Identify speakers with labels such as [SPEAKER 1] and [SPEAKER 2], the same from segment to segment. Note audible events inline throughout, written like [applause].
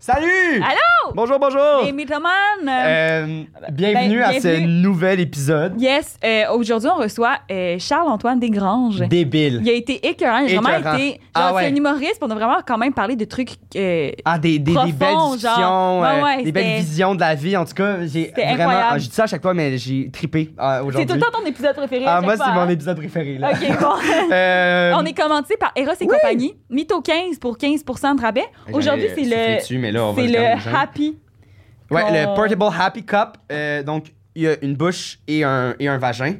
[SPEAKER 1] Salut!
[SPEAKER 2] Allô?
[SPEAKER 1] Bonjour, bonjour!
[SPEAKER 2] Les mythomanes! euh,
[SPEAKER 1] Euh, bienvenue à ce
[SPEAKER 2] bienvenue.
[SPEAKER 1] nouvel épisode.
[SPEAKER 2] Yes, euh, aujourd'hui, on reçoit euh, Charles-Antoine Desgranges.
[SPEAKER 1] Débile.
[SPEAKER 2] Il a été écœurant. Il a vraiment
[SPEAKER 1] Écœurant.
[SPEAKER 2] été. Genre,
[SPEAKER 1] Ah ouais.
[SPEAKER 2] c'est un humoriste, puis on a vraiment quand même parlé de trucs. euh,
[SPEAKER 1] Ah, des, des, des
[SPEAKER 2] Profond,
[SPEAKER 1] belles
[SPEAKER 2] genre.
[SPEAKER 1] discussions,
[SPEAKER 2] Ouais,
[SPEAKER 1] euh,
[SPEAKER 2] ouais,
[SPEAKER 1] des belles
[SPEAKER 2] c'était-
[SPEAKER 1] visions de la vie. En tout cas, j'ai
[SPEAKER 2] C'était
[SPEAKER 1] vraiment.
[SPEAKER 2] incroyable.
[SPEAKER 1] ah, je dis ça à chaque fois, mais j'ai trippé euh,
[SPEAKER 2] c'est
[SPEAKER 1] aujourd'hui.
[SPEAKER 2] tout le temps ton épisode préféré. à
[SPEAKER 1] Ah,
[SPEAKER 2] chaque
[SPEAKER 1] moi, c'est
[SPEAKER 2] fois,
[SPEAKER 1] mon
[SPEAKER 2] hein?
[SPEAKER 1] épisode préféré. Là.
[SPEAKER 2] Ok, bon.
[SPEAKER 1] [laughs] Euh,
[SPEAKER 2] on est commenté par Eros et compagnie. Mytho 15 pour 15 de rabais.
[SPEAKER 1] j'allais
[SPEAKER 2] Aujourd'hui, c'est
[SPEAKER 1] souffler
[SPEAKER 2] le.
[SPEAKER 1] dessus, mais là, on va
[SPEAKER 2] C'est
[SPEAKER 1] le calmer, hein.
[SPEAKER 2] le
[SPEAKER 1] genre.
[SPEAKER 2] happy.
[SPEAKER 1] Ouais,
[SPEAKER 2] qu'on-
[SPEAKER 1] le Portable Happy Cup. euh, donc, il y a une bouche et un, et un vagin.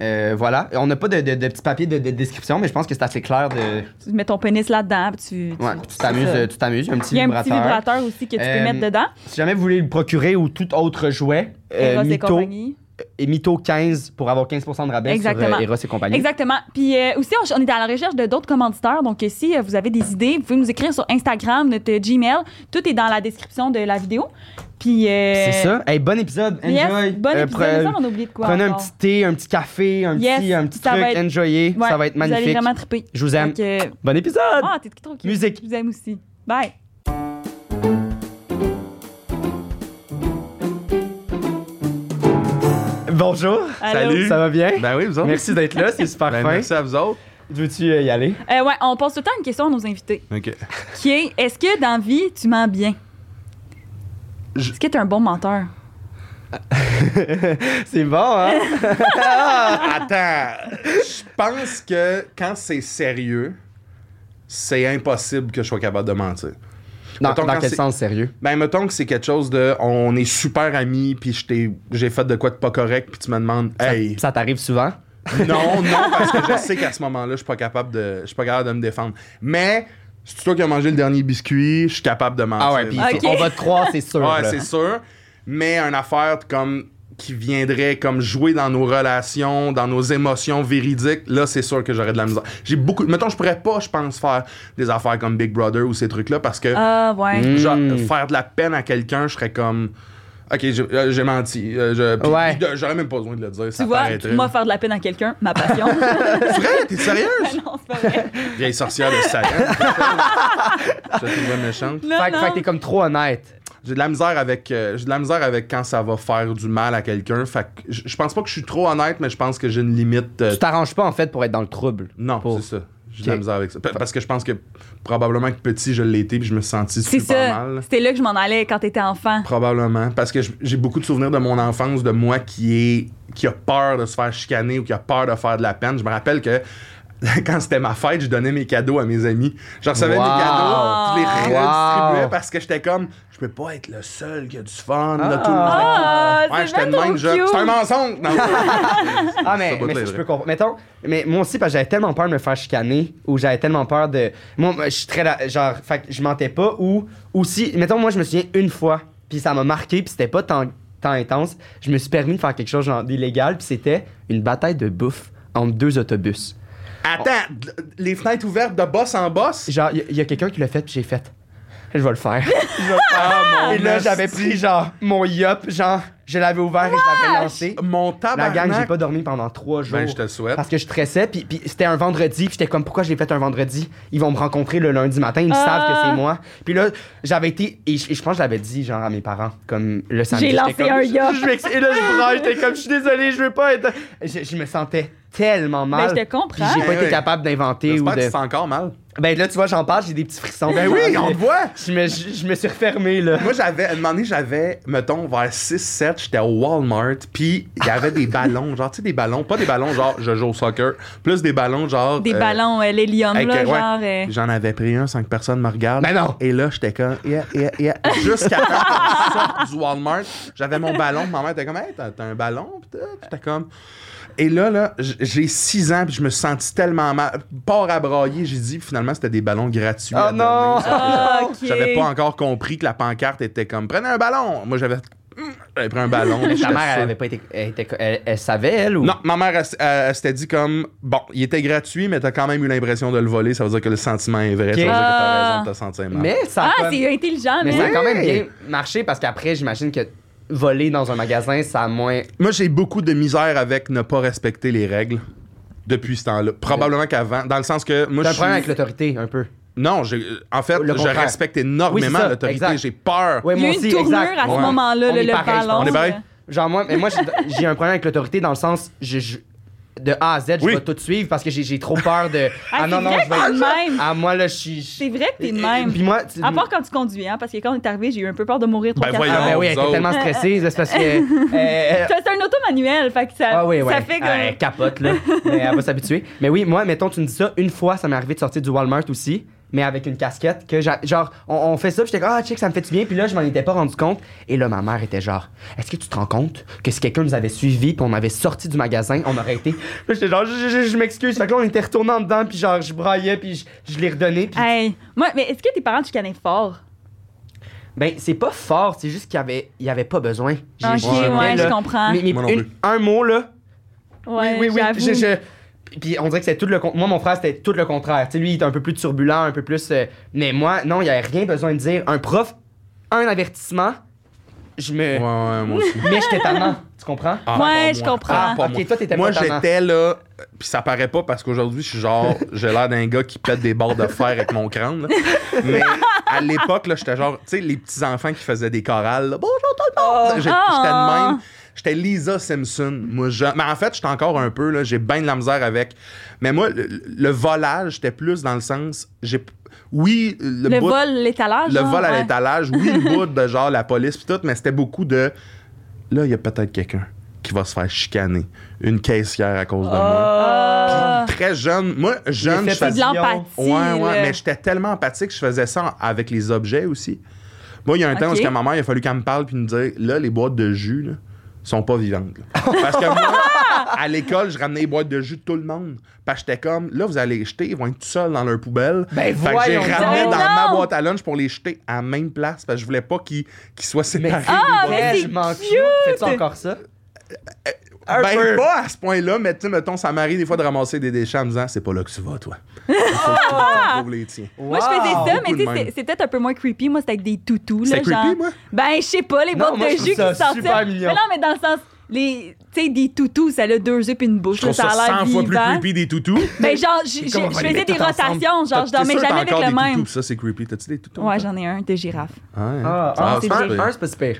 [SPEAKER 1] Euh, voilà. On n'a pas de, de, de petit papier de, de description, mais je pense que c'est assez clair de.
[SPEAKER 2] Tu mets ton pénis là-dedans, puis tu.
[SPEAKER 1] Ouais,
[SPEAKER 2] c'est
[SPEAKER 1] tu t'amuses,
[SPEAKER 2] ça.
[SPEAKER 1] euh, tu t'amuses. Il y a un petit
[SPEAKER 2] Il y a un
[SPEAKER 1] vibrateur.
[SPEAKER 2] petit vibrateur aussi que tu peux
[SPEAKER 1] Euh,
[SPEAKER 2] mettre dedans.
[SPEAKER 1] Si jamais vous voulez le procurer ou tout autre jouet, euh,
[SPEAKER 2] Eros et
[SPEAKER 1] Mytho
[SPEAKER 2] compagnie.
[SPEAKER 1] et Mytho 15 pour avoir 15% de rabais
[SPEAKER 2] Exactement.
[SPEAKER 1] sur euh, Eros et compagnie.
[SPEAKER 2] Exactement. Puis euh, aussi, on, on est à la recherche de d'autres commanditaires. Donc, euh, si euh, vous avez des idées, vous pouvez nous écrire sur Instagram, notre euh, Gmail. Tout est dans la description de la vidéo. Puis. euh,
[SPEAKER 1] C'est ça. Hey, bon épisode. Enjoy.
[SPEAKER 2] Yes, bon
[SPEAKER 1] Euh,
[SPEAKER 2] épisode.
[SPEAKER 1] pre-
[SPEAKER 2] Mais ça, on a oublié de quoi.
[SPEAKER 1] prenez un
[SPEAKER 2] encore.
[SPEAKER 1] petit thé, un petit café, un
[SPEAKER 2] Yes,
[SPEAKER 1] petit, un petit
[SPEAKER 2] ça
[SPEAKER 1] truc.
[SPEAKER 2] va être-
[SPEAKER 1] Enjoyez.
[SPEAKER 2] Ouais,
[SPEAKER 1] ça va être
[SPEAKER 2] Vous allez
[SPEAKER 1] magnifique.
[SPEAKER 2] vraiment triper.
[SPEAKER 1] Je vous aime.
[SPEAKER 2] Fait que,
[SPEAKER 1] Bon épisode.
[SPEAKER 2] Ah, t'es trop cute.
[SPEAKER 1] Musique.
[SPEAKER 2] Je vous aime aussi. Bye.
[SPEAKER 1] Bonjour.
[SPEAKER 2] Allô.
[SPEAKER 3] Salut.
[SPEAKER 1] Ça va bien?
[SPEAKER 3] Ben oui, vous autres.
[SPEAKER 1] Merci d'être là, c'est [laughs] super
[SPEAKER 3] Ben,
[SPEAKER 1] fin.
[SPEAKER 3] merci à vous autres.
[SPEAKER 1] Veux-tu euh, y aller? [laughs]
[SPEAKER 2] Euh, ouais, on pose tout le temps une question à nos invités
[SPEAKER 3] OK.
[SPEAKER 2] qui est est-ce que dans vie, tu mens bien
[SPEAKER 3] Je-
[SPEAKER 2] Est-ce que t'es un bon menteur
[SPEAKER 1] C'est bon, hein?
[SPEAKER 3] Ah, Attends, je pense que quand c'est sérieux, c'est impossible que je sois capable de mentir.
[SPEAKER 1] Dans,
[SPEAKER 3] Mettons,
[SPEAKER 1] dans
[SPEAKER 3] quand
[SPEAKER 1] quel
[SPEAKER 3] c'est-
[SPEAKER 1] sens sérieux?
[SPEAKER 3] Ben, mettons que c'est quelque chose de on est super amis, puis je t'ai- j'ai fait de quoi de pas correct, puis tu me demandes, hey,
[SPEAKER 1] Ça t'arrive souvent?
[SPEAKER 3] non, [laughs] non, parce que je sais qu'à ce moment-là, je suis pas capable de je suis pas capable de me défendre. Mais, c'est toi qui as mangé le dernier biscuit, je suis capable de mentir.
[SPEAKER 1] Ah ouais, puis
[SPEAKER 2] Ok.
[SPEAKER 1] on va te croire, c'est sûr.
[SPEAKER 3] Ouais,
[SPEAKER 1] là.
[SPEAKER 3] c'est sûr. Mais une affaire comme qui viendrait comme jouer dans nos relations, dans nos émotions véridiques, là c'est sûr que j'aurais de la misère. J'ai beaucoup mettons je pourrais pas je pense faire des affaires comme Big Brother ou ces trucs là parce que
[SPEAKER 2] Ah, ouais.
[SPEAKER 1] Mm.
[SPEAKER 3] genre, faire de la peine à quelqu'un, je serais comme OK, j'ai euh, j'ai menti. Euh, je- puis-
[SPEAKER 1] Ouais.
[SPEAKER 3] puis de- j'aurais même pas besoin de le dire,
[SPEAKER 2] Tu
[SPEAKER 3] ça
[SPEAKER 2] vois,
[SPEAKER 3] paraîtrait.
[SPEAKER 2] moi, faire de la peine à quelqu'un, ma
[SPEAKER 1] [laughs]
[SPEAKER 2] passion.
[SPEAKER 3] C'est vrai, t'es sérieuse
[SPEAKER 2] non, c'est pas vrai.
[SPEAKER 3] Vieille sorcière de
[SPEAKER 2] [laughs]
[SPEAKER 3] Satan. je te trouvais méchante.
[SPEAKER 2] Non,
[SPEAKER 1] Fait, que-
[SPEAKER 2] non.
[SPEAKER 1] fait que t'es comme trop honnête.
[SPEAKER 3] J'ai de la misère avec euh, j'ai de la misère avec quand ça va faire du mal à quelqu'un. Fait que je je pense pas que je suis trop honnête, mais je pense que j'ai une limite. euh,
[SPEAKER 1] Tu t'arranges pas en fait pour être dans le trouble.
[SPEAKER 3] non,
[SPEAKER 1] Pour-
[SPEAKER 3] c'est ça. J'ai de la
[SPEAKER 1] Ok.
[SPEAKER 3] misère avec ça. Pa- Parce que je pense que probablement que petit, je l'ai été puis je me suis senti
[SPEAKER 2] C'est
[SPEAKER 3] super
[SPEAKER 2] ça.
[SPEAKER 3] mal.
[SPEAKER 2] C'était là que je m'en allais quand t'étais enfant.
[SPEAKER 3] Probablement. Parce que je- j'ai beaucoup de souvenirs de mon enfance, de moi qui est qui a peur de se faire chicaner ou qui a peur de faire de la peine. Je me rappelle que [laughs] quand c'était ma fête, je donnais mes cadeaux à mes amis. Je recevais
[SPEAKER 1] Wow.
[SPEAKER 3] mes cadeaux, je les redistribuais
[SPEAKER 1] Wow.
[SPEAKER 3] parce que j'étais comme, je peux pas être le seul qui a du fun. là,
[SPEAKER 1] Ah.
[SPEAKER 3] tout le monde
[SPEAKER 2] Ah,
[SPEAKER 3] [laughs] Ouais,
[SPEAKER 2] c'est
[SPEAKER 3] j'étais
[SPEAKER 2] même
[SPEAKER 3] le
[SPEAKER 2] trop
[SPEAKER 3] même, je-
[SPEAKER 2] cute.
[SPEAKER 3] C'est un mensonge! Non,
[SPEAKER 2] [laughs]
[SPEAKER 1] Ah, mais, mais
[SPEAKER 3] Ça va te
[SPEAKER 1] ça,
[SPEAKER 3] l'aider.
[SPEAKER 1] je peux comprendre. Mettons, mais moi aussi, parce que j'avais tellement peur de me faire chicaner, ou j'avais tellement peur de. Moi, moi, je suis très. la- Genre, fait que je mentais pas, ou aussi. Mettons, moi, je me souviens une fois, puis ça m'a marqué, puis c'était pas tant, tant intense. Je me suis permis de faire quelque chose genre d'illégal, puis c'était une bataille de bouffe entre deux autobus.
[SPEAKER 3] Attends, les fenêtres ouvertes de boss en boss?
[SPEAKER 1] Genre, il y, a quelqu'un qui l'a fait, puis j'ai fait. Je vais le faire.
[SPEAKER 3] Ah,
[SPEAKER 1] et là,
[SPEAKER 3] esti.
[SPEAKER 1] j'avais pris, genre, mon yop, genre, je l'avais ouvert et je l'avais lancé.
[SPEAKER 3] Mon
[SPEAKER 2] Ah,
[SPEAKER 1] La
[SPEAKER 3] tabarnak.
[SPEAKER 1] gang, j'ai pas dormi pendant trois jours.
[SPEAKER 3] Ben, je te le souhaite.
[SPEAKER 1] Parce que je stressais, puis, puis c'était un vendredi, puis j'étais comme, pourquoi je l'ai fait un vendredi? Ils vont me rencontrer le lundi matin, ils
[SPEAKER 2] Ah.
[SPEAKER 1] savent que c'est moi. Puis là, j'avais été, et je, et je pense que j'avais dit, genre, à mes parents, comme le samedi.
[SPEAKER 2] J'ai
[SPEAKER 1] j'étais
[SPEAKER 2] lancé
[SPEAKER 1] comme-
[SPEAKER 2] un gars.
[SPEAKER 1] Je, je m'ex- et là, je braille, j'étais comme, je suis désolé, je veux pas être. Je, je me sentais tellement mal.
[SPEAKER 2] Ben, je te
[SPEAKER 1] Puis
[SPEAKER 2] comprends.
[SPEAKER 1] j'ai pas
[SPEAKER 3] Ben
[SPEAKER 1] été
[SPEAKER 3] oui.
[SPEAKER 1] capable d'inventer ou
[SPEAKER 3] J'espère que
[SPEAKER 1] de.
[SPEAKER 3] tu te sens
[SPEAKER 1] [laughs]
[SPEAKER 3] encore mal.
[SPEAKER 1] Ben là, tu vois, j'en parle, j'ai des petits frissons.
[SPEAKER 3] Ben oui, on te voit!
[SPEAKER 1] Je me, je, je me suis refermé, là.
[SPEAKER 3] Moi, j'avais, à un moment donné, j'avais, mettons, vers 6-7, j'étais au Walmart, puis il y avait des ballons, genre, tu sais, des ballons, pas des ballons genre je joue au soccer, plus des ballons genre.
[SPEAKER 2] Des
[SPEAKER 3] euh,
[SPEAKER 2] ballons, euh, l'hélium,
[SPEAKER 3] avec,
[SPEAKER 2] là,
[SPEAKER 3] euh, ouais.
[SPEAKER 2] genre. euh,
[SPEAKER 3] J'en avais pris un, cinq personnes me regardent.
[SPEAKER 1] Ben non.
[SPEAKER 3] Et là, j'étais comme, yeah, yeah,
[SPEAKER 1] [laughs]
[SPEAKER 3] yeah. Jusqu'à temps que je sorte du Walmart, j'avais mon ballon. Ma mère était comme, hey, t'as t'as un ballon? Puis tout. Puis J'étais comme. Et là, là, j- j'ai 6 ans, puis je me sentis tellement mal. Port à brailler, j'ai dit, puis finalement, c'était des ballons gratuits. à
[SPEAKER 1] Oh non!
[SPEAKER 3] donner.
[SPEAKER 2] Ah, ok.
[SPEAKER 3] J'avais pas encore compris que la pancarte était comme, prenez un ballon. Moi, j'avais hmm, j'avais pris un ballon.
[SPEAKER 1] Mais
[SPEAKER 3] j'étais
[SPEAKER 1] ta mère, elle
[SPEAKER 3] sûr.
[SPEAKER 1] avait pas été. Elle, était- elle- elle savait, elle, ou.
[SPEAKER 3] Non, ma mère, elle, s- elle- elle s'était dit comme, bon, il était gratuit, mais t'as quand même eu l'impression de le voler, ça veut dire que le sentiment est vrai, ça veut dire que
[SPEAKER 2] Ah.
[SPEAKER 3] t'as raison de te sentir mal.
[SPEAKER 1] Mais ça. a
[SPEAKER 2] Ah,
[SPEAKER 1] comme-
[SPEAKER 2] c'est intelligent,
[SPEAKER 1] Mais
[SPEAKER 2] mais.
[SPEAKER 1] ça a quand même
[SPEAKER 3] Oui.
[SPEAKER 1] bien marché parce qu'après, j'imagine que voler dans un magasin, ça a moins.
[SPEAKER 3] Moi, j'ai beaucoup de misère avec ne pas respecter les règles depuis ce temps-là. Probablement qu'avant, dans le sens que moi,
[SPEAKER 1] T'as
[SPEAKER 3] je
[SPEAKER 1] un problème avec
[SPEAKER 3] suis...
[SPEAKER 1] l'autorité, un peu.
[SPEAKER 3] Non, j'ai- en fait,
[SPEAKER 1] Le
[SPEAKER 3] je
[SPEAKER 1] contraire.
[SPEAKER 3] respecte
[SPEAKER 1] Oui, c'est
[SPEAKER 3] énormément
[SPEAKER 1] ça,
[SPEAKER 3] l'autorité.
[SPEAKER 1] exact.
[SPEAKER 3] J'ai peur.
[SPEAKER 1] Ouais,
[SPEAKER 2] Il y a
[SPEAKER 1] moi
[SPEAKER 2] eu une
[SPEAKER 1] aussi,
[SPEAKER 2] tournure
[SPEAKER 1] exact.
[SPEAKER 2] à ce
[SPEAKER 1] Ouais.
[SPEAKER 2] moment-là,
[SPEAKER 1] On
[SPEAKER 2] le,
[SPEAKER 1] est
[SPEAKER 2] le
[SPEAKER 1] pareil, je pense.
[SPEAKER 2] ballon.
[SPEAKER 3] On est pareil?
[SPEAKER 1] Genre, moi, mais moi j'ai- j'ai un problème avec l'autorité dans le sens, je, je- de A à Z, je
[SPEAKER 3] Oui.
[SPEAKER 1] vais tout suivre parce que j'ai j'ai trop peur de.
[SPEAKER 2] [laughs] Ah, c'est vrai
[SPEAKER 1] je
[SPEAKER 2] que t'es de même.
[SPEAKER 1] Ah, moi, là, je suis.
[SPEAKER 2] C'est vrai que t'es de même.
[SPEAKER 1] Puis moi, tu-
[SPEAKER 2] À part quand tu conduis, hein, parce que quand on est arrivé, j'ai eu un peu peur de mourir trop
[SPEAKER 3] Ben,
[SPEAKER 1] Ah, ben
[SPEAKER 3] voyons.
[SPEAKER 1] oui, elle
[SPEAKER 3] Vous
[SPEAKER 1] était
[SPEAKER 3] autres.
[SPEAKER 1] tellement stressée, là, c'est parce que.
[SPEAKER 2] [laughs]
[SPEAKER 1] euh,
[SPEAKER 2] C'est un auto manuel, fait que ça,
[SPEAKER 1] Ah oui, oui.
[SPEAKER 2] ça fait comme.
[SPEAKER 1] Elle capote, là. mais elle va s'habituer. Mais oui, moi, mettons, tu me dis ça, une fois, ça m'est arrivé de sortir du Walmart aussi, mais avec une casquette. que j'a- Genre, on, on fait ça, puis j'étais comme, ah, check, ça me fait du bien. Puis là, je m'en étais pas rendu compte. Et là, ma mère était genre, est-ce que tu te rends compte que si quelqu'un nous avait suivis, puis on avait sorti du magasin, on aurait été. Puis j'étais genre, je, je- je m'excuse. Fait que là, on était retourné en dedans, puis genre, je braillais, puis je, je l'ai redonné. Puis...
[SPEAKER 2] Hey, moi, mais est-ce que tes parents te chicanaient fort?
[SPEAKER 1] Ben, c'est pas fort, c'est juste qu'il y avait, il y avait pas besoin. J'ai-
[SPEAKER 2] Ok,
[SPEAKER 1] j'étais
[SPEAKER 2] ouais,
[SPEAKER 1] là.
[SPEAKER 2] je comprends.
[SPEAKER 1] Mais- mais
[SPEAKER 3] Moi non
[SPEAKER 1] une-
[SPEAKER 3] plus.
[SPEAKER 1] un mot, là,
[SPEAKER 2] Ouais,
[SPEAKER 1] oui, oui, oui.
[SPEAKER 2] j'avoue.
[SPEAKER 1] Je- je- Puis on dirait que c'est tout le con- Moi, mon frère, c'était tout le contraire. Tu sais, lui, il était un peu plus turbulent, un peu plus. euh, Mais moi, non, il n'y avait rien besoin de dire. Un prof, un avertissement, je me.
[SPEAKER 3] Ouais, ouais, moi aussi.
[SPEAKER 1] Mais j'étais tannant. Tu comprends?
[SPEAKER 3] Ah,
[SPEAKER 2] Ouais,
[SPEAKER 3] pour
[SPEAKER 2] je
[SPEAKER 3] moi.
[SPEAKER 2] comprends.
[SPEAKER 3] Ah, pour
[SPEAKER 1] Ok, toi, t'étais
[SPEAKER 3] Moi,
[SPEAKER 1] pas tannant.
[SPEAKER 3] j'étais là, puis ça paraît pas parce qu'aujourd'hui, je suis genre, j'ai l'air d'un gars qui pète des barres de fer avec mon crâne. là. Mais à l'époque, là, j'étais genre, tu sais, les petits enfants qui faisaient des chorales. là, Bonjour tout le monde! J'ai- J'étais
[SPEAKER 2] Ah.
[SPEAKER 3] de même. J'étais Lisa Simpson. Moi, je- Mais en fait, j'étais encore un peu, là, j'ai bien de la misère avec. Mais moi, le, le volage, j'étais plus dans le sens, j'ai. Oui, le,
[SPEAKER 2] Le
[SPEAKER 3] bout-
[SPEAKER 2] vol, l'étalage.
[SPEAKER 3] le
[SPEAKER 2] hein,
[SPEAKER 3] vol à
[SPEAKER 2] ouais.
[SPEAKER 3] l'étalage,
[SPEAKER 2] [laughs]
[SPEAKER 3] oui, le bout de genre la police pis tout, mais c'était beaucoup de là, il y a peut-être quelqu'un qui va se faire chicaner, une caissière à cause de moi.
[SPEAKER 2] Ah.
[SPEAKER 3] Très jeune, moi jeune,
[SPEAKER 1] L'effet
[SPEAKER 3] je
[SPEAKER 2] C'est de
[SPEAKER 3] faisais
[SPEAKER 1] papillon.
[SPEAKER 2] l'empathie.
[SPEAKER 3] Ouais, ouais,
[SPEAKER 2] là.
[SPEAKER 3] mais j'étais tellement empathique que je faisais ça avec les objets aussi. Moi, il y a un temps
[SPEAKER 2] Ok.
[SPEAKER 3] où que ma mère, il a fallu qu'elle me parle puis me dire là, les boîtes de jus là, sont pas vivantes.
[SPEAKER 2] [laughs]
[SPEAKER 3] là. Parce que moi, à l'école, je ramenais les boîtes de jus de tout le monde. Parce que j'étais comme là, vous allez les jeter, ils vont être tout seuls dans leur poubelle.
[SPEAKER 1] Ben,
[SPEAKER 3] fait que j'ai
[SPEAKER 1] voyons
[SPEAKER 3] ramené dans
[SPEAKER 2] donc.
[SPEAKER 3] ma
[SPEAKER 2] Non.
[SPEAKER 3] boîte à lunch pour les jeter à la même place parce que je voulais pas qu'ils qu'ils soient séparés.
[SPEAKER 2] Ah,
[SPEAKER 1] Ouais,
[SPEAKER 2] mais
[SPEAKER 1] je
[SPEAKER 2] c'est
[SPEAKER 1] m'en
[SPEAKER 2] cute!
[SPEAKER 1] fous. Fais-tu encore ça? Un
[SPEAKER 3] ben,
[SPEAKER 1] peu.
[SPEAKER 3] pas à ce point-là, mais tu sais, mettons, ça m'arrive des fois de ramasser des déchets en me disant c'est pas là que tu
[SPEAKER 2] [laughs]
[SPEAKER 3] vas, toi. Il faut que tu trouves les tiens.
[SPEAKER 2] Moi, je faisais ça,
[SPEAKER 1] Wow!
[SPEAKER 2] mais tu
[SPEAKER 3] Beaucoup de
[SPEAKER 2] sais, c'est-
[SPEAKER 3] même.
[SPEAKER 2] c'est peut-être un peu moins creepy. Moi, c'était avec des toutous. là,
[SPEAKER 3] C'était creepy,
[SPEAKER 2] genre-
[SPEAKER 3] moi?
[SPEAKER 2] Ben, je sais pas, les
[SPEAKER 1] Non,
[SPEAKER 2] boîtes
[SPEAKER 1] moi,
[SPEAKER 2] de
[SPEAKER 1] je
[SPEAKER 2] jus
[SPEAKER 1] trouve
[SPEAKER 2] qui
[SPEAKER 1] ça
[SPEAKER 2] sortaient.
[SPEAKER 1] super mignon.
[SPEAKER 2] Mais non, mais dans le sens, les, tu sais, des toutous, ça a deux yeux puis une bouche.
[SPEAKER 3] Je trouve
[SPEAKER 2] là,
[SPEAKER 3] ça
[SPEAKER 2] a l'air
[SPEAKER 3] 100 fois plus
[SPEAKER 2] vivant.
[SPEAKER 3] creepy des toutous.
[SPEAKER 2] Ben, genre, je je-
[SPEAKER 1] comme on
[SPEAKER 2] je
[SPEAKER 1] va les
[SPEAKER 2] faisais
[SPEAKER 1] mettre
[SPEAKER 2] des
[SPEAKER 1] tous ensemble.
[SPEAKER 2] rotations. Genre, je
[SPEAKER 3] T'as- t'es
[SPEAKER 2] dormais jamais
[SPEAKER 3] sûr, t'as
[SPEAKER 2] avec
[SPEAKER 3] encore
[SPEAKER 2] le
[SPEAKER 3] des
[SPEAKER 2] même.
[SPEAKER 3] toutous, ça, c'est creepy. T'as-tu des toutous?
[SPEAKER 2] Ouais, j'en ai un de girafe.
[SPEAKER 3] Ouais.
[SPEAKER 1] Ah, ah,
[SPEAKER 3] Ah,
[SPEAKER 1] c'est
[SPEAKER 3] c'est
[SPEAKER 1] un,
[SPEAKER 3] pas-
[SPEAKER 1] un, c'est pas super.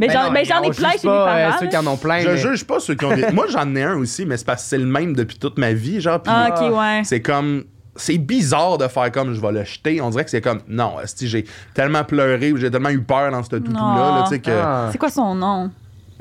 [SPEAKER 2] Mais genre, ben, j'en ai
[SPEAKER 1] on
[SPEAKER 2] plein
[SPEAKER 1] juge
[SPEAKER 2] chez mes
[SPEAKER 1] pas,
[SPEAKER 2] parents.
[SPEAKER 1] euh,
[SPEAKER 2] là.
[SPEAKER 1] ceux qui en ont plein.
[SPEAKER 3] Je
[SPEAKER 1] mais-
[SPEAKER 3] juge pas ceux qui ont des... Moi, j'en ai un aussi, mais c'est parce que c'est le même depuis toute ma vie, genre. puis
[SPEAKER 2] Ah, ok, ouais.
[SPEAKER 3] C'est comme... C'est bizarre de faire comme je vais le jeter. On dirait que c'est comme non, esti, j'ai tellement pleuré, ou j'ai tellement eu peur dans ce toutou là,
[SPEAKER 2] Non.
[SPEAKER 3] tu sais que
[SPEAKER 1] Ah.
[SPEAKER 2] C'est quoi son nom?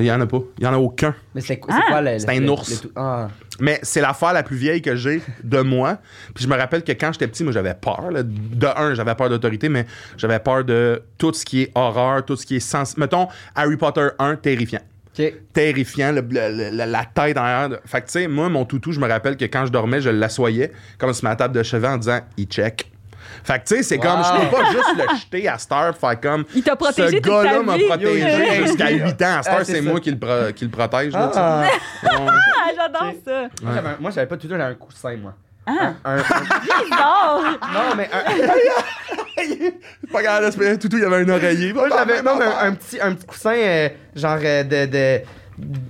[SPEAKER 3] il y en a pas, il y en a aucun.
[SPEAKER 1] Mais c'est c'est
[SPEAKER 2] Ah.
[SPEAKER 1] quoi le.
[SPEAKER 3] C'est un
[SPEAKER 1] le- le-
[SPEAKER 3] ours.
[SPEAKER 1] le- ah.
[SPEAKER 3] Mais c'est l'affaire la plus vieille que j'ai de moi. Puis je me rappelle que quand j'étais petit, moi j'avais peur. là. De un, j'avais peur d'autorité, mais j'avais peur de tout ce qui est horreur, tout ce qui est sens. Mettons Harry Potter 1, terrifiant.
[SPEAKER 1] Ok.
[SPEAKER 3] terrifiant, le- le- le- la tête en l'air. de- Fait que, tu sais, moi, mon toutou, je me rappelle que quand je dormais, je l'assoyais comme sur ma table de chevet en disant « il check ». Fait que, tu sais, c'est comme, je peux pas juste le jeter à cette heure, faire comme...
[SPEAKER 2] Il t'a protégé
[SPEAKER 3] Ce
[SPEAKER 2] toute ta
[SPEAKER 3] gars-là m'a
[SPEAKER 2] vie.
[SPEAKER 1] Yo, yo,
[SPEAKER 3] protégé
[SPEAKER 1] yo.
[SPEAKER 3] jusqu'à 8 ans. À cette
[SPEAKER 1] Ah,
[SPEAKER 3] heure,
[SPEAKER 1] c'est
[SPEAKER 3] c'est
[SPEAKER 1] ça.
[SPEAKER 3] moi qui le, pro- qui le protège. là, tu sais.
[SPEAKER 1] Ah.
[SPEAKER 3] Ouais.
[SPEAKER 2] Ah, j'adore ça.
[SPEAKER 1] Moi, j'avais un- Moi, j'avais pas tout d'un, j'avais un coussin, moi.
[SPEAKER 2] Ah.
[SPEAKER 1] Un- un-
[SPEAKER 2] Non!
[SPEAKER 1] non, mais un,
[SPEAKER 3] Pas grave, là, c'est- toutou, il y avait un oreiller.
[SPEAKER 1] Moi, j'avais non, mais un, un petit, un petit coussin, euh, genre euh, de, de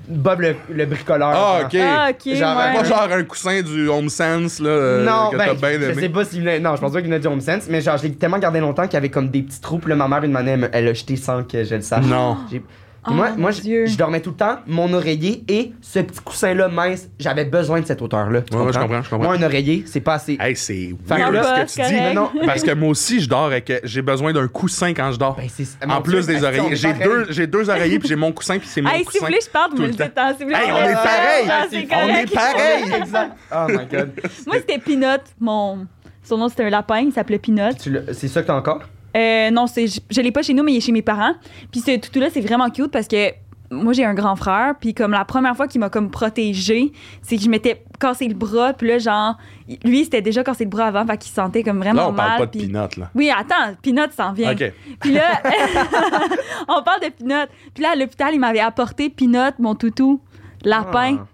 [SPEAKER 1] Bob le, le bricoleur.
[SPEAKER 3] Ah,
[SPEAKER 1] genre.
[SPEAKER 3] OK.
[SPEAKER 2] Ah, ok,
[SPEAKER 1] Genre,
[SPEAKER 2] ouais.
[SPEAKER 3] Pas genre un coussin du Home Sense, là, euh,
[SPEAKER 1] Non,
[SPEAKER 3] que
[SPEAKER 1] ben,
[SPEAKER 3] t'as bien
[SPEAKER 1] je sais
[SPEAKER 3] aimé.
[SPEAKER 1] pas s'il venait. Non, je pense pas qu'il venait du Home Sense, mais genre, je l'ai tellement gardé longtemps qu'il y avait comme des petits trous. Puis là, ma mère, une manière, elle me- elle l'a jeté sans que je le sache.
[SPEAKER 3] Non.
[SPEAKER 1] J'ai- Puis
[SPEAKER 2] Oh,
[SPEAKER 1] moi,
[SPEAKER 2] mon
[SPEAKER 1] moi je,
[SPEAKER 2] Dieu.
[SPEAKER 1] je dormais tout le temps, mon oreiller et ce petit coussin-là mince, j'avais besoin de cette hauteur-là. tu
[SPEAKER 3] Ouais, ouais, je comprends, je comprends.
[SPEAKER 1] Moi, un oreiller, c'est pas assez.
[SPEAKER 3] Hey, c'est
[SPEAKER 1] Fait que
[SPEAKER 3] weird
[SPEAKER 1] là,
[SPEAKER 3] ce que tu dis.
[SPEAKER 2] correct.
[SPEAKER 1] non, non.
[SPEAKER 3] Parce que moi aussi, je dors avec. J'ai besoin d'un coussin quand je dors.
[SPEAKER 1] Ben, c'est- mon
[SPEAKER 3] en plus
[SPEAKER 1] Dieu, ben,
[SPEAKER 3] des
[SPEAKER 1] on
[SPEAKER 3] oreillers.
[SPEAKER 1] est
[SPEAKER 3] J'ai
[SPEAKER 1] pareil.
[SPEAKER 3] deux, j'ai deux oreillers, puis j'ai mon coussin, puis c'est mon
[SPEAKER 2] Hey,
[SPEAKER 3] coussin.
[SPEAKER 2] si vous voulez, je parle, vous
[SPEAKER 3] tout
[SPEAKER 2] me
[SPEAKER 3] le
[SPEAKER 2] le
[SPEAKER 3] temps.
[SPEAKER 2] dites. hein, si vous voulez,
[SPEAKER 3] Hey,
[SPEAKER 2] je
[SPEAKER 3] on
[SPEAKER 2] parle.
[SPEAKER 3] est pareil!
[SPEAKER 2] Ah,
[SPEAKER 1] On
[SPEAKER 2] c'est
[SPEAKER 1] est
[SPEAKER 3] on
[SPEAKER 2] correct.
[SPEAKER 3] est pareil!
[SPEAKER 1] Exact. Oh my god.
[SPEAKER 2] Moi, c'était Peanut. Mon... Son nom, c'était un lapin. Il s'appelait Peanut.
[SPEAKER 1] Tu le- C'est ça que t'as encore?
[SPEAKER 2] Euh, non, c'est, je, je l'ai pas chez nous, mais il est chez mes parents. Puis ce toutou-là, c'est vraiment cute parce que moi, j'ai un grand frère. Puis comme la première fois qu'il m'a comme protégée, c'est que je m'étais cassé le bras. Puis là, genre, il- lui, c'était déjà cassé le bras avant, fait qu'il se sentait comme vraiment
[SPEAKER 3] Là, on
[SPEAKER 2] mal.
[SPEAKER 3] parle pas de
[SPEAKER 2] puis-
[SPEAKER 3] peanut, là.
[SPEAKER 2] Oui, attends, Peanut s'en vient.
[SPEAKER 3] OK.
[SPEAKER 2] Puis là, [laughs] on parle de Peanut. Puis là, à l'hôpital, il m'avait apporté Peanut, mon toutou, lapin.
[SPEAKER 1] Ah.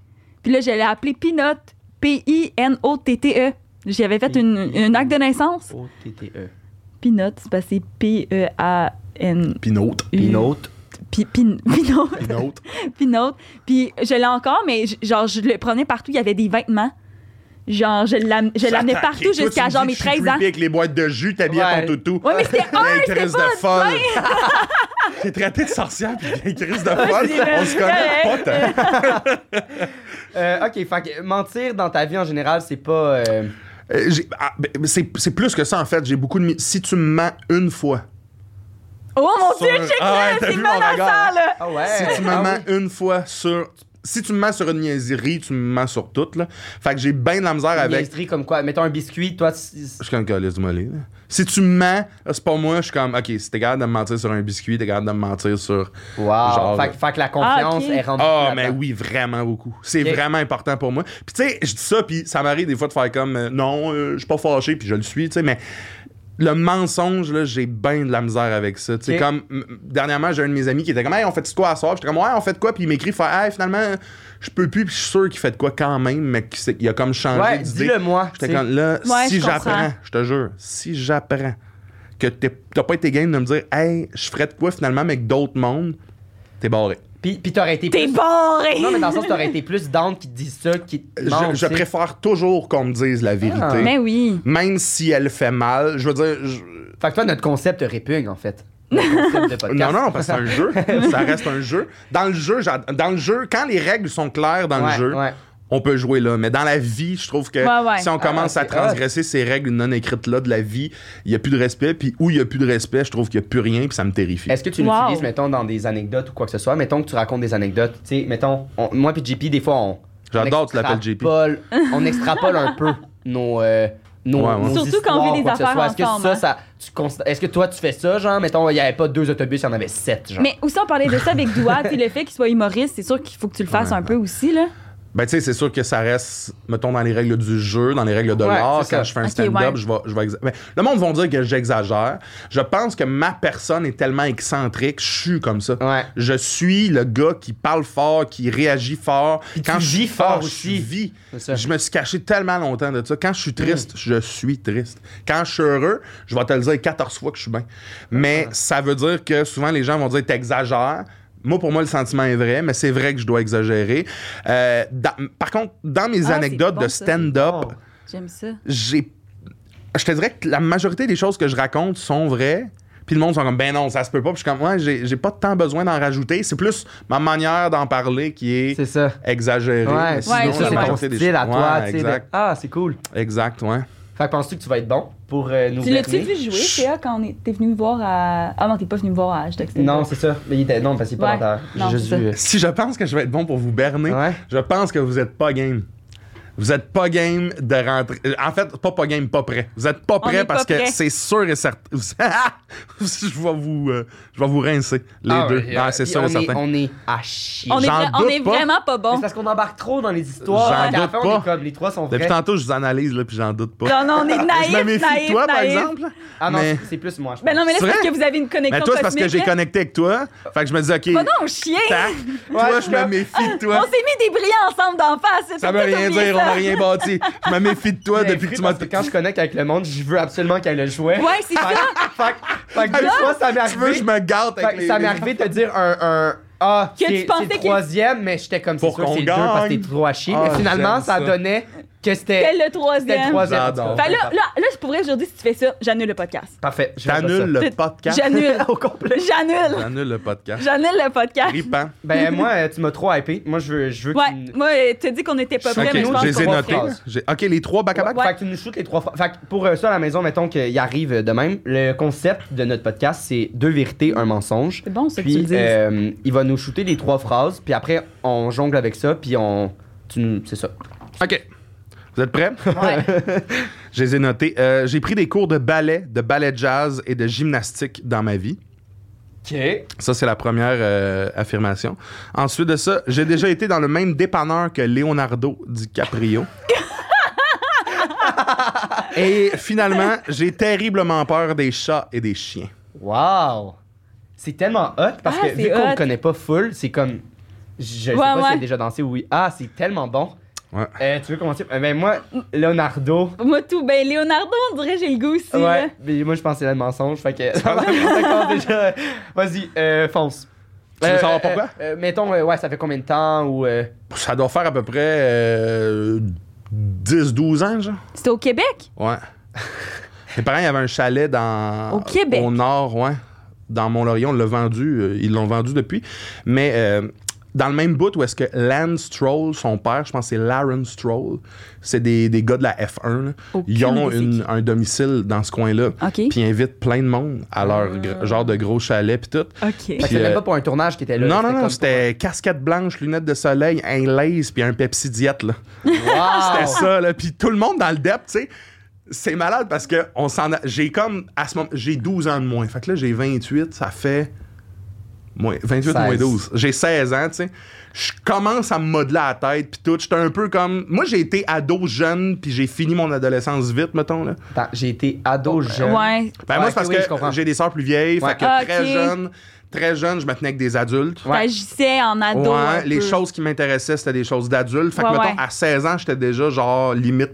[SPEAKER 2] Puis là, je l'ai appelé Peanut, P-I-N-O-T-T-E. E. J'avais fait une, un acte de naissance.
[SPEAKER 1] O-T-T-E.
[SPEAKER 2] Peanut, c'est E passé P-E-A-N.
[SPEAKER 3] Peanut.
[SPEAKER 2] [laughs]
[SPEAKER 1] Pinote.
[SPEAKER 2] Pi- pin- [laughs] Pinot.
[SPEAKER 3] Peanut.
[SPEAKER 2] [laughs] Pinot. Puis je l'ai encore, mais j- genre, je le prenais partout. Il y avait des vêtements. Genre, je l'am- je l'amenais
[SPEAKER 3] Attends,
[SPEAKER 2] partout
[SPEAKER 3] ok, toi, tu
[SPEAKER 2] jusqu'à
[SPEAKER 3] me
[SPEAKER 2] genre
[SPEAKER 3] dis
[SPEAKER 2] mes
[SPEAKER 3] que je suis
[SPEAKER 2] 13 ans.
[SPEAKER 3] creepy avec les boîtes de jus, t'habillais
[SPEAKER 1] Ouais.
[SPEAKER 3] ton toutou.
[SPEAKER 2] Ouais, mais c'était un,
[SPEAKER 3] Vieille
[SPEAKER 2] c'était
[SPEAKER 3] crise
[SPEAKER 2] pas
[SPEAKER 3] de folle. T'es traité de sorcière puis [laughs] vieille crise de folle.
[SPEAKER 2] c'est vrai.
[SPEAKER 3] On se connaît pas tant.
[SPEAKER 1] Euh, ok, fait que mentir dans ta vie en général, c'est pas. euh,
[SPEAKER 3] Euh, j'ai- ah, ben, ben, c'est c'est plus que ça, en fait. J'ai beaucoup de... mi- Si tu me mens une fois...
[SPEAKER 2] Oh mon
[SPEAKER 3] sur-
[SPEAKER 2] dieu, check
[SPEAKER 3] Ah
[SPEAKER 2] ça,
[SPEAKER 3] ouais, t'as
[SPEAKER 2] c'est
[SPEAKER 3] vu mon regard, hein?
[SPEAKER 2] menaçant, là.
[SPEAKER 1] Ah ouais.
[SPEAKER 3] Si tu me
[SPEAKER 1] Ah
[SPEAKER 3] mens
[SPEAKER 1] oui.
[SPEAKER 3] une fois sur... Si tu me mens sur une niaiserie, tu me mens sur toutes, là. Fait que j'ai bien de la misère
[SPEAKER 1] Une
[SPEAKER 3] avec...
[SPEAKER 1] niaiserie comme quoi, mettons un biscuit, toi. tu-
[SPEAKER 3] Je suis comme Colis du mollet, là. Si tu me mens, ah, c'est pas moi, je suis comme, OK, si t'es capable de me mentir sur un biscuit, t'es capable de me mentir sur.
[SPEAKER 1] Wow.
[SPEAKER 3] Genre-
[SPEAKER 1] fait, que- fait que la confiance
[SPEAKER 2] Ah, ok.
[SPEAKER 1] est rentrée.
[SPEAKER 3] Ah, mais
[SPEAKER 1] là-dedans.
[SPEAKER 3] oui, vraiment beaucoup. C'est
[SPEAKER 1] Ok.
[SPEAKER 3] vraiment important pour moi. Puis, tu sais, je dis ça, puis ça m'arrive des fois de faire comme, euh, non, euh, je suis pas fâché, puis je le suis, tu sais, mais. Le mensonge, là, j'ai bien de la misère avec ça. Tu sais,
[SPEAKER 1] Ok.
[SPEAKER 3] comme, m- dernièrement, j'ai un de mes amis qui était comme, hey, on fait quoi à soir? Puis J'étais comme, ouais, on fait de quoi? Puis il m'écrit, fait, hey, finalement, je peux plus, puis je suis sûr qu'il fait de quoi quand même, mais qu'il s'est- il a comme changé
[SPEAKER 1] Ouais,
[SPEAKER 3] d'idée.
[SPEAKER 1] dis-le moi.
[SPEAKER 3] J'étais comme, là,
[SPEAKER 2] Ouais,
[SPEAKER 3] si
[SPEAKER 2] je comprends.
[SPEAKER 3] j'apprends, je te jure, si j'apprends que t'es- t'as pas été game de me dire, hey, je ferais de quoi finalement, mais que d'autres mondes, t'es barré.
[SPEAKER 1] Puis, puis t'aurais été
[SPEAKER 2] T'es
[SPEAKER 1] plus-
[SPEAKER 2] barré.
[SPEAKER 1] Non, mais dans le sens, t'aurais été plus down qui te disent ça, qui te
[SPEAKER 3] Je-
[SPEAKER 1] mentent,
[SPEAKER 3] je,
[SPEAKER 1] tu sais.
[SPEAKER 3] préfère toujours qu'on me dise la vérité.
[SPEAKER 1] Ah.
[SPEAKER 2] [laughs] Mais oui.
[SPEAKER 3] Même si elle fait mal, je veux dire. je-
[SPEAKER 1] Fait que toi, notre concept te répugne,
[SPEAKER 2] [laughs]
[SPEAKER 1] en fait. Notre concept de podcast.
[SPEAKER 3] Non, non, non, parce que c'est
[SPEAKER 1] [laughs]
[SPEAKER 3] un jeu. ça reste un jeu. Dans le jeu, j'ad- dans le jeu, quand les règles sont claires dans
[SPEAKER 1] Ouais,
[SPEAKER 3] le jeu,
[SPEAKER 1] ouais.
[SPEAKER 3] on peut jouer là. Mais dans la vie, je trouve que
[SPEAKER 2] Ouais, ouais.
[SPEAKER 3] si on commence
[SPEAKER 1] Ah,
[SPEAKER 3] à
[SPEAKER 1] ok.
[SPEAKER 3] transgresser ces règles non écrites là de la vie, il n'y a plus de respect. Puis où il n'y a plus de respect, je trouve qu'il n'y a plus rien, puis ça me terrifie.
[SPEAKER 1] Est-ce que tu
[SPEAKER 2] Wow.
[SPEAKER 1] l'utilises, mettons, dans des anecdotes ou quoi que ce soit? Mettons que tu racontes des anecdotes. Tu sais, mettons, on- moi puis JP, des fois, on.
[SPEAKER 3] J'adore
[SPEAKER 1] on
[SPEAKER 3] que tu l'appelles JP.
[SPEAKER 1] extrapole- On extrapole un peu nos. euh, nos,
[SPEAKER 3] Ouais, ouais.
[SPEAKER 1] nos
[SPEAKER 2] Surtout
[SPEAKER 1] histoires,
[SPEAKER 2] quand on vit des
[SPEAKER 1] quoi que ce
[SPEAKER 2] affaires
[SPEAKER 1] soit. Est-ce que
[SPEAKER 2] ensemble,
[SPEAKER 1] ça,
[SPEAKER 2] hein.
[SPEAKER 1] ça tu consta- Est-ce que toi, tu fais ça, genre? Mettons, il n'y avait pas deux autobus, il y en avait sept, genre.
[SPEAKER 2] Mais aussi, on parlait de ça avec Doua, tu sais, le fait qu'il soit humoriste, c'est sûr qu'il faut que tu le fasses
[SPEAKER 3] Ouais.
[SPEAKER 2] un peu aussi, là.
[SPEAKER 3] Ben, tu sais, c'est sûr que ça reste, mettons, dans les règles du jeu, dans les règles de
[SPEAKER 1] Ouais,
[SPEAKER 3] l'art.
[SPEAKER 1] c'est ça.
[SPEAKER 3] Quand je fais un
[SPEAKER 2] Ok,
[SPEAKER 3] stand-up,
[SPEAKER 2] ouais.
[SPEAKER 3] je vais. Je vais exa- ben, le monde va dire que j'exagère. Je pense que ma personne est tellement excentrique, je suis comme ça.
[SPEAKER 1] Ouais.
[SPEAKER 3] Je suis le gars qui parle fort, qui réagit fort.
[SPEAKER 1] Puis tu
[SPEAKER 3] quand je suis
[SPEAKER 1] vis fort
[SPEAKER 3] Je
[SPEAKER 1] aussi.
[SPEAKER 3] vis.
[SPEAKER 1] C'est ça.
[SPEAKER 3] Je me suis caché tellement longtemps de ça. Quand je suis
[SPEAKER 2] Mm.
[SPEAKER 3] triste, je suis triste. Quand je suis heureux, je vais te le dire 14 fois que je suis bien.
[SPEAKER 2] Ah.
[SPEAKER 3] Mais ça veut dire que souvent les gens vont dire t'exagères. Moi, pour moi, le sentiment est vrai, mais c'est vrai que je dois exagérer. Euh, dans- par contre, dans mes
[SPEAKER 2] Ah, c'est
[SPEAKER 3] anecdotes
[SPEAKER 2] bon,
[SPEAKER 3] de
[SPEAKER 2] ça.
[SPEAKER 3] stand-up,
[SPEAKER 1] Wow.
[SPEAKER 2] J'aime ça.
[SPEAKER 3] j'ai. Je te dirais que la majorité des choses que je raconte sont vraies. Puis le monde sont comme, ben non, ça se peut pas. Puis je suis comme, ouais, j'ai j'ai pas tant besoin d'en rajouter. C'est plus ma manière d'en parler qui est,
[SPEAKER 1] C'est ça.
[SPEAKER 3] exagérée.
[SPEAKER 1] Ouais,
[SPEAKER 3] Mais
[SPEAKER 1] c'est
[SPEAKER 3] sinon,
[SPEAKER 2] ouais,
[SPEAKER 3] la
[SPEAKER 2] ça,
[SPEAKER 1] c'est ton
[SPEAKER 3] majorité des
[SPEAKER 1] style à
[SPEAKER 3] choses-
[SPEAKER 1] toi,
[SPEAKER 3] Ouais,
[SPEAKER 1] tu sais. de-
[SPEAKER 3] Exact,
[SPEAKER 1] Ah, c'est cool.
[SPEAKER 3] exact, ouais.
[SPEAKER 1] Fait que penses-tu que tu vas être bon pour euh, nous
[SPEAKER 2] Tu l'as-tu
[SPEAKER 1] berner?
[SPEAKER 2] vu jouer, Théa, quand on est- t'es venu me voir à. Ah non, t'es pas venu me voir à Hashtag Stand Up.
[SPEAKER 1] Non, c'est ça. Mais il était... Non, parce qu'il est
[SPEAKER 2] Ouais.
[SPEAKER 1] pas dans ta...
[SPEAKER 2] Non,
[SPEAKER 1] J'ai juste
[SPEAKER 2] c'est
[SPEAKER 1] vu...
[SPEAKER 3] Si je pense que je vais être bon pour vous berner,
[SPEAKER 1] Ouais.
[SPEAKER 3] je pense que vous êtes pas game. Vous êtes pas game de rentrer. euh, En fait, pas pas game, pas prêt. Vous êtes pas
[SPEAKER 2] est
[SPEAKER 3] prêt
[SPEAKER 2] pas
[SPEAKER 3] parce que
[SPEAKER 2] prêt.
[SPEAKER 3] c'est sûr et certain. [laughs] je vais vous, euh, je vais vous rincer les
[SPEAKER 1] Ah
[SPEAKER 3] deux.
[SPEAKER 1] ouais,
[SPEAKER 3] Non,
[SPEAKER 1] euh,
[SPEAKER 3] c'est
[SPEAKER 1] puis
[SPEAKER 3] sûr
[SPEAKER 1] on
[SPEAKER 3] et
[SPEAKER 1] est-
[SPEAKER 3] certain.
[SPEAKER 1] On est à chier.
[SPEAKER 2] On est,
[SPEAKER 3] J'en
[SPEAKER 2] vra- on
[SPEAKER 3] doute
[SPEAKER 2] est
[SPEAKER 3] pas.
[SPEAKER 2] vraiment pas
[SPEAKER 1] Mais
[SPEAKER 2] bon.
[SPEAKER 1] C'est parce qu'on embarque trop dans les histoires.
[SPEAKER 3] J'en
[SPEAKER 1] Fait qu'à la
[SPEAKER 3] doute
[SPEAKER 1] fin, on est
[SPEAKER 3] pas.
[SPEAKER 1] comme les trois sont
[SPEAKER 3] Depuis
[SPEAKER 1] vrais.
[SPEAKER 3] tantôt, je vous analyse, là, puis j'en doute pas.
[SPEAKER 2] Non, non, on est
[SPEAKER 3] je me
[SPEAKER 2] naïf,
[SPEAKER 3] méfie de
[SPEAKER 2] naïf,
[SPEAKER 3] toi, par
[SPEAKER 2] naïf.
[SPEAKER 3] exemple.
[SPEAKER 1] Ah non,
[SPEAKER 3] mais,
[SPEAKER 1] c'est- c'est plus moi, je pense.
[SPEAKER 2] Ben non, mais là,
[SPEAKER 3] C'est
[SPEAKER 2] c'est parce
[SPEAKER 3] vrai?
[SPEAKER 2] que vous avez une
[SPEAKER 3] mais
[SPEAKER 2] connexion
[SPEAKER 3] toi, c'est parce que
[SPEAKER 2] cosmique,
[SPEAKER 3] j'ai
[SPEAKER 2] là.
[SPEAKER 3] connecté avec toi. Fait que je me dis, OK,
[SPEAKER 2] Pas non, chien!
[SPEAKER 3] tac.
[SPEAKER 1] hein? Ouais,
[SPEAKER 3] toi, je me
[SPEAKER 1] là.
[SPEAKER 3] méfie de
[SPEAKER 2] On
[SPEAKER 3] toi.
[SPEAKER 2] s'est mis des brillants ensemble d'en face.
[SPEAKER 3] Ça
[SPEAKER 2] faut
[SPEAKER 3] veut
[SPEAKER 2] peut-être
[SPEAKER 3] rien
[SPEAKER 2] oublier
[SPEAKER 3] dire, on
[SPEAKER 2] ça.
[SPEAKER 3] n'a rien bâti. Je me méfie de toi
[SPEAKER 1] Mais
[SPEAKER 3] depuis que
[SPEAKER 1] fruit,
[SPEAKER 3] tu m'as...
[SPEAKER 1] parce quand je connecte avec le monde, je veux absolument qu'elle le joue.
[SPEAKER 2] Ouais, c'est ça.
[SPEAKER 1] Fait que- fait que deux fois, ça m'est
[SPEAKER 3] Tu veux que
[SPEAKER 1] arrivé.
[SPEAKER 3] je me garde
[SPEAKER 1] fait
[SPEAKER 3] avec
[SPEAKER 1] que
[SPEAKER 3] les...
[SPEAKER 1] Ça m'est arrivé de dire un. un ah,
[SPEAKER 2] Que tu
[SPEAKER 1] c'est
[SPEAKER 2] pensais
[SPEAKER 1] c'est le
[SPEAKER 2] qu'il-
[SPEAKER 1] troisième, mais j'étais comme c'est
[SPEAKER 3] Pour
[SPEAKER 1] sûr que
[SPEAKER 3] qu'on
[SPEAKER 1] c'est le deux parce que
[SPEAKER 3] gagne.
[SPEAKER 1] t'es trop à chier.
[SPEAKER 3] Ah,
[SPEAKER 1] mais finalement,
[SPEAKER 3] j'aime
[SPEAKER 1] ça,
[SPEAKER 3] ça.
[SPEAKER 1] donnait que
[SPEAKER 2] C'était
[SPEAKER 1] c'était
[SPEAKER 2] le
[SPEAKER 1] c'était le
[SPEAKER 2] troisième.
[SPEAKER 1] troisième.
[SPEAKER 3] J'adore.
[SPEAKER 2] Fait là, là, là, je pourrais aujourd'hui, si tu fais ça, j'annule le podcast.
[SPEAKER 1] Parfait. je vais faire
[SPEAKER 3] J'annule
[SPEAKER 1] ça.
[SPEAKER 3] le
[SPEAKER 2] T'es-
[SPEAKER 3] podcast. [laughs]
[SPEAKER 2] J'annule.
[SPEAKER 1] Au complet.
[SPEAKER 2] J'annule.
[SPEAKER 3] J'annule le podcast.
[SPEAKER 2] J'annule le podcast.
[SPEAKER 3] Ripant.
[SPEAKER 1] Ben, moi, euh, tu m'as trop hypé. Moi, je veux, je veux que
[SPEAKER 2] Ouais,
[SPEAKER 1] tu me-
[SPEAKER 2] moi, euh, t'as dit qu'on n'était pas prêts,
[SPEAKER 3] OK,
[SPEAKER 2] mais je pense
[SPEAKER 3] je les ai
[SPEAKER 2] qu'on va
[SPEAKER 3] notés.
[SPEAKER 2] faire.
[SPEAKER 1] phrases.
[SPEAKER 3] J'ai- OK, les trois back-à-back.
[SPEAKER 1] Ouais. Ah, Fait que tu nous shootes les trois fois. Fait que pour euh, ça à la maison, mettons qu'il arrive euh, de même. Le concept de notre podcast, c'est deux vérités, un mensonge.
[SPEAKER 2] C'est bon, ça que tu le
[SPEAKER 1] Puis
[SPEAKER 2] dises.
[SPEAKER 1] euh, il va nous shooter les trois phrases, puis après on jongle avec ça, puis on. Tu nous... C'est ça.
[SPEAKER 3] OK. Vous êtes prêts?
[SPEAKER 2] Ouais.
[SPEAKER 1] [laughs]
[SPEAKER 3] Je les ai notés. Euh, J'ai pris des cours de ballet, de ballet jazz et de gymnastique dans ma vie.
[SPEAKER 1] Ok.
[SPEAKER 3] Ça, c'est la première euh, affirmation. Ensuite de ça, j'ai déjà été dans le même dépanneur que Leonardo DiCaprio. et finalement, j'ai terriblement peur des chats et des chiens.
[SPEAKER 1] Wow! C'est tellement hot parce
[SPEAKER 2] Ah,
[SPEAKER 1] que
[SPEAKER 2] c'est
[SPEAKER 1] vu qu'on
[SPEAKER 2] hot.
[SPEAKER 1] le connaît pas full, c'est comme. Je sais
[SPEAKER 2] Ouais,
[SPEAKER 1] pas si
[SPEAKER 2] ouais.
[SPEAKER 1] elle a déjà dansé ou oui. Ah, c'est tellement bon.
[SPEAKER 3] Ouais.
[SPEAKER 1] Euh, tu veux commencer? Euh, ben moi, Leonardo.
[SPEAKER 2] Moi, tout. Ben, Leonardo, on dirait, j'ai le goût aussi. là.
[SPEAKER 1] Ouais, mais moi je pense que c'est le mensonge, fait
[SPEAKER 3] [laughs]
[SPEAKER 1] que ça commence déjà. Vas-y, euh, fonce.
[SPEAKER 3] Tu veux savoir pourquoi?
[SPEAKER 1] euh, euh, mettons, euh, ouais, ça fait combien de temps ou. euh,
[SPEAKER 3] Ça doit faire à peu près euh, 10-12 ans, genre.
[SPEAKER 2] C'était au Québec?
[SPEAKER 3] Ouais. Mes parents, ils avaient un chalet dans.
[SPEAKER 2] Au Québec.
[SPEAKER 3] Au nord, ouais. Dans Mont-Laurier, on l'a vendu. euh, ils l'ont vendu depuis. Mais euh, dans le même bout où est-ce que Lance Stroll, son père, je pense que c'est Laren Stroll, c'est des, des gars de la F1. là.
[SPEAKER 2] Aucune
[SPEAKER 3] Ils ont
[SPEAKER 2] idée c'est
[SPEAKER 3] une- un domicile dans ce coin-là.
[SPEAKER 2] OK.
[SPEAKER 3] Puis ils invitent plein de monde à leur gr- genre de gros chalet, puis
[SPEAKER 2] OK.
[SPEAKER 3] tout.
[SPEAKER 1] Fait que c'était
[SPEAKER 3] Puis,
[SPEAKER 1] même
[SPEAKER 3] euh,
[SPEAKER 1] pas pour un tournage qui était là.
[SPEAKER 3] non, non,
[SPEAKER 1] comme
[SPEAKER 3] non, c'était casquette blanche, lunettes de soleil, un lace, puis un Pepsi diète, là.
[SPEAKER 1] pour- Wow!
[SPEAKER 3] [laughs] C'était ça, là. Puis tout le monde dans le DEP, tu sais, c'est malade parce que on s'en a- j'ai comme, à ce moment, j'ai 12 ans de moins. Fait que là, j'ai 28, ça fait. Moins, 28 moins
[SPEAKER 1] 16.
[SPEAKER 3] 12. J'ai 16 ans, tu sais. Je commence à me modeler à la tête, puis tout. J'étais un peu comme. Moi, j'ai été ado jeune, puis j'ai fini mon adolescence vite, mettons, là.
[SPEAKER 1] Attends, j'ai été ado jeune.
[SPEAKER 2] Ouais.
[SPEAKER 1] Ouais,
[SPEAKER 3] Ben, moi,
[SPEAKER 1] ok,
[SPEAKER 3] c'est parce
[SPEAKER 1] oui, je
[SPEAKER 3] que
[SPEAKER 1] comprends.
[SPEAKER 3] j'ai des sœurs plus vieilles,
[SPEAKER 1] Ouais.
[SPEAKER 3] fait que
[SPEAKER 2] Ah, ok.
[SPEAKER 3] très jeune, très jeune, je me tenais avec des adultes.
[SPEAKER 1] Ouais.
[SPEAKER 2] T'agissais en ado.
[SPEAKER 3] Ouais,
[SPEAKER 2] un
[SPEAKER 3] les
[SPEAKER 2] peu.
[SPEAKER 3] choses qui m'intéressaient, c'était des choses d'adultes. Fait que,
[SPEAKER 2] Ouais,
[SPEAKER 3] mettons,
[SPEAKER 2] ouais.
[SPEAKER 3] à 16 ans, j'étais déjà, genre, limite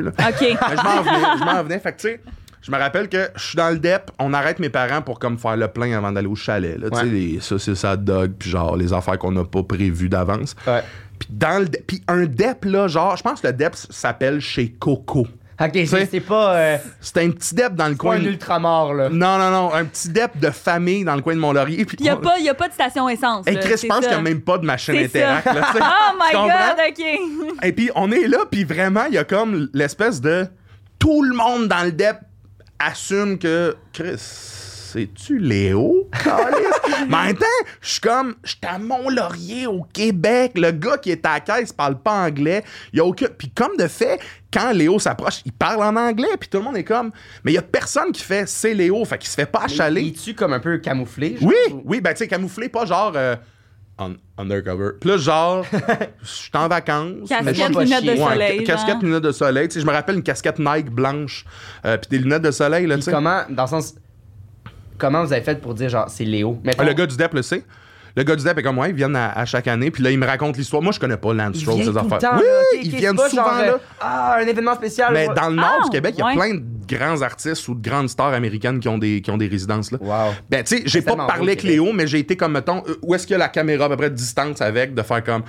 [SPEAKER 1] [laughs]
[SPEAKER 3] là. [laughs]
[SPEAKER 2] OK.
[SPEAKER 3] Mais je m'en venais, je m'en venais. Fait que, tu sais, je me rappelle que je suis dans le DEP, on arrête mes parents pour comme faire le plein avant d'aller au chalet. Là, Tu sais,
[SPEAKER 1] Ouais.
[SPEAKER 3] les saucisses à dog, puis genre les affaires qu'on n'a pas prévues d'avance.
[SPEAKER 1] Ouais.
[SPEAKER 3] Puis dans le DEP- puis un DEP, là, genre, je pense que le DEP s- s'appelle chez Coco.
[SPEAKER 1] Ok, c'est- c'est pas, euh,
[SPEAKER 3] C'était un petit DEP dans le
[SPEAKER 1] pas
[SPEAKER 3] coin.
[SPEAKER 1] un
[SPEAKER 3] de-
[SPEAKER 1] ultramar, là.
[SPEAKER 3] Non, non, non, un petit DEP de famille dans le coin de Mont-Laurier. Puis
[SPEAKER 2] Il n'y a,
[SPEAKER 3] on-
[SPEAKER 2] pas- y a pas de station essence.
[SPEAKER 3] Hey,
[SPEAKER 2] là,
[SPEAKER 3] Chris,
[SPEAKER 2] c'est
[SPEAKER 3] je pense
[SPEAKER 2] ça.
[SPEAKER 3] qu'il n'y a même pas de machine
[SPEAKER 2] C'est ça.
[SPEAKER 3] Interact. là, tu sais.
[SPEAKER 2] [laughs] Oh my
[SPEAKER 3] Tu comprends?
[SPEAKER 2] God, OK.
[SPEAKER 3] [laughs] Et puis on est là, puis vraiment, il y a comme l'espèce de tout le monde dans le DEP assume que Chris, c'est-tu Léo? Caliste? Mais en même temps, je suis comme, je suis à Mont-Laurier au Québec. Le gars qui est à la caisse parle pas anglais. Il y a aucun. Puis comme de fait, quand Léo s'approche, il parle en anglais. Puis tout le monde est comme, mais il y a personne qui fait c'est Léo. Fait qu'il se fait pas achaler.
[SPEAKER 1] Il tue comme un peu camouflé. genre?
[SPEAKER 3] Oui, oui, ben tu sais, camouflé, pas genre euh, un- undercover. Plus genre, je suis en vacances. mais je suis
[SPEAKER 2] Casquette,
[SPEAKER 1] pas
[SPEAKER 2] lunettes de
[SPEAKER 1] chier.
[SPEAKER 3] Ouais,
[SPEAKER 2] soleil.
[SPEAKER 3] ca- casquette,
[SPEAKER 2] genre.
[SPEAKER 3] lunettes de soleil. Tu sais, je me rappelle une casquette Nike blanche, euh, puis des lunettes de soleil, là, tu
[SPEAKER 1] Puis
[SPEAKER 3] sais.
[SPEAKER 1] comment, dans le sens, comment vous avez fait pour dire genre c'est Léo Mettons-
[SPEAKER 3] Ah, Le gars du DEP le sait. Le gars du DEP est comme, ouais, ils viennent à, à chaque année, puis là, ils me racontent l'histoire. Moi, je connais pas Lance
[SPEAKER 1] Ils
[SPEAKER 3] Stroll,
[SPEAKER 1] viennent
[SPEAKER 3] ces
[SPEAKER 1] tout le
[SPEAKER 3] affaires.
[SPEAKER 1] temps,
[SPEAKER 3] oui,
[SPEAKER 1] là, ok, ok,
[SPEAKER 3] ils
[SPEAKER 1] c'est
[SPEAKER 3] viennent
[SPEAKER 1] pas
[SPEAKER 3] souvent,
[SPEAKER 1] genre,
[SPEAKER 3] là.
[SPEAKER 1] euh, Ah, un événement spécial.
[SPEAKER 3] Mais
[SPEAKER 1] ouais.
[SPEAKER 3] dans le nord
[SPEAKER 2] Ah,
[SPEAKER 3] du Québec, il y a
[SPEAKER 2] ouais.
[SPEAKER 3] plein de grands artistes ou de grandes stars américaines qui ont des, qui ont des résidences, là.
[SPEAKER 1] Wow.
[SPEAKER 3] Ben, tu sais, j'ai
[SPEAKER 1] C'est
[SPEAKER 3] pas
[SPEAKER 1] tellement beau,
[SPEAKER 3] parlé avec
[SPEAKER 1] Québec.
[SPEAKER 3] Léo, mais j'ai été comme, mettons, euh, où est-ce qu'il y a la caméra à peu près de distance avec, de faire comme.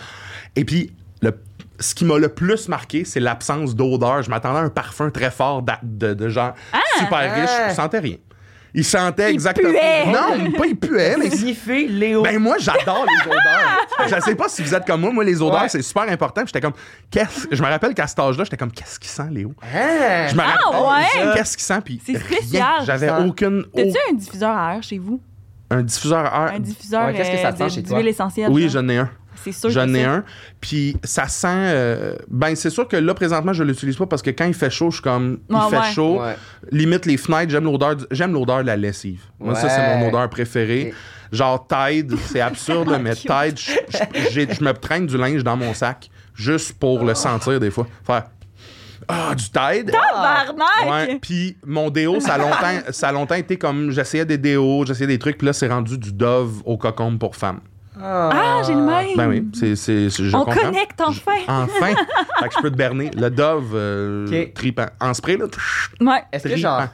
[SPEAKER 3] Et puis, le... ce qui m'a le plus marqué, c'est l'absence d'odeur. Je m'attendais à un parfum très fort d'a- de, de, gens super
[SPEAKER 1] Ah!
[SPEAKER 3] riches. Je sentais rien. Il sentait
[SPEAKER 2] Il
[SPEAKER 3] exactement.
[SPEAKER 2] puait!
[SPEAKER 1] [laughs]
[SPEAKER 3] Non, pas il puait, mais.
[SPEAKER 1] Sniffer Léo.
[SPEAKER 3] Ben moi j'adore
[SPEAKER 1] [laughs]
[SPEAKER 3] les odeurs. je sais pas si vous êtes comme moi, moi les odeurs
[SPEAKER 1] Ouais.
[SPEAKER 3] c'est super important. Puis J'étais comme qu'est-ce je me rappelle qu'à cet âge-là, j'étais comme qu'est-ce qui sent Léo
[SPEAKER 1] Hein?
[SPEAKER 3] Je me
[SPEAKER 2] Ah,
[SPEAKER 3] rappelle
[SPEAKER 2] ouais?
[SPEAKER 3] qu'est-ce qui sent puis
[SPEAKER 2] C'est
[SPEAKER 3] rien.
[SPEAKER 2] spécial.
[SPEAKER 3] J'avais
[SPEAKER 1] Ça-
[SPEAKER 3] aucune
[SPEAKER 2] T'as-tu un
[SPEAKER 3] au-
[SPEAKER 2] diffuseur à air chez vous?
[SPEAKER 3] un diffuseur à air.
[SPEAKER 2] Un diffuseur
[SPEAKER 1] Ouais, qu'est-ce que ça
[SPEAKER 2] euh,
[SPEAKER 1] sent
[SPEAKER 2] de-
[SPEAKER 1] chez toi?
[SPEAKER 2] d'huile essentielle?
[SPEAKER 3] Oui,
[SPEAKER 2] genre?
[SPEAKER 3] j'en ai un.
[SPEAKER 2] C'est sûr
[SPEAKER 3] J'en
[SPEAKER 2] que
[SPEAKER 3] ai
[SPEAKER 2] c'est-
[SPEAKER 3] un. Puis ça sent. euh, ben, c'est sûr que là, présentement, je l'utilise pas parce que quand il fait chaud, je suis comme. Il
[SPEAKER 2] Ouais,
[SPEAKER 3] fait
[SPEAKER 2] Ah, ouais.
[SPEAKER 3] chaud.
[SPEAKER 1] Ouais.
[SPEAKER 3] Limite les fenêtres. J'aime l'odeur, du- j'aime l'odeur de la lessive. Moi, ça, c'est
[SPEAKER 1] Ouais.
[SPEAKER 3] mon odeur préférée.
[SPEAKER 1] Ok.
[SPEAKER 3] Genre Tide,
[SPEAKER 2] [laughs]
[SPEAKER 3] c'est absurde, là, mais
[SPEAKER 2] Cute.
[SPEAKER 3] Tide, je- je j'ai- je me traîne du linge dans mon sac juste pour le sentir des fois. Faire. Ah, du Tide!
[SPEAKER 2] Tabarnak!
[SPEAKER 3] Ouais, puis mon déo, ça a longtemps, ça a longtemps été comme j'essayais des déos, j'essayais des trucs, puis là, c'est rendu du Dove au cocombe pour femmes.
[SPEAKER 2] Ah, j'ai le même!
[SPEAKER 3] Ben oui, c'est, c'est, c'est- je
[SPEAKER 2] On
[SPEAKER 3] comprends. Ah.
[SPEAKER 2] connecte enfin!
[SPEAKER 3] Enfin, fait que je peux te berner. Le Dove euh,
[SPEAKER 1] Ok.
[SPEAKER 3] tripant. En spray, là. ben,
[SPEAKER 2] Ouais.
[SPEAKER 1] Est-ce que
[SPEAKER 3] Tripant.
[SPEAKER 1] genre,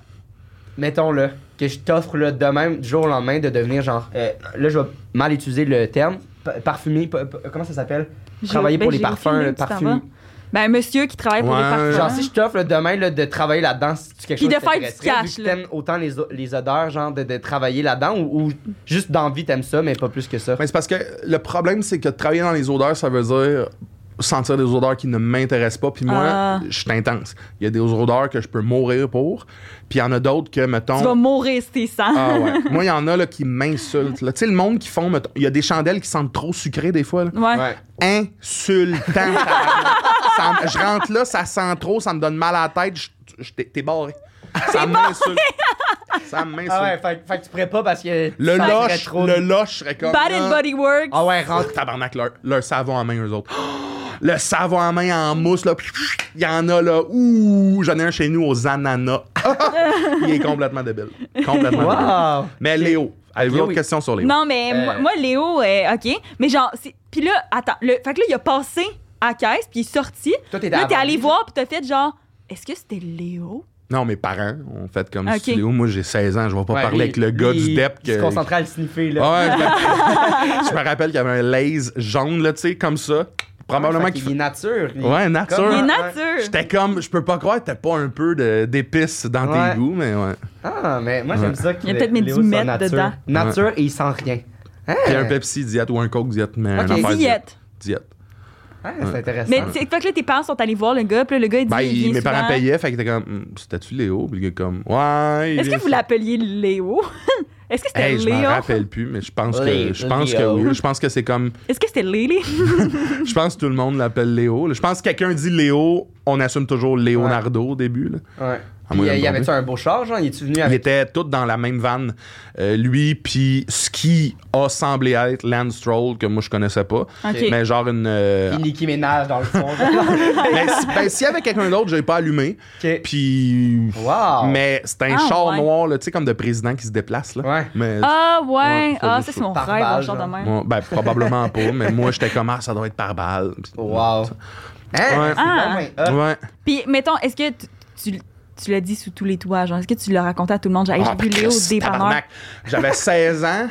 [SPEAKER 1] mettons le que je t'offre là de même du jour au lendemain de devenir genre, euh, là je vais mal utiliser le terme, pa- parfumé, pa- pa- comment ça s'appelle
[SPEAKER 2] Je-
[SPEAKER 1] Travailler
[SPEAKER 2] ben,
[SPEAKER 1] pour les
[SPEAKER 2] j'ai aucune
[SPEAKER 1] parfums,
[SPEAKER 2] idée
[SPEAKER 1] le
[SPEAKER 2] où tu t'en
[SPEAKER 1] parfum.
[SPEAKER 2] vas. Ben, un monsieur qui travaille pour les
[SPEAKER 3] Ouais.
[SPEAKER 2] parfums.
[SPEAKER 1] Genre si je t'offre là, demain là, de travailler là-dedans, c'est quelque
[SPEAKER 2] Puis
[SPEAKER 1] chose
[SPEAKER 2] de
[SPEAKER 1] qui
[SPEAKER 2] faire du
[SPEAKER 1] t'intéresserait,
[SPEAKER 2] cash,
[SPEAKER 1] vu que
[SPEAKER 2] là.
[SPEAKER 1] t'aimes autant les, o- les odeurs genre de, de travailler là-dedans ou, ou juste d'envie t'aimes ça mais pas plus que ça.
[SPEAKER 3] Mais c'est parce que le problème, c'est que travailler dans les odeurs, ça veut dire sentir des odeurs qui ne m'intéressent pas. Puis moi,
[SPEAKER 2] Ah.
[SPEAKER 3] je suis intense. Il y a des odeurs que je peux mourir pour. Puis il y en a d'autres que, mettons.
[SPEAKER 2] Tu vas mourir si t'es sans.
[SPEAKER 3] Ah ouais. Moi, il y en a là, qui m'insultent. là. Tu sais, le monde qui font. mettons- Il y a des chandelles qui sentent trop sucrées des fois. là.
[SPEAKER 2] Ouais.
[SPEAKER 1] Ouais.
[SPEAKER 3] insultant.
[SPEAKER 1] [laughs]
[SPEAKER 3] tabarnak. Ça me- je rentre là, ça sent trop, ça me donne mal à la tête. je- je- T'es t'es barré. Ça m'insulte. Ça m'insulte.
[SPEAKER 1] Ah ouais, fait, fait que tu pourrais pas parce que ça
[SPEAKER 3] le
[SPEAKER 1] serait
[SPEAKER 3] loche,
[SPEAKER 1] trop-
[SPEAKER 3] le loche serait comme.
[SPEAKER 2] Bad and
[SPEAKER 3] là.
[SPEAKER 2] Body Works.
[SPEAKER 1] Ah ouais, rentre.
[SPEAKER 3] Tabarnak, leur, leur savon en main, eux autres. [gasps] Le savon en main en mousse, là. Il y en a, là. Ouh, j'en ai un chez nous aux ananas. [laughs] il est complètement débile. Complètement débile.
[SPEAKER 1] Wow. Eh
[SPEAKER 3] Mais Léo, avez-vous
[SPEAKER 1] Léo,
[SPEAKER 3] d'autres
[SPEAKER 1] il-
[SPEAKER 3] questions sur Léo?
[SPEAKER 2] Non, mais
[SPEAKER 1] Euh.
[SPEAKER 2] moi, moi, Léo, euh, OK. Mais genre, c'est- puis là, attends. Le... Fait que là, il a passé à la caisse, puis il est sorti.
[SPEAKER 1] Toi, t'étais
[SPEAKER 2] Là, t'es
[SPEAKER 1] avant
[SPEAKER 2] allé
[SPEAKER 1] lui.
[SPEAKER 2] voir, puis t'as fait genre, est-ce que c'était Léo?
[SPEAKER 3] Non, mes parents ont fait comme
[SPEAKER 2] Ok.
[SPEAKER 3] studio. Moi, j'ai 16 ans. Je vais pas
[SPEAKER 1] Ouais,
[SPEAKER 3] parler
[SPEAKER 1] lui,
[SPEAKER 3] avec le gars
[SPEAKER 1] lui,
[SPEAKER 3] du E DEP.
[SPEAKER 1] Il se concentrait à le sniffer, là.
[SPEAKER 3] Ah ouais, je me- je me rappelle qu'il y avait un laze jaune, là, tu sais, comme ça. Probablement
[SPEAKER 1] Ah, Fait
[SPEAKER 3] qu'il
[SPEAKER 1] qu'il est nature. il-
[SPEAKER 3] Ouais, nature.
[SPEAKER 1] Comme- Ah,
[SPEAKER 2] Il est
[SPEAKER 3] Ouais.
[SPEAKER 2] nature.
[SPEAKER 3] J'étais comme, je peux pas croire que t'as pas un peu de- d'épices dans
[SPEAKER 1] Ouais.
[SPEAKER 3] tes goûts, mais ouais.
[SPEAKER 1] Ah, mais moi, j'aime
[SPEAKER 3] Ouais.
[SPEAKER 1] ça qu'il
[SPEAKER 2] Il a peut-être mis
[SPEAKER 1] Léo
[SPEAKER 2] du
[SPEAKER 1] soit
[SPEAKER 2] meth
[SPEAKER 1] nature.
[SPEAKER 2] dedans.
[SPEAKER 1] Nature et il sent rien. Hein?
[SPEAKER 3] Puis un Pepsi diète ou un Coke diète, mais
[SPEAKER 1] Ok.
[SPEAKER 3] un affaire
[SPEAKER 2] Euh. Diète.
[SPEAKER 3] diète.
[SPEAKER 1] Hein, c'est intéressant.
[SPEAKER 3] Ah.
[SPEAKER 2] Mais c'est fait que là, tes parents sont allés voir le gars, puis là, le gars, il dit.
[SPEAKER 3] Ben,
[SPEAKER 2] il
[SPEAKER 3] il-
[SPEAKER 2] vient
[SPEAKER 3] mes parents
[SPEAKER 2] souvent.
[SPEAKER 3] payaient, fait que t'es comme, Hum, c'était-tu Léo? Puis le gars comme, ouais. il
[SPEAKER 2] Est-ce que
[SPEAKER 3] vient-
[SPEAKER 2] vous l'appeliez Léo? [laughs] Est-ce que c'était
[SPEAKER 3] Hey, je m'en
[SPEAKER 2] Léo?
[SPEAKER 3] rappelle plus, mais je pense
[SPEAKER 1] Lé-
[SPEAKER 3] que, je pense que
[SPEAKER 1] Léo.
[SPEAKER 3] oui. Je pense que c'est comme,
[SPEAKER 2] Est-ce que c'était Lily?
[SPEAKER 3] je pense que tout le monde l'appelle Léo. là. Je pense que quelqu'un dit Léo, on assume toujours Leonardo au début, là.
[SPEAKER 1] Ouais.
[SPEAKER 3] Ah, moi,
[SPEAKER 1] Puis,
[SPEAKER 3] il
[SPEAKER 1] il y
[SPEAKER 3] me
[SPEAKER 1] avait-tu un beau char, genre? Il est-tu venu avec.
[SPEAKER 3] Ils étaient tous dans la même vanne. Euh, lui, puis ce qui a semblé être Lance Stroll, que moi je connaissais pas.
[SPEAKER 2] OK.
[SPEAKER 3] Mais genre une. euh,
[SPEAKER 2] [laughs]
[SPEAKER 1] Il Nicki Ménage dans le
[SPEAKER 3] [laughs]
[SPEAKER 1] fond.
[SPEAKER 3] ben, si- ben, s'il y avait quelqu'un d'autre, j'avais pas allumé.
[SPEAKER 1] Ok.
[SPEAKER 3] Puis.
[SPEAKER 1] Wow.
[SPEAKER 3] Mais c'est un
[SPEAKER 2] Ah,
[SPEAKER 3] char
[SPEAKER 2] ouais.
[SPEAKER 3] noir, là, tu sais, comme de président qui se déplace. Là.
[SPEAKER 1] Ouais.
[SPEAKER 3] Mais,
[SPEAKER 2] Ah,
[SPEAKER 3] Ouais,
[SPEAKER 2] ouais.
[SPEAKER 3] ça,
[SPEAKER 2] Ah,
[SPEAKER 3] je
[SPEAKER 2] ça, c'est
[SPEAKER 3] sais.
[SPEAKER 2] mon
[SPEAKER 1] Par
[SPEAKER 2] rêve, un
[SPEAKER 1] balle,
[SPEAKER 2] genre de
[SPEAKER 1] genre.
[SPEAKER 2] même.
[SPEAKER 3] Bon, ben, probablement pas, mais moi, j'étais comme, ah, ça doit être par balle. Puis-
[SPEAKER 1] Wow. Hein?
[SPEAKER 3] Ouais.
[SPEAKER 1] C'est
[SPEAKER 2] Ah.
[SPEAKER 1] vraiment hot.
[SPEAKER 3] Ouais.
[SPEAKER 2] Puis, mettons, est-ce que tu- tu, tu l'as dit sous tous les toits? Genre, est-ce que tu l'as raconté à tout le monde? Genre, Hey,
[SPEAKER 3] Ah,
[SPEAKER 2] j'ai vu Léo au
[SPEAKER 3] Christ,
[SPEAKER 2] dépanneur.
[SPEAKER 3] tabarnak. J'avais 16 ans.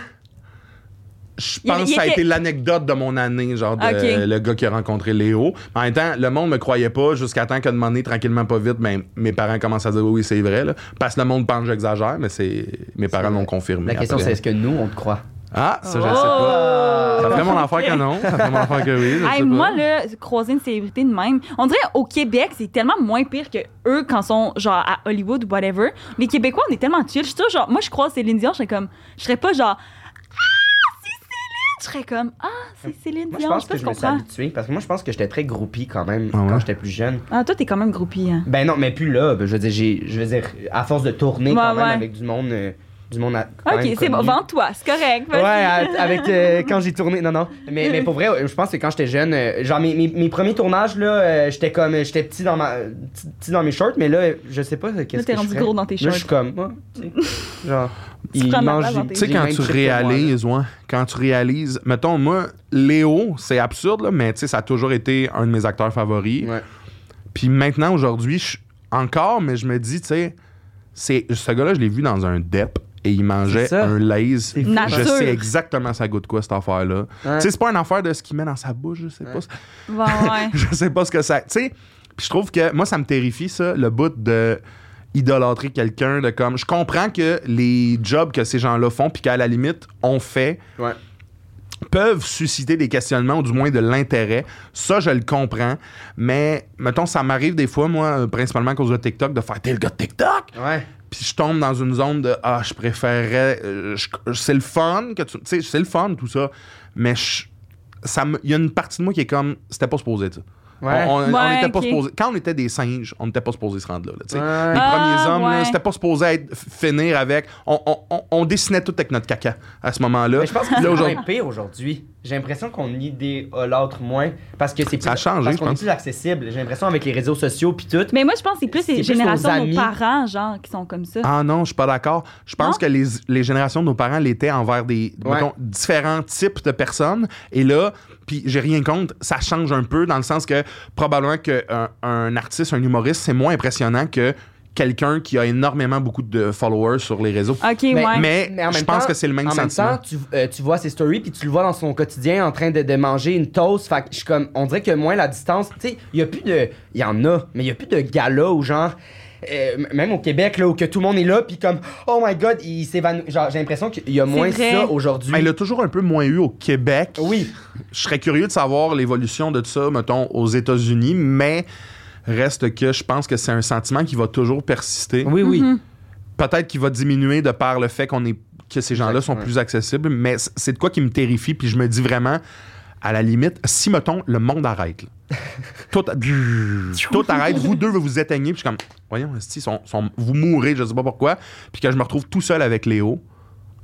[SPEAKER 3] Je
[SPEAKER 2] Il-
[SPEAKER 3] pense
[SPEAKER 2] il
[SPEAKER 3] que ça a
[SPEAKER 2] était-
[SPEAKER 3] été l'anecdote de mon année, genre de-
[SPEAKER 2] Ok.
[SPEAKER 3] le gars qui a rencontré Léo. En même temps, le monde me croyait pas jusqu'à temps que de donné, tranquillement pas vite, ben, mes parents commencent à dire oui, oui, c'est vrai. là. Parce que le monde pense que j'exagère, mais c'est mes parents l'ont confirmé.
[SPEAKER 1] La question, c'est
[SPEAKER 3] après.
[SPEAKER 1] est-ce que nous, on te croit?
[SPEAKER 3] Ah, ça, je
[SPEAKER 2] Oh!
[SPEAKER 3] sais pas. Ça ferait mon affaire que non. Ça ferait mon affaire que oui. je
[SPEAKER 2] Hey,
[SPEAKER 3] sais
[SPEAKER 2] moi,
[SPEAKER 3] pas.
[SPEAKER 2] là, croiser une célébrité de même, on dirait au Québec, c'est tellement moins pire que eux quand sont genre à Hollywood ou whatever. Les Québécois, on est tellement chill. Je suis sûre, genre, moi, je croise Céline Dion, je serais comme, je serais pas genre, ah, c'est Céline! Je serais comme, ah, c'est Céline
[SPEAKER 1] Euh, Moi, je
[SPEAKER 2] Dion,
[SPEAKER 1] pense
[SPEAKER 2] sais pas
[SPEAKER 1] que
[SPEAKER 2] si
[SPEAKER 1] je me suis
[SPEAKER 2] comprends.
[SPEAKER 1] habitué parce que moi, je pense que j'étais très groupie quand même
[SPEAKER 3] Ah ouais?
[SPEAKER 1] quand j'étais plus jeune.
[SPEAKER 2] Ah, toi, t'es quand même groupie, hein.
[SPEAKER 1] Ben non, mais plus là. ben, je veux dire, j'ai- je veux dire, à force de tourner
[SPEAKER 2] Ouais,
[SPEAKER 1] quand même
[SPEAKER 2] ouais.
[SPEAKER 1] avec du monde, euh, du monde. à- quand
[SPEAKER 2] Ok,
[SPEAKER 1] même
[SPEAKER 2] c'est bon,
[SPEAKER 1] connu.
[SPEAKER 2] vends-toi, c'est correct.
[SPEAKER 1] Ouais,
[SPEAKER 2] vas-y.
[SPEAKER 1] à- avec euh, quand j'ai tourné, non non, mais, mais pour vrai, euh, je pense que quand j'étais jeune, euh, genre mes, mes, mes premiers tournages là, euh, j'étais comme euh, j'étais petit dans ma euh, petit, petit dans mes shorts, mais là euh, je sais pas euh, qu'est-ce
[SPEAKER 2] t'es
[SPEAKER 1] que
[SPEAKER 2] rendu
[SPEAKER 1] je ferais.
[SPEAKER 2] gros dans tes
[SPEAKER 1] Là, je
[SPEAKER 2] shorts.
[SPEAKER 1] suis comme moi, tu
[SPEAKER 2] [laughs]
[SPEAKER 1] sais, genre
[SPEAKER 2] Tu prends de la place dans
[SPEAKER 1] des-
[SPEAKER 2] tes-
[SPEAKER 3] Tu sais,
[SPEAKER 1] les
[SPEAKER 3] quand
[SPEAKER 1] mêmes
[SPEAKER 3] tu
[SPEAKER 1] chips que moi, là.
[SPEAKER 3] réalises, ouais, quand tu réalises, mettons, moi, Léo, c'est absurde, là, mais tu sais, ça a toujours été un de mes acteurs favoris.
[SPEAKER 1] Ouais.
[SPEAKER 3] Puis maintenant, aujourd'hui, je- encore, mais je me dis, tu sais, c'est- ce gars-là, je l'ai vu dans un DEP et il
[SPEAKER 1] C'est
[SPEAKER 3] mangeait
[SPEAKER 1] ça.
[SPEAKER 3] un Lay's.
[SPEAKER 1] fou.
[SPEAKER 3] Je
[SPEAKER 2] Nature.
[SPEAKER 3] sais exactement ça goûte quoi, cette affaire-là.
[SPEAKER 1] Ouais.
[SPEAKER 3] Tu sais, c'est pas une affaire de ce qu'il met dans sa bouche, je sais pas. ce-
[SPEAKER 2] [laughs]
[SPEAKER 3] [laughs]
[SPEAKER 2] Bon, ouais.
[SPEAKER 3] je sais pas ce que ça. Tu sais, puis je trouve que moi, ça me terrifie, ça, le bout de idolâtrer quelqu'un, de comme. Je comprends que les jobs que ces gens-là font, puis qu'à la limite, on fait,
[SPEAKER 1] Ouais.
[SPEAKER 3] peuvent susciter des questionnements ou du moins de l'intérêt. Ça, je le comprends. Mais, mettons, ça m'arrive des fois, moi, euh, principalement à cause de TikTok, de faire T'es le gars de TikTok
[SPEAKER 1] Ouais.
[SPEAKER 3] puis je tombe dans une zone de ah je préférerais euh, je- c'est le fun que tu tu sais c'est le fun tout ça mais je- ça me- il y a une partie de moi qui est comme c'était pas supposé ça
[SPEAKER 1] Ouais.
[SPEAKER 3] on, on- on
[SPEAKER 2] Ouais,
[SPEAKER 3] était pas
[SPEAKER 2] ok.
[SPEAKER 3] supposé- quand on était des singes on n'était pas supposé se rendre là, là, tu sais.
[SPEAKER 1] Ouais.
[SPEAKER 3] les
[SPEAKER 2] Ah,
[SPEAKER 3] premiers hommes là,
[SPEAKER 2] ouais.
[SPEAKER 3] c'était pas supposé être, finir avec on, on- on- on dessinait tout avec notre caca à ce moment là
[SPEAKER 1] Mais je pense que c'est
[SPEAKER 3] là
[SPEAKER 1] quand
[SPEAKER 3] aujourd'hui
[SPEAKER 1] même pire aujourd'hui. J'ai l'impression qu'on l'autre moins parce que c'est plus
[SPEAKER 3] Ça a changé,
[SPEAKER 1] parce
[SPEAKER 3] je
[SPEAKER 1] qu'on est
[SPEAKER 3] pense.
[SPEAKER 1] plus accessible. J'ai l'impression avec les réseaux sociaux puis tout.
[SPEAKER 2] Mais moi, je pense que c'est plus
[SPEAKER 1] C'est
[SPEAKER 2] les
[SPEAKER 1] plus
[SPEAKER 2] générations
[SPEAKER 1] nos
[SPEAKER 2] de nos
[SPEAKER 1] amis.
[SPEAKER 2] parents, genre, qui sont comme ça.
[SPEAKER 3] ah non, je suis pas d'accord. Je pense
[SPEAKER 2] Non?
[SPEAKER 3] que les, les générations de nos parents l'étaient envers des
[SPEAKER 1] Ouais.
[SPEAKER 3] mettons, différents types de personnes. Et là, puis j'ai rien contre, ça change un peu dans le sens que probablement qu'un un artiste, un humoriste, c'est moins impressionnant que quelqu'un qui a énormément beaucoup de followers sur les réseaux.
[SPEAKER 1] Ah,
[SPEAKER 2] Ok, ouais.
[SPEAKER 3] mais
[SPEAKER 1] en
[SPEAKER 3] je
[SPEAKER 1] même
[SPEAKER 3] pense
[SPEAKER 1] temps-
[SPEAKER 3] que c'est le même
[SPEAKER 1] en
[SPEAKER 3] sentiment.
[SPEAKER 1] Même temps, tu, euh, tu vois ses stories puis tu le vois dans son quotidien en train de, de manger une toast. Fait que je suis comme, on dirait que moins la distance. Tu sais, il y a plus de, il y en a, mais il y a plus de gala ou genre. euh, m- même au Québec, là, où que tout le monde est là, puis comme, oh my god, il s'évanouit. Genre, j'ai l'impression qu'il y a moins
[SPEAKER 2] vrai.
[SPEAKER 1] ça aujourd'hui.
[SPEAKER 3] Mais il l'a toujours un peu moins eu au Québec.
[SPEAKER 1] Oui.
[SPEAKER 3] Je serais curieux de savoir l'évolution de ça, mettons, aux États-Unis, mais reste que je pense que c'est un sentiment qui va toujours persister.
[SPEAKER 1] Oui, oui.
[SPEAKER 3] peut-être qu'il va diminuer de par le fait qu'on est que ces gens-là sont
[SPEAKER 1] Exactement.
[SPEAKER 3] plus accessibles, mais c- c'est de quoi qui me terrifie, puis je me dis vraiment, à la limite, si, mettons, le monde arrête,
[SPEAKER 1] [laughs]
[SPEAKER 3] là. tout, tout arrête, vous deux, vous vous éteignez, puis je suis comme, voyons, esti, sont- sont- vous mourrez, je sais pas pourquoi, puis que je me retrouve tout seul avec Léo,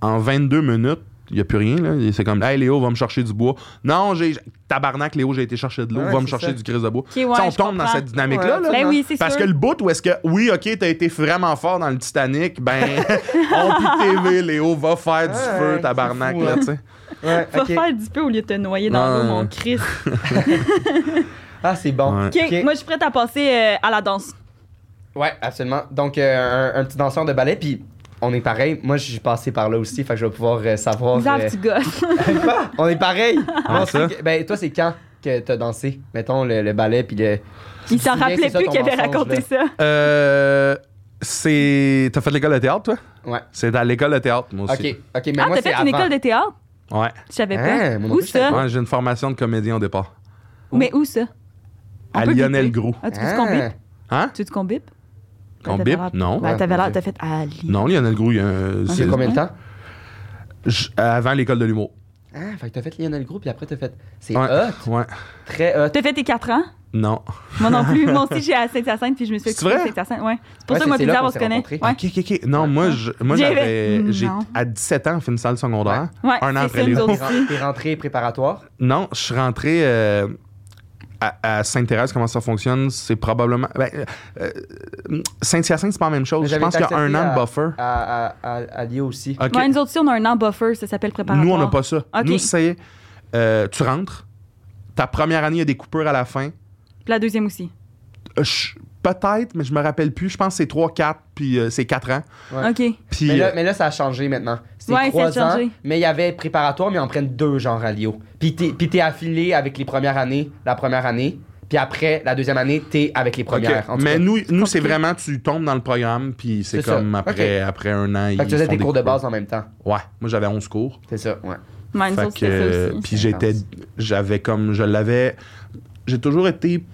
[SPEAKER 3] en 22 minutes, il n'y a plus rien, là. Et C'est comme, hey Léo, va me chercher du bois. Non, j'ai. Tabarnak, Léo, j'ai été chercher de l'eau,
[SPEAKER 1] Ouais,
[SPEAKER 3] va me
[SPEAKER 1] c'est
[SPEAKER 3] chercher
[SPEAKER 1] ça.
[SPEAKER 3] du gris de bois.
[SPEAKER 2] ouais,
[SPEAKER 3] Tu sais, on
[SPEAKER 2] je
[SPEAKER 3] tombe dans
[SPEAKER 2] comprends.
[SPEAKER 3] cette dynamique-là, là.
[SPEAKER 1] Ouais.
[SPEAKER 2] Ben oui, c'est
[SPEAKER 3] Parce
[SPEAKER 2] sûr.
[SPEAKER 3] que le bout où est-ce que, oui, OK, t'as été vraiment fort dans le Titanic, ben, [laughs] on pue TV, Léo, va faire du
[SPEAKER 1] Ouais,
[SPEAKER 3] feu,
[SPEAKER 1] ouais,
[SPEAKER 3] tabarnak,
[SPEAKER 1] c'est fou,
[SPEAKER 3] là,
[SPEAKER 1] hein.
[SPEAKER 3] tu sais.
[SPEAKER 2] [laughs]
[SPEAKER 1] Ouais,
[SPEAKER 2] Va
[SPEAKER 1] ok.
[SPEAKER 2] faire du peu au lieu de te noyer dans l'eau,
[SPEAKER 3] Ouais.
[SPEAKER 2] mon Christ.
[SPEAKER 1] Ah, c'est bon.
[SPEAKER 3] Ouais.
[SPEAKER 2] OK, moi, je suis prête à passer euh, à la danse.
[SPEAKER 1] Ouais, absolument. Donc, euh, un, un petit danseur de ballet, puis on est pareil. Moi, j'ai passé par là aussi, fait que je vais pouvoir euh, savoir.
[SPEAKER 2] Bizarre,
[SPEAKER 1] euh,
[SPEAKER 2] petit gosse.
[SPEAKER 1] Quoi? on est
[SPEAKER 3] [laughs]
[SPEAKER 1] pareil.
[SPEAKER 3] Ah,
[SPEAKER 4] Comment
[SPEAKER 1] On
[SPEAKER 4] ça?
[SPEAKER 1] sait que- ben, toi, c'est quand que t'as dansé? Mettons le, le ballet, puis le.
[SPEAKER 2] Il s'en
[SPEAKER 1] Tu te souviens,
[SPEAKER 2] rappelait
[SPEAKER 1] c'est ça,
[SPEAKER 2] plus
[SPEAKER 1] ton
[SPEAKER 2] qu'il avait
[SPEAKER 1] mensonge,
[SPEAKER 2] raconté
[SPEAKER 1] là.
[SPEAKER 2] ça.
[SPEAKER 3] Euh, c'est. T'as fait l'école de théâtre, toi?
[SPEAKER 1] Ouais.
[SPEAKER 3] C'est dans l'école de théâtre, moi
[SPEAKER 1] Ok,
[SPEAKER 3] aussi.
[SPEAKER 1] ok, mais
[SPEAKER 2] Ah, t'as
[SPEAKER 1] moi, c'est
[SPEAKER 2] fait une
[SPEAKER 1] avant.
[SPEAKER 2] école de théâtre?
[SPEAKER 3] Ouais.
[SPEAKER 2] Je savais
[SPEAKER 1] Hein,
[SPEAKER 2] pas.
[SPEAKER 1] moi non
[SPEAKER 2] Où
[SPEAKER 1] plus, je savais
[SPEAKER 2] ça?
[SPEAKER 3] Ouais, J'ai une formation de comédien au départ.
[SPEAKER 2] Mais où ça? On
[SPEAKER 3] à
[SPEAKER 2] peut
[SPEAKER 3] Lionel
[SPEAKER 2] biper.
[SPEAKER 3] Groux.
[SPEAKER 2] Ah, tu veux
[SPEAKER 1] Ah.
[SPEAKER 2] qu'on bip?
[SPEAKER 3] Hein?
[SPEAKER 2] Tu veux qu'on bip?
[SPEAKER 3] Qu'on
[SPEAKER 2] Ben, t'avais
[SPEAKER 3] bip?
[SPEAKER 2] rap-
[SPEAKER 3] Non.
[SPEAKER 2] Ben,
[SPEAKER 1] Ouais,
[SPEAKER 2] t'avais
[SPEAKER 1] ok.
[SPEAKER 2] l'air, t'as fait Ali.
[SPEAKER 3] Non, Lionel Groux, il y a un-
[SPEAKER 1] C'est
[SPEAKER 3] c'est-
[SPEAKER 1] combien de temps?
[SPEAKER 3] J- avant l'école de l'humour.
[SPEAKER 1] Ah, fait que t'as fait Lionel Group, puis après t'as fait. C'est
[SPEAKER 3] Ouais.
[SPEAKER 1] hot,
[SPEAKER 3] Ouais.
[SPEAKER 1] très hot.
[SPEAKER 2] T'as fait tes 4 ans?
[SPEAKER 3] Non.
[SPEAKER 2] Moi non plus. Moi aussi, j'ai à Sainte-Hyacinthe, puis je me suis fait
[SPEAKER 3] C'est
[SPEAKER 2] couper à
[SPEAKER 3] vrai?
[SPEAKER 2] Sainte-Hyacinthe. Ouais. C'est pour ça
[SPEAKER 1] Ouais, c'est-
[SPEAKER 2] que moi,
[SPEAKER 1] c'est
[SPEAKER 2] puis
[SPEAKER 1] là
[SPEAKER 2] Zab,
[SPEAKER 1] qu'on
[SPEAKER 2] on se
[SPEAKER 1] s'est
[SPEAKER 2] connaît.
[SPEAKER 1] rencontrés.
[SPEAKER 2] Ouais.
[SPEAKER 3] Ok, ok, ok. Non, moi, je, moi
[SPEAKER 2] J'avais-
[SPEAKER 3] j'avais. j'ai-
[SPEAKER 2] Non.
[SPEAKER 3] À 17 ans, on finissait le secondaire.
[SPEAKER 2] Ouais,
[SPEAKER 3] un an
[SPEAKER 2] c'est
[SPEAKER 3] après
[SPEAKER 2] ça,
[SPEAKER 3] les
[SPEAKER 2] nous
[SPEAKER 3] autres.
[SPEAKER 2] autres.
[SPEAKER 1] T'es ren- t'es rentré préparatoire.
[SPEAKER 3] Non, je suis rentré euh, à, à Sainte-Thérèse. Comment ça fonctionne? C'est probablement. ben, euh, euh, Saint-Hyacinthe, c'est pas la même
[SPEAKER 1] Mais
[SPEAKER 3] chose. Je
[SPEAKER 1] j'avais
[SPEAKER 3] pense qu'il
[SPEAKER 1] été
[SPEAKER 3] y a un
[SPEAKER 1] accepté
[SPEAKER 3] an de buffer.
[SPEAKER 1] À, à, à, à Lyon aussi.
[SPEAKER 3] Ok.
[SPEAKER 2] Ouais, nous autres aussi, on a un an buffer, ça s'appelle préparatoire.
[SPEAKER 3] Nous, on n'a pas ça.
[SPEAKER 2] Ok.
[SPEAKER 3] Nous, c'est. euh, tu rentres. Ta première année, il y a des coupures à la fin.
[SPEAKER 2] Puis la deuxième aussi.
[SPEAKER 3] Euh, je- Peut-être, mais je me rappelle plus. Je pense que c'est 3-4, puis euh, c'est 4 ans.
[SPEAKER 1] Ouais.
[SPEAKER 2] OK.
[SPEAKER 3] Puis.
[SPEAKER 1] Mais là,
[SPEAKER 3] euh,
[SPEAKER 1] mais là, ça a changé maintenant. C'est
[SPEAKER 2] Ouais,
[SPEAKER 1] trois
[SPEAKER 2] ça a
[SPEAKER 1] ans,
[SPEAKER 2] changé.
[SPEAKER 1] mais il y avait préparatoire, mais ils en prennent deux genres à Lyon. Puis t'es puis t'es affilié avec les premières années, la première année. Puis après, la deuxième année, t'es avec les premières.
[SPEAKER 3] ok.
[SPEAKER 1] en tout
[SPEAKER 3] Mais
[SPEAKER 1] cas.
[SPEAKER 3] nous, nous c'est
[SPEAKER 2] compliqué.
[SPEAKER 3] vraiment, tu tombes dans le programme, puis c'est
[SPEAKER 1] C'est ça.
[SPEAKER 3] comme après, après un an. ils
[SPEAKER 1] Fait que tu faisais
[SPEAKER 3] font
[SPEAKER 1] tes
[SPEAKER 3] des
[SPEAKER 1] cours de
[SPEAKER 3] coupures.
[SPEAKER 1] base en même temps.
[SPEAKER 3] Ouais, moi j'avais 11 cours.
[SPEAKER 1] C'est ça, ouais.
[SPEAKER 2] Ouais, nous
[SPEAKER 3] Fait
[SPEAKER 2] autres,
[SPEAKER 3] que,
[SPEAKER 2] c'était
[SPEAKER 1] euh,
[SPEAKER 2] ça aussi.
[SPEAKER 3] puis j'étais, j'avais comme, je l'avais, j'ai toujours été,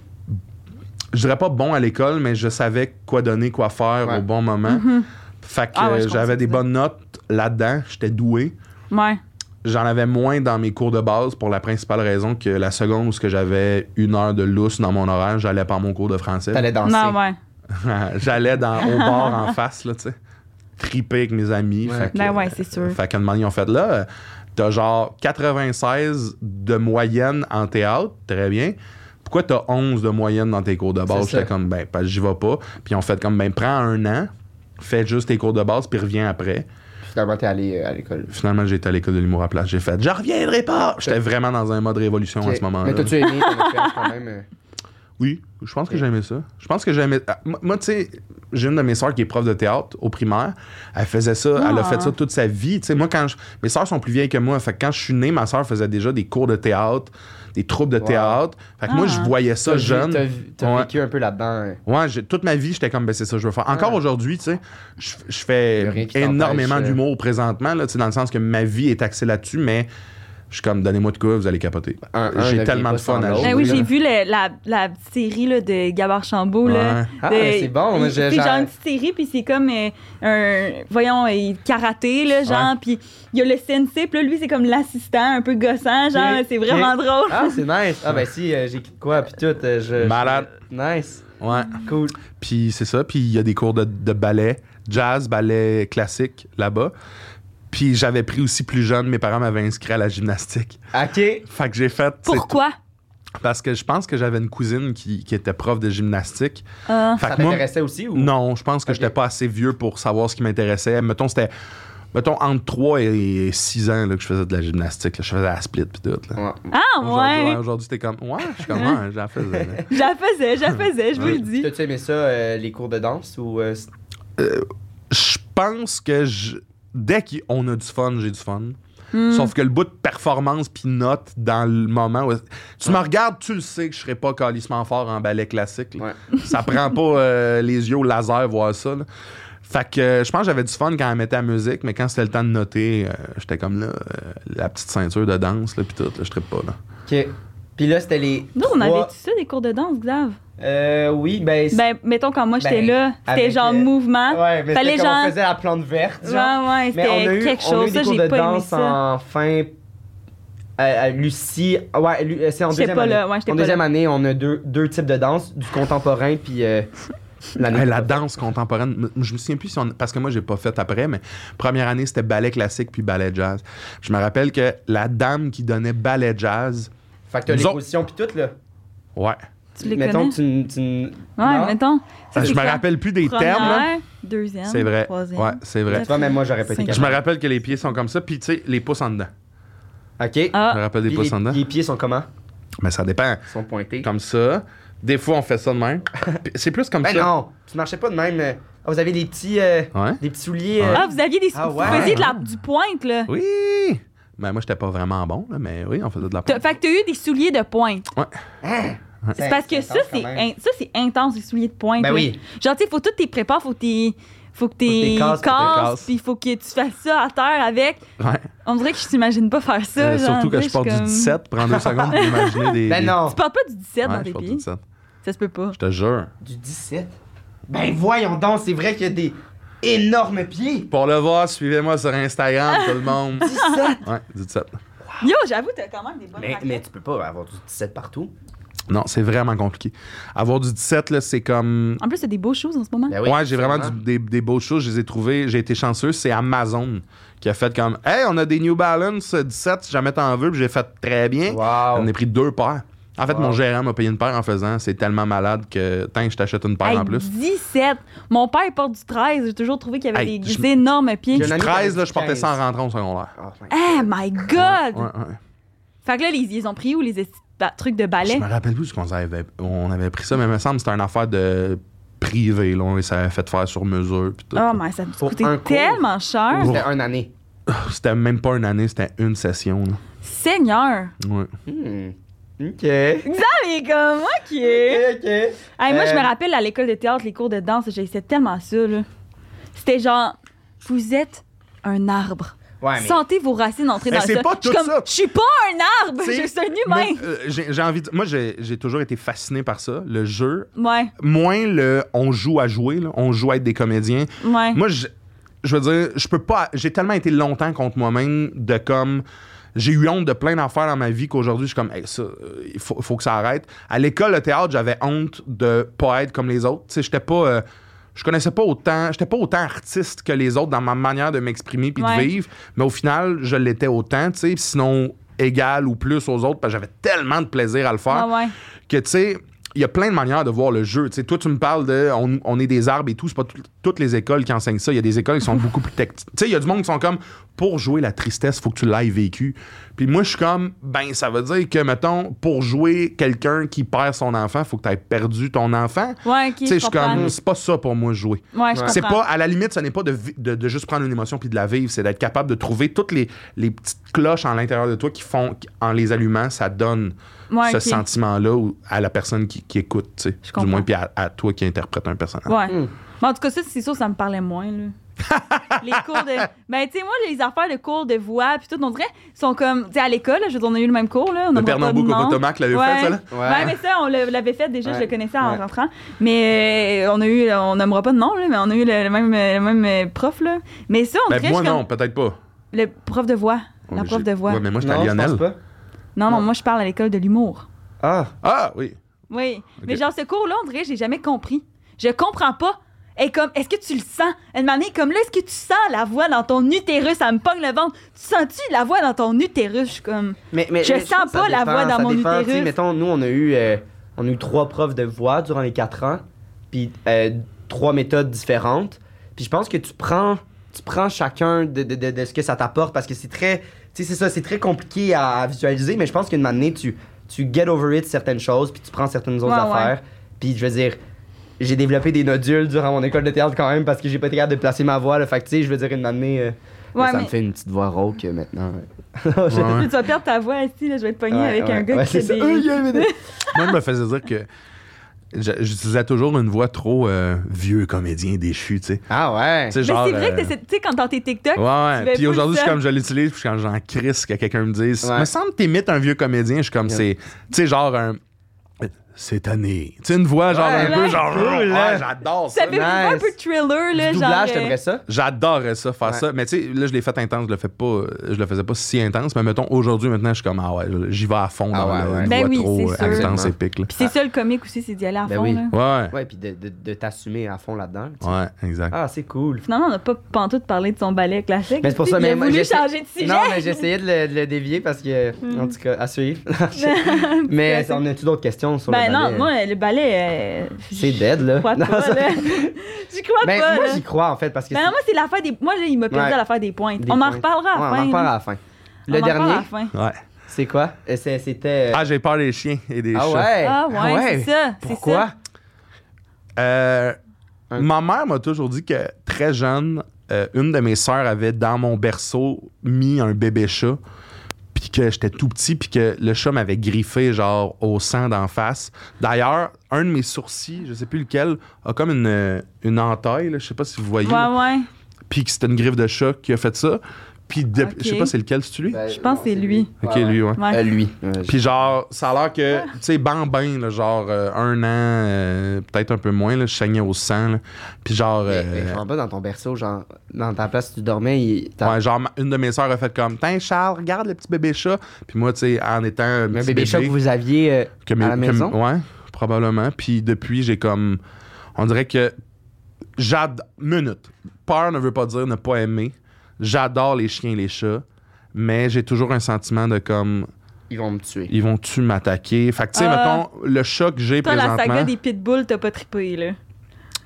[SPEAKER 3] je dirais pas bon à l'école, mais je savais quoi donner, quoi faire
[SPEAKER 1] Ouais.
[SPEAKER 3] au bon moment. Fait que
[SPEAKER 2] Mm-hmm. Ah ouais, je comprends ce
[SPEAKER 3] j'avais
[SPEAKER 2] que
[SPEAKER 3] des
[SPEAKER 2] tu
[SPEAKER 3] bonnes notes là-dedans, j'étais doué.
[SPEAKER 2] Ouais.
[SPEAKER 3] J'en avais moins dans mes cours de base pour la principale raison que la seconde où ce que j'avais une heure de lousse dans mon horaire, j'allais pas à mon cours de français.
[SPEAKER 1] T'allais danser.
[SPEAKER 2] Non, ouais.
[SPEAKER 3] [laughs] j'allais dans, au
[SPEAKER 2] [laughs]
[SPEAKER 3] bar en face, là, tu sais, triper avec mes amis.
[SPEAKER 1] Ouais.
[SPEAKER 3] Fait que- euh,
[SPEAKER 2] Ben ouais, c'est sûr.
[SPEAKER 3] fait qu'à un moment donné, ils ont fait là, euh, t'as genre 96 de moyenne en théâtre, très bien. Pourquoi t'as 11 de moyenne dans tes cours de base?
[SPEAKER 1] C'est ça.
[SPEAKER 3] J'étais comme, ben, parce que j'y vais pas. Puis on fait comme, ben, prends un an, fais juste tes cours de base, puis reviens après.
[SPEAKER 1] Finalement, t'es allé euh, à l'école.
[SPEAKER 3] Finalement, j'étais à l'école de l'humour à place. J'ai fait, je reviendrai pas! J'étais vraiment dans un mode révolution
[SPEAKER 1] Ok.
[SPEAKER 3] à ce moment-là.
[SPEAKER 1] Mais t'as-tu aimé
[SPEAKER 3] [laughs]
[SPEAKER 1] ton expérience quand même? euh?
[SPEAKER 3] Oui, je pense que
[SPEAKER 1] Ok.
[SPEAKER 3] j'aimais ça. Je pense que j'aimais. ah, moi- Moi, tu sais, j'ai une de mes sœurs qui est prof de théâtre au primaire. Elle faisait ça, elle a
[SPEAKER 2] Ah.
[SPEAKER 3] fait ça toute sa vie. Tu sais, moi, quand je- mes sœurs sont plus vieilles que moi, fait que quand je suis né, ma sœur faisait déjà des cours de théâtre, des troupes de
[SPEAKER 1] Wow.
[SPEAKER 3] théâtre. Fait que moi,
[SPEAKER 2] Ah.
[SPEAKER 3] je voyais ça
[SPEAKER 1] T'as vu-
[SPEAKER 3] jeune.
[SPEAKER 1] T'as vu- t'as
[SPEAKER 3] Ouais.
[SPEAKER 1] vécu un peu là-dedans. hein?
[SPEAKER 3] Ouais, j'ai- toute ma vie, j'étais comme, ben, c'est ça que je veux faire. Encore
[SPEAKER 1] Ah.
[SPEAKER 3] aujourd'hui, tu sais, je, je
[SPEAKER 1] Y a rien
[SPEAKER 3] fais
[SPEAKER 1] qui t'empêche,
[SPEAKER 3] énormément
[SPEAKER 1] euh.
[SPEAKER 3] d'humour présentement, là, tu sais, dans le sens que ma vie est axée là-dessus, mais je suis comme, donnez-moi de quoi, vous allez capoter.
[SPEAKER 1] Un- un ne
[SPEAKER 3] J'ai
[SPEAKER 1] vient
[SPEAKER 3] tellement
[SPEAKER 1] pas
[SPEAKER 3] de fun
[SPEAKER 1] sans
[SPEAKER 3] à
[SPEAKER 1] l'autre.
[SPEAKER 2] Ben
[SPEAKER 3] jouer,
[SPEAKER 2] oui,
[SPEAKER 3] là.
[SPEAKER 2] j'ai vu le- la, la petite série là, de Gabard Chambault. Là,
[SPEAKER 3] Ouais.
[SPEAKER 1] Ah,
[SPEAKER 2] de-
[SPEAKER 1] mais c'est bon, mais j'ai-
[SPEAKER 2] C'est genre
[SPEAKER 1] j'ai-
[SPEAKER 2] une petite série, puis c'est comme euh, un. Voyons, euh, karaté, là, genre. Puis il y a le sensei, puis là, lui, c'est comme l'assistant, un peu gossant, genre.
[SPEAKER 1] Ok,
[SPEAKER 2] C'est vraiment
[SPEAKER 1] ok.
[SPEAKER 2] drôle.
[SPEAKER 1] Ah, c'est nice. Ah, ben si, euh, j'ai quoi, puis tout. euh, je,
[SPEAKER 3] Malade.
[SPEAKER 1] je- nice.
[SPEAKER 3] Ouais.
[SPEAKER 1] Cool.
[SPEAKER 3] Puis c'est ça. Puis il y a des cours de, de ballet, jazz, ballet classique là-bas. Puis j'avais pris aussi plus jeune, mes parents m'avaient inscrit à la gymnastique. [laughs]
[SPEAKER 1] Ok.
[SPEAKER 3] Fait que j'ai fait. c'est
[SPEAKER 2] [laughs] Pourquoi?
[SPEAKER 3] tout. Parce que je pense que j'avais une cousine qui, qui était prof de gymnastique.
[SPEAKER 2] Ah.
[SPEAKER 3] Fait
[SPEAKER 1] Ça
[SPEAKER 3] que moi,
[SPEAKER 1] t'intéressait aussi ou?
[SPEAKER 3] non, je pense que
[SPEAKER 1] Ok.
[SPEAKER 3] j'étais pas assez vieux pour savoir ce qui m'intéressait. Mettons, c'était. Mettons, entre 3 et 6 ans là, que je faisais de la gymnastique. là. Je faisais la split puis tout. là.
[SPEAKER 1] Ouais.
[SPEAKER 2] Ah,
[SPEAKER 3] Aujourd'hui,
[SPEAKER 2] ouais.
[SPEAKER 3] ouais, Aujourd'hui, t'es comme. Ouais, je suis comme. Ouais, j'en faisais.
[SPEAKER 2] [laughs]
[SPEAKER 3] là.
[SPEAKER 2] Je la faisais, je la faisais, je vous le dis.
[SPEAKER 1] T'as-tu aimé ça, euh, les cours de danse ou. euh, c'est-
[SPEAKER 3] je pense que je- dès qu'on a du fun, j'ai du fun.
[SPEAKER 2] Hmm.
[SPEAKER 3] Sauf que le bout de performance puis note dans le moment où... Tu me regardes, tu le sais que je serais pas calissement fort en ballet classique. là. [laughs] Ça prend pas euh, les yeux au laser voir ça. là. Fait que euh, je pense que j'avais du fun quand elle mettait la musique, mais quand c'était le temps de noter, euh, j'étais comme là, euh, la petite ceinture de danse, là, puis tout, là, je trippe pas, là.
[SPEAKER 1] Ok. Puis là, c'était les.
[SPEAKER 2] Nous, on
[SPEAKER 1] trois-
[SPEAKER 2] avait-tu ça, des cours de danse, Xav?
[SPEAKER 1] Euh, oui, ben. c'est-
[SPEAKER 2] Ben, mettons, quand moi, j'étais
[SPEAKER 1] Ben,
[SPEAKER 2] là, c'était
[SPEAKER 1] avec,
[SPEAKER 2] genre
[SPEAKER 1] euh,
[SPEAKER 2] mouvement.
[SPEAKER 1] ouais, mais
[SPEAKER 2] fallait
[SPEAKER 1] c'était comme
[SPEAKER 2] genre-
[SPEAKER 1] on faisait la plante verte.
[SPEAKER 2] Ouais,
[SPEAKER 1] genre.
[SPEAKER 2] ouais,
[SPEAKER 1] Mais on a
[SPEAKER 2] c'était
[SPEAKER 1] eu,
[SPEAKER 2] quelque
[SPEAKER 1] on a eu
[SPEAKER 2] chose.
[SPEAKER 1] des
[SPEAKER 2] Ça,
[SPEAKER 1] cours
[SPEAKER 2] j'ai
[SPEAKER 1] de
[SPEAKER 2] pas aimé
[SPEAKER 1] danse
[SPEAKER 2] ça.
[SPEAKER 1] en fin. à- à Lucie, ouais, Lu- euh, c'est en
[SPEAKER 2] J'étais
[SPEAKER 1] deuxième
[SPEAKER 2] pas
[SPEAKER 1] année.
[SPEAKER 2] là, ouais, j'étais
[SPEAKER 1] en
[SPEAKER 2] pas
[SPEAKER 1] deuxième année, on a deux, deux types de danse, du contemporain puis
[SPEAKER 3] [laughs]
[SPEAKER 1] euh, l'année.
[SPEAKER 3] Hey, la danse contemporaine, m- je me souviens plus si on. Parce que moi, j'ai pas fait après, mais première année, c'était ballet classique puis ballet jazz. Je me rappelle que la dame qui donnait ballet jazz.
[SPEAKER 1] Fait que t'as
[SPEAKER 3] Nous
[SPEAKER 1] les
[SPEAKER 3] autres-
[SPEAKER 1] positions puis tout là.
[SPEAKER 3] Ouais.
[SPEAKER 2] Tu les
[SPEAKER 1] mettons,
[SPEAKER 2] connais?
[SPEAKER 1] tu, n- tu n-
[SPEAKER 2] Ouais,
[SPEAKER 1] non?
[SPEAKER 2] mettons. Ça,
[SPEAKER 3] Ben, je
[SPEAKER 2] c'est
[SPEAKER 3] me
[SPEAKER 2] quoi?
[SPEAKER 3] rappelle plus des
[SPEAKER 2] Première,
[SPEAKER 3] termes, là.
[SPEAKER 2] deuxième,
[SPEAKER 3] C'est vrai.
[SPEAKER 2] troisième.
[SPEAKER 3] Ouais, c'est vrai.
[SPEAKER 1] Tu vois, même moi, j'aurais pas été
[SPEAKER 2] Cinq.
[SPEAKER 3] Je
[SPEAKER 1] capable.
[SPEAKER 3] me rappelle que les pieds sont comme ça, puis tu sais, les pouces en dedans.
[SPEAKER 1] Ok.
[SPEAKER 3] Je me
[SPEAKER 2] Ah,
[SPEAKER 3] rappelle des
[SPEAKER 1] Puis
[SPEAKER 3] pouces en
[SPEAKER 1] Ah, les,
[SPEAKER 3] dedans.
[SPEAKER 1] les pieds sont comment
[SPEAKER 3] Mais ça dépend.
[SPEAKER 1] Ils sont pointés.
[SPEAKER 3] Comme ça. Des fois, on fait ça de même. Puis C'est plus comme
[SPEAKER 1] Ben
[SPEAKER 3] ça.
[SPEAKER 1] non, tu marchais pas de même. euh. Ah, vous avez des petits, euh,
[SPEAKER 3] Ouais.
[SPEAKER 1] des petits souliers. euh,
[SPEAKER 2] Ah, vous aviez des.
[SPEAKER 1] Ah
[SPEAKER 2] vous
[SPEAKER 1] ouais.
[SPEAKER 2] faisiez de la, du pointe, là.
[SPEAKER 3] Oui! Mais moi, j'étais pas vraiment bon, là, mais oui, on faisait de la
[SPEAKER 2] T'as-
[SPEAKER 3] pointe.
[SPEAKER 2] fait que t'as eu des souliers de pointe. C'est parce que
[SPEAKER 1] Hein? intense
[SPEAKER 2] ça,
[SPEAKER 1] quand
[SPEAKER 2] c'est
[SPEAKER 1] même.
[SPEAKER 2] in- ça, c'est intense, les souliers de pointe.
[SPEAKER 1] Ben
[SPEAKER 2] là.
[SPEAKER 1] oui.
[SPEAKER 2] Genre, tu sais, faut toutes tes prépares, faut que t'es. Faut que t'es
[SPEAKER 1] t'es casses, faut que t'es
[SPEAKER 2] casses,
[SPEAKER 3] casses.
[SPEAKER 2] puis faut que tu fasses ça à terre avec.
[SPEAKER 3] Ouais.
[SPEAKER 2] On dirait que je t'imagine pas faire ça.
[SPEAKER 3] Euh,
[SPEAKER 2] genre,
[SPEAKER 3] surtout
[SPEAKER 2] on dirait
[SPEAKER 3] que je porte du
[SPEAKER 2] suis
[SPEAKER 3] 17, prends deux secondes pour imaginer
[SPEAKER 1] [laughs]
[SPEAKER 3] des.
[SPEAKER 1] Ben
[SPEAKER 3] des-
[SPEAKER 1] non,
[SPEAKER 2] Tu portes pas du 17
[SPEAKER 3] Ouais,
[SPEAKER 2] dans
[SPEAKER 3] je
[SPEAKER 2] tes
[SPEAKER 3] porte du
[SPEAKER 2] pieds.
[SPEAKER 3] 17.
[SPEAKER 2] Ça se peut pas.
[SPEAKER 3] Je te jure.
[SPEAKER 1] du 17. Ben voyons donc, c'est vrai qu'il y a des énormes pieds.
[SPEAKER 3] Pour le voir, suivez-moi sur Instagram, tout
[SPEAKER 2] [laughs]
[SPEAKER 3] le
[SPEAKER 1] [laughs]
[SPEAKER 3] monde.
[SPEAKER 1] 17.
[SPEAKER 3] Ouais, 17.
[SPEAKER 2] Yo, j'avoue, t'as quand même des bonnes
[SPEAKER 1] Mais,
[SPEAKER 2] raquettes.
[SPEAKER 1] mais tu peux pas avoir du 17 partout.
[SPEAKER 3] Non, c'est vraiment compliqué. Avoir du 17, là, c'est comme.
[SPEAKER 2] En plus, t'as des beaux choses en ce moment.
[SPEAKER 1] Ben oui,
[SPEAKER 3] ouais, j'ai vraiment
[SPEAKER 1] sûrement.
[SPEAKER 3] du- des, des beaux choses, je les ai trouvées, j'ai été chanceux, c'est Amazon qui a fait comme Hey, on a des New Balance 17, si jamais t'en veux, puis j'ai fait très bien.
[SPEAKER 1] Wow.
[SPEAKER 3] J'en ai pris deux paires. En fait,
[SPEAKER 1] Wow.
[SPEAKER 3] mon gérant m'a payé une paire en faisant, c'est tellement malade que tant que je t'achète une paire
[SPEAKER 2] Hey,
[SPEAKER 3] en plus.
[SPEAKER 2] 17. Mon père il porte du 13. J'ai toujours trouvé qu'il y avait
[SPEAKER 3] Hey,
[SPEAKER 2] des
[SPEAKER 3] je-
[SPEAKER 2] énormes pieds.
[SPEAKER 1] Il y en a- ami qui avait
[SPEAKER 3] 13, là,
[SPEAKER 1] dit
[SPEAKER 3] je portais ça en
[SPEAKER 1] 15.
[SPEAKER 3] rentrant au secondaire.
[SPEAKER 1] Oh my
[SPEAKER 2] Oh my God!
[SPEAKER 3] Ouais, ouais.
[SPEAKER 2] Fait que là, les- ils ont pris où les esti- ba- trucs de ballet?
[SPEAKER 3] Je me rappelle plus qu'on avait, on avait pris ça, mais il me semble que c'était une affaire de privé. Là, on s'avait fait faire sur mesure. puis tout.
[SPEAKER 2] Oh my, ça me
[SPEAKER 1] Pour un
[SPEAKER 2] coûtait
[SPEAKER 1] cours.
[SPEAKER 2] tellement cher.
[SPEAKER 1] C'était un année.
[SPEAKER 3] C'était même pas une année, c'était une session. là.
[SPEAKER 2] Seigneur! Ah,
[SPEAKER 3] Ouais.
[SPEAKER 1] Hmm. Ok.
[SPEAKER 2] Xavier, comme, ok!
[SPEAKER 1] Ok, ok.
[SPEAKER 2] Hey, moi, je me
[SPEAKER 1] Euh,
[SPEAKER 2] rappelle à l'école de théâtre, les cours de danse, j'essayais tellement ça. là. C'était genre, vous êtes un arbre.
[SPEAKER 1] Ouais, mais.
[SPEAKER 2] Sentez vos racines entrer
[SPEAKER 3] Mais
[SPEAKER 2] dans
[SPEAKER 3] c'est
[SPEAKER 2] ça.
[SPEAKER 3] pas
[SPEAKER 2] je suis
[SPEAKER 3] tout
[SPEAKER 2] comme,
[SPEAKER 3] ça.
[SPEAKER 2] Je suis pas un arbre, je
[SPEAKER 3] C'est-
[SPEAKER 2] suis un humain.
[SPEAKER 3] Mais, euh, j'ai j'ai envie de- Moi, j'ai j'ai toujours été fasciné par ça, le jeu.
[SPEAKER 2] Ouais,
[SPEAKER 3] Moins le on joue à jouer, là, on joue à être des comédiens.
[SPEAKER 2] ouais.
[SPEAKER 3] Moi, je, je veux dire, je peux pas. J'ai tellement été longtemps contre moi-même de comme. J'ai eu honte de plein d'affaires dans ma vie qu'aujourd'hui, je suis comme, Hey, ça, euh, il faut, faut que ça arrête. À l'école de théâtre, j'avais honte de pas être comme les autres. Tu sais, j'étais pas. euh, je connaissais pas autant, j'étais pas autant artiste que les autres dans ma manière de m'exprimer puis de
[SPEAKER 2] Ouais.
[SPEAKER 3] vivre, mais au final, je l'étais autant, tu sais, sinon égal ou plus aux autres parce que j'avais tellement de plaisir à le
[SPEAKER 2] Ah
[SPEAKER 3] faire
[SPEAKER 2] ouais.
[SPEAKER 3] que tu sais, il y a plein de manières de voir le jeu. Tu sais, toi, tu me parles de on, on est des arbres et tout, c'est pas tout- toutes les écoles qui enseignent ça. Il y a des écoles qui
[SPEAKER 2] [laughs]
[SPEAKER 3] sont beaucoup plus tactiles. Tu sais, il y a du monde qui sont comme pour jouer la tristesse, faut que tu l'ailles vécu. Puis moi, je suis comme ben, ça veut dire que, mettons, pour jouer quelqu'un qui perd son enfant, faut que tu aies perdu ton enfant.
[SPEAKER 2] Ouais, ok.
[SPEAKER 3] tu sais, je suis
[SPEAKER 2] comprends.
[SPEAKER 3] comme c'est pas ça pour moi jouer.
[SPEAKER 2] Ouais, je
[SPEAKER 3] C'est
[SPEAKER 2] comprends.
[SPEAKER 3] pas, à la limite, ce n'est pas de, vi- de, de juste prendre une émotion puis de la vivre, c'est d'être capable de trouver toutes les, les petites cloches en l'intérieur de toi qui font, qui- en les allumant, ça donne
[SPEAKER 2] Ouais,
[SPEAKER 3] ce
[SPEAKER 2] ok.
[SPEAKER 3] sentiment-là ou- à la personne qui, qui écoute, tu sais,
[SPEAKER 2] Je
[SPEAKER 3] du
[SPEAKER 2] comprends.
[SPEAKER 3] moins, puis à, à toi qui interprète un personnage.
[SPEAKER 2] Ouais.
[SPEAKER 1] Hmm.
[SPEAKER 2] Mais en tout cas, ça, c'est sûr, ça me parlait moins,
[SPEAKER 3] [laughs]
[SPEAKER 2] là. les cours de. Ben, tu sais, moi, les affaires de cours de voix, puis tout, on dirait, sont comme. Tu sais, à l'école, là, je veux dire, on a eu le même cours, là. On
[SPEAKER 3] Le
[SPEAKER 2] nommera pas
[SPEAKER 3] Pernambuco
[SPEAKER 2] de nom.
[SPEAKER 3] Potomac l'avait
[SPEAKER 2] Ouais.
[SPEAKER 3] fait, ça, là?
[SPEAKER 1] Ouais.
[SPEAKER 2] Ouais, mais ça, on l'a- l'avait fait déjà, je
[SPEAKER 1] Ouais.
[SPEAKER 2] le connaissais en
[SPEAKER 1] Ouais.
[SPEAKER 2] rentrant. Mais euh, on a eu, on nommera pas de nom, là, mais on a eu le, le même, le même euh, prof, là. Mais ça, on
[SPEAKER 3] Ben,
[SPEAKER 2] dirait.
[SPEAKER 3] moi,
[SPEAKER 2] je suis
[SPEAKER 3] non, peut-être pas.
[SPEAKER 2] comme- Le prof de voix. La
[SPEAKER 3] Ouais,
[SPEAKER 2] prof
[SPEAKER 3] j'ai-
[SPEAKER 2] de voix.
[SPEAKER 3] Ouais, mais moi, j'étais à
[SPEAKER 1] non, je
[SPEAKER 3] Lionel.
[SPEAKER 1] pense pas.
[SPEAKER 2] Non, non,
[SPEAKER 1] Non.
[SPEAKER 2] moi, je parle à l'école de l'humour.
[SPEAKER 1] Ah,
[SPEAKER 3] Ah, oui.
[SPEAKER 2] Oui,
[SPEAKER 3] Ok.
[SPEAKER 2] mais genre ce cours-là, on dirait, j'ai jamais compris. Je comprends pas. Et comme, est-ce que tu le sens? Elle m'a dit comme là, est-ce que tu sens la voix dans ton utérus? Ça me pogne le ventre. Tu sens-tu la voix dans ton utérus? Je suis comme,
[SPEAKER 1] mais, mais,
[SPEAKER 2] Je
[SPEAKER 1] mais
[SPEAKER 2] sens
[SPEAKER 1] trouve que ça
[SPEAKER 2] pas la voix dans
[SPEAKER 1] ça
[SPEAKER 2] mon
[SPEAKER 1] dépend,
[SPEAKER 2] utérus.
[SPEAKER 1] tu sais, mettons, nous, on a eu, euh, on a eu trois profs de voix durant les quatre ans, puis euh, trois méthodes différentes. Puis je pense que tu prends, tu prends chacun de, de, de, de ce que ça t'apporte parce que c'est très, tu sais, c'est ça, c'est très compliqué à, à visualiser, mais je pense qu'une année, tu, tu get over it certaines choses, puis tu prends certaines autres
[SPEAKER 2] Ouais, ouais.
[SPEAKER 1] affaires. Puis je veux dire, j'ai développé des nodules durant mon école de théâtre quand même parce que j'ai pas été capable de placer ma voix. Là, fait que tu sais, je veux dire, une année, euh,
[SPEAKER 2] Ouais,
[SPEAKER 1] ça
[SPEAKER 2] mais-
[SPEAKER 1] me fait une petite voix rauque euh, [laughs] maintenant.
[SPEAKER 3] Ouais, ouais.
[SPEAKER 2] tu vas perdre ta voix ici, là, je vais te pogner
[SPEAKER 1] Ouais,
[SPEAKER 2] avec
[SPEAKER 1] ouais,
[SPEAKER 2] un gars
[SPEAKER 1] ouais,
[SPEAKER 2] qui fait
[SPEAKER 1] c'est ça.
[SPEAKER 2] des...
[SPEAKER 1] Euh, gueule, mais des-
[SPEAKER 3] Moi, je me faisais dire que je- j'utilisais toujours une voix trop euh, vieux comédien déchu, tu sais.
[SPEAKER 1] Ah ouais.
[SPEAKER 3] Tu sais,
[SPEAKER 2] Mais
[SPEAKER 3] genre,
[SPEAKER 2] Ben, c'est vrai que
[SPEAKER 3] euh,
[SPEAKER 2] t'as cette- tu sais, quand dans tes TikTok,
[SPEAKER 3] Ouais, ouais.
[SPEAKER 2] tu fais
[SPEAKER 3] Puis
[SPEAKER 2] pas
[SPEAKER 3] aujourd'hui,
[SPEAKER 2] le
[SPEAKER 3] je suis
[SPEAKER 2] seul.
[SPEAKER 3] comme je l'utilise, puis je suis comme j'en crisse que quelqu'un me dise.
[SPEAKER 1] Ouais.
[SPEAKER 3] Me semble que t'imites un vieux comédien, je suis comme
[SPEAKER 1] Yeah.
[SPEAKER 3] c'est. Tu sais, genre un. Cette année. Tu sais, une voix, genre
[SPEAKER 1] Ouais,
[SPEAKER 3] un peu
[SPEAKER 2] ouais.
[SPEAKER 3] genre.
[SPEAKER 1] Cool, hein.
[SPEAKER 3] ouais, j'adore ça.
[SPEAKER 2] Ça fait une voix un
[SPEAKER 1] Nice.
[SPEAKER 2] peu thriller, là, genre...
[SPEAKER 1] Du doublage,
[SPEAKER 2] euh,
[SPEAKER 1] t'aimerais ça?
[SPEAKER 3] J'adorerais ça, faire
[SPEAKER 1] Ouais.
[SPEAKER 3] ça. Mais tu sais, là, je l'ai fait intense, je le, fais pas, je le faisais pas si intense. Mais mettons, aujourd'hui, maintenant, je suis comme, ah ouais, j'y vais à fond
[SPEAKER 1] Ah
[SPEAKER 3] dans
[SPEAKER 1] ouais,
[SPEAKER 3] le-
[SPEAKER 1] ouais.
[SPEAKER 3] une
[SPEAKER 2] Ben
[SPEAKER 3] voix
[SPEAKER 2] oui,
[SPEAKER 3] trop
[SPEAKER 2] c'est
[SPEAKER 3] euh,
[SPEAKER 1] sûr.
[SPEAKER 3] intense, épique. Là.
[SPEAKER 2] Puis c'est ça le comique aussi, c'est d'y aller à
[SPEAKER 1] Ben
[SPEAKER 2] fond,
[SPEAKER 1] oui.
[SPEAKER 2] là.
[SPEAKER 3] Ouais,
[SPEAKER 1] Ouais, puis de, de, de t'assumer à fond là-dedans. tu sais.
[SPEAKER 3] ouais, exact.
[SPEAKER 1] Ah, c'est cool.
[SPEAKER 2] Finalement, on n'a pas pantoute parlé de son ballet classique.
[SPEAKER 1] Mais c'est pour ça,
[SPEAKER 2] Il
[SPEAKER 1] mais
[SPEAKER 2] a
[SPEAKER 1] moi,
[SPEAKER 2] voulu
[SPEAKER 1] j'essa-
[SPEAKER 2] changer de sujet.
[SPEAKER 1] Non, mais j'essayais de le, de le dévier parce que,
[SPEAKER 2] Hmm.
[SPEAKER 1] en tout cas,
[SPEAKER 2] [laughs]
[SPEAKER 1] à suivre. mais on a-tu d'autres questions sur
[SPEAKER 2] Ben
[SPEAKER 1] le
[SPEAKER 2] non,
[SPEAKER 1] ballet?
[SPEAKER 2] moi, le ballet. euh,
[SPEAKER 1] C'est
[SPEAKER 2] je-
[SPEAKER 1] dead, là.
[SPEAKER 2] Je crois
[SPEAKER 1] Non,
[SPEAKER 2] pas, [laughs]
[SPEAKER 1] ça-
[SPEAKER 2] là. Je crois
[SPEAKER 1] Ben,
[SPEAKER 2] pas,
[SPEAKER 1] moi,
[SPEAKER 2] là.
[SPEAKER 1] j'y crois, en fait, parce que...
[SPEAKER 2] Ben, moi, c'est l'affaire des. Moi, là, il m'a perdu
[SPEAKER 1] Ouais.
[SPEAKER 2] à l'affaire des pointes.
[SPEAKER 1] Des
[SPEAKER 2] on en
[SPEAKER 1] points.
[SPEAKER 2] reparlera à
[SPEAKER 1] Ouais,
[SPEAKER 2] la
[SPEAKER 1] on en
[SPEAKER 2] fin.
[SPEAKER 1] reparle à
[SPEAKER 2] là.
[SPEAKER 1] la
[SPEAKER 2] On
[SPEAKER 1] fin.
[SPEAKER 2] en
[SPEAKER 1] Le
[SPEAKER 2] reparle à la
[SPEAKER 1] dernier,
[SPEAKER 2] fin.
[SPEAKER 3] Ouais.
[SPEAKER 1] C'est quoi? Euh, c'est- C'était. euh,
[SPEAKER 3] Ah, j'ai peur des chiens et des
[SPEAKER 1] ah
[SPEAKER 3] chats.
[SPEAKER 1] ouais!
[SPEAKER 2] Ah ouais, c'est ça, c'est
[SPEAKER 1] Pourquoi?
[SPEAKER 2] ça.
[SPEAKER 3] Euh,
[SPEAKER 1] Un-
[SPEAKER 3] Ma mère m'a toujours dit que très jeune, euh, une de mes sœurs avait dans mon berceau mis un bébé chat, puis que j'étais tout petit, puis que le chat m'avait griffé genre au sang d'en face. D'ailleurs, un de mes sourcils, je sais plus lequel, a comme une, une entaille, là, je sais pas si vous voyez, là,
[SPEAKER 2] Ouais, ouais.
[SPEAKER 3] puis que c'était une griffe de chat qui a fait ça. Puis de-
[SPEAKER 2] Ok.
[SPEAKER 3] je sais pas c'est lequel, c'est lui.
[SPEAKER 1] Ben,
[SPEAKER 2] Je pense
[SPEAKER 1] non,
[SPEAKER 2] que c'est lui.
[SPEAKER 3] ok, lui, ouais.
[SPEAKER 2] ouais.
[SPEAKER 1] Euh, lui.
[SPEAKER 3] Puis genre, ça a l'air que,
[SPEAKER 2] Ah.
[SPEAKER 3] tu sais, bambin, là, genre euh, un an, euh, peut-être un peu moins, là, je saignais au sang. là. Puis genre,
[SPEAKER 1] Mais-
[SPEAKER 3] euh,
[SPEAKER 1] mais je comprends pas dans ton berceau, genre, dans ta place où tu dormais, il. t'as-
[SPEAKER 3] ouais, genre ma- une de mes sœurs a fait comme, tiens Charles, regarde le petit bébé chat. Puis moi, tu sais, en étant un
[SPEAKER 1] un
[SPEAKER 3] petit
[SPEAKER 1] bébé chat que vous aviez euh,
[SPEAKER 3] que mes-
[SPEAKER 1] à la
[SPEAKER 3] que-
[SPEAKER 1] maison.
[SPEAKER 3] ouais, probablement. Puis depuis, j'ai comme, on dirait que j'adore, minute, peur ne veut pas dire ne pas aimer. J'adore les chiens et les chats, mais j'ai toujours un sentiment de comme,
[SPEAKER 1] Ils vont me tuer.
[SPEAKER 3] ils vont-tu m'attaquer? Fait que tu sais,
[SPEAKER 2] Ah.
[SPEAKER 3] mettons, le chat que j'ai
[SPEAKER 2] Toi, la
[SPEAKER 3] présentement...
[SPEAKER 2] saga des pitbulls, t'as pas trippé, là.